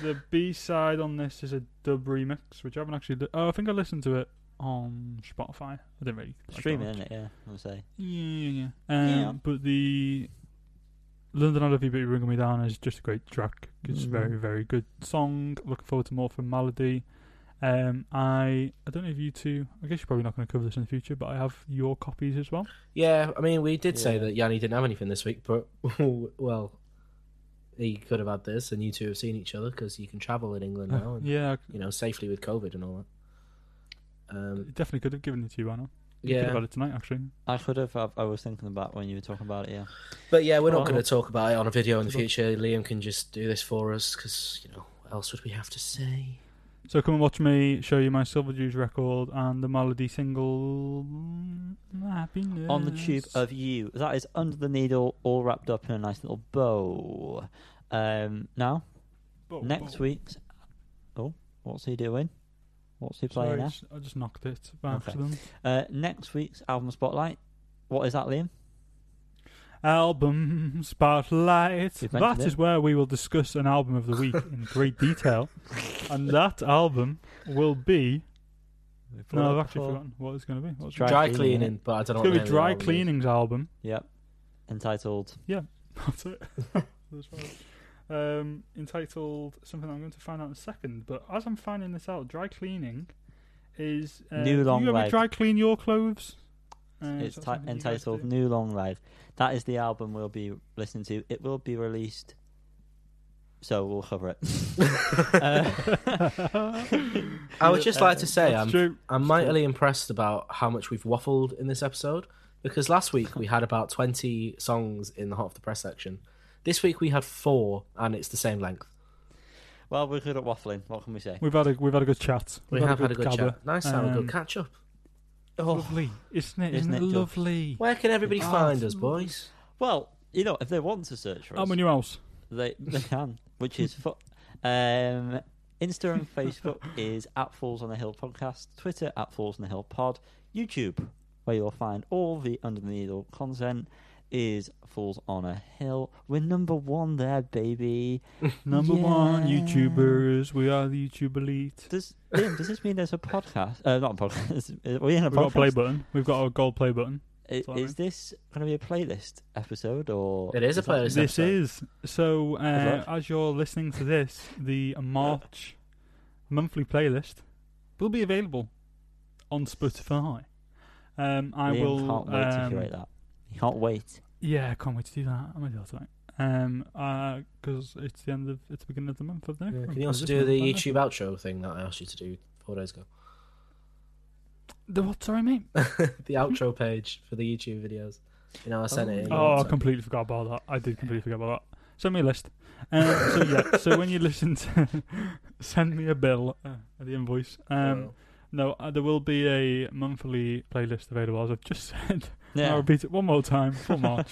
the B side on this is a dub remix, which I haven't actually. Li- oh, I think I listened to it on Spotify. I didn't really like that
[laughs] Streaming,
much.
isn't it? Yeah, I'll say.
Yeah, yeah, yeah. Um,
Yeah.
But the London I Love You, But You Bring Me Down is just a great track. It's a
Mhm.
very, very good song. Looking forward to more from Malady. Um, I I don't know if you two. I guess you're probably not going to cover this in the future, but I have your copies as well.
Yeah, I mean, we did say
Yeah.
that Yanni didn't have anything this week, but [laughs] well, he could have had this, and you two have seen each other because you can travel in England now, and
Uh, yeah,
you know, safely with COVID and all that.
I
Um,
definitely could have given it to you, Anna. You could have
yeah,
had it tonight, actually.
I could have. I, I was thinking about when you were talking about it. Yeah.
but yeah, we're not
Oh.
going to talk about it on a video in the
Sure.
future. Liam can just do this for us because you know, what else would we have to say?
So come and watch me show you my Silver Jews record and the Melody single mm, Happiness.
On the tube uh, of you. That is under the needle, all wrapped up in a nice little bow. Um, now
Bo-
next
bo-
week's. Oh, what's he doing? What's he
Sorry,
playing now?
I just knocked it by
Okay.
accident.
Uh, next week's album spotlight. What is that, Liam?
Album Spotlight.
We've
That
mentioned
is
it.
where we will discuss an album of
[laughs]
the week in great detail. And that album will be.
We've brought
No,
it
I've
up
actually
before.
forgotten. What is it going to be? What's
Dry
Dry,
cleaning.
cleaning, but I don't know.
It's
what
going
the name
to be
of the
Dry
album is.
Cleaning's album.
Yep. Entitled.
That's it. [laughs] That's right. Um, entitled something I'm going to find out in a second. But as I'm finding this out, dry cleaning is uh,
New
do
long
you ever
leg.
dry clean your clothes? Uh, is
it's ti
that something you guys
entitled
do?
New Long Life. That is the album we'll be listening to. It will be released, so we'll cover it.
[laughs]
[laughs]
Uh,
Uh,
I would just
[laughs]
like to say,
That's
I'm
true.
I'm mightily impressed about how much we've waffled in this episode because last week we had about 20 songs in the Hot of the Press section. This week we had four and it's the same length.
well, we're good at waffling. What can we say?
We've had a we've had a good chat.
We
We've
have had a good
gabber.
chat. Nice to have a
Um,
good catch up.
Lovely, isn't it? Isn't,
Isn't it
it
just-
lovely?
Where can everybody
Oh,
find us,
it's-
boys?
Well, you know, if they want to search for us,
I'm a new house.
[laughs] they they can, which is fu- um, Insta and
[laughs]
Facebook is at Falls on the Hill podcast, Twitter at Falls on the Hill pod, YouTube where you'll find all the under the needle content is Falls on a Hill. We're number one there, baby.
Number one
Yeah.
YouTubers. We are the YouTube elite.
Does Liam, does this mean there's a podcast? Uh, not a podcast. [laughs] We're in a
We've got a play
podcast.
button. We've got a gold play button.
I-
Sorry.
Is this going to be a playlist episode or?
It is a
that-
playlist.
This
episode.
is so. Uh,
Good luck.
as you're listening to this, the March monthly playlist will be available on Spotify. Um, I
Liam
will.
Can't wait to
um,
curate that. He can't wait.
Yeah, I can't wait to do that. I'm gonna do that tonight. Um, uh 'cause it's the end of it's the beginning of the month, isn't it?
Yeah,
Or
Can you
is
also
this
do
month,
the
isn't it?
YouTube outro thing that I asked you to do four days ago? [laughs]
The what? Sorry, mate.
the outro page for the YouTube videos. You know, I sent it in.
Oh, I
WhatsApp.
completely forgot about that. I did completely forget about that. Send me a list. Um, so yeah, so when you listen to, [laughs] send me a bill, uh, the um, invoice. Um, No, uh, there will be a monthly playlist available, as I've just [laughs] said. I'll
Yeah.
repeat it one more [laughs] time for March.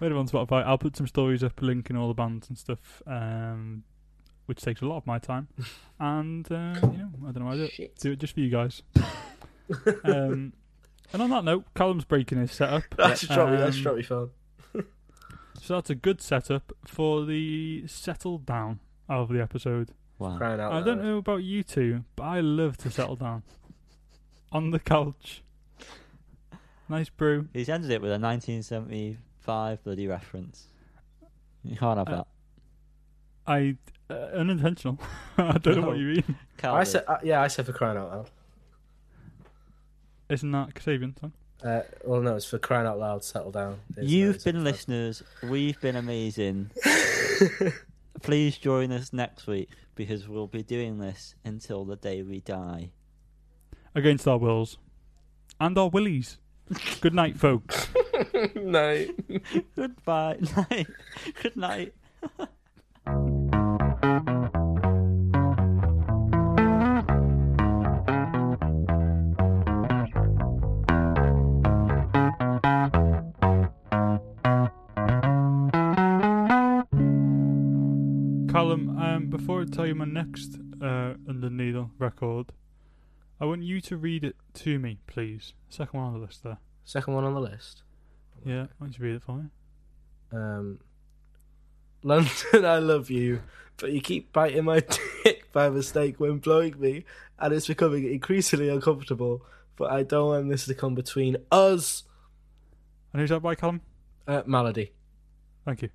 Later on Spotify, I'll put some stories up, linking all the bands and stuff, um, which takes a lot of my time. And uh, you know, I don't know, why I do it.
Shit.
Do it just for you guys.
[laughs]
um, [laughs] and on that note, Callum's breaking his setup.
I should drop, me, I should
Um,
drop your phone.
So that's a good setup for the settle down of the episode.
[laughs] Wow.
Crying out
I
loud.
don't know about you two, but I love to settle down on the couch. Nice brew.
He's ended it with a 1975 bloody reference. You can't have
Uh,
that.
I uh, unintentional. [laughs] I don't know
No.
what you mean.
I
Calvin.
said, uh, yeah, I said for crying out loud.
Isn't that Kasabian song?
Uh, well, no, it's for crying out loud. Settle down. It's-
You've
it's-
been listeners. We've
[laughs]
been amazing. Please join us next week because we'll be doing this until the day we die.
Against our wills and our willies. Good night, folks.
no.
Goodbye. [laughs] Night. Good night.
Callum, um, before I tell you my next uh, Under Needle record, I want you to read it to me, please. Second one on the list there.
Second one on the list.
Yeah, why don't you read it for me?
Um, London, [laughs] I love you, but you keep biting my [laughs] dick by mistake when blowing me, and it's becoming increasingly uncomfortable. But I don't want this to come between us.
And who's that by, Callum?
Uh, Malady.
Thank you.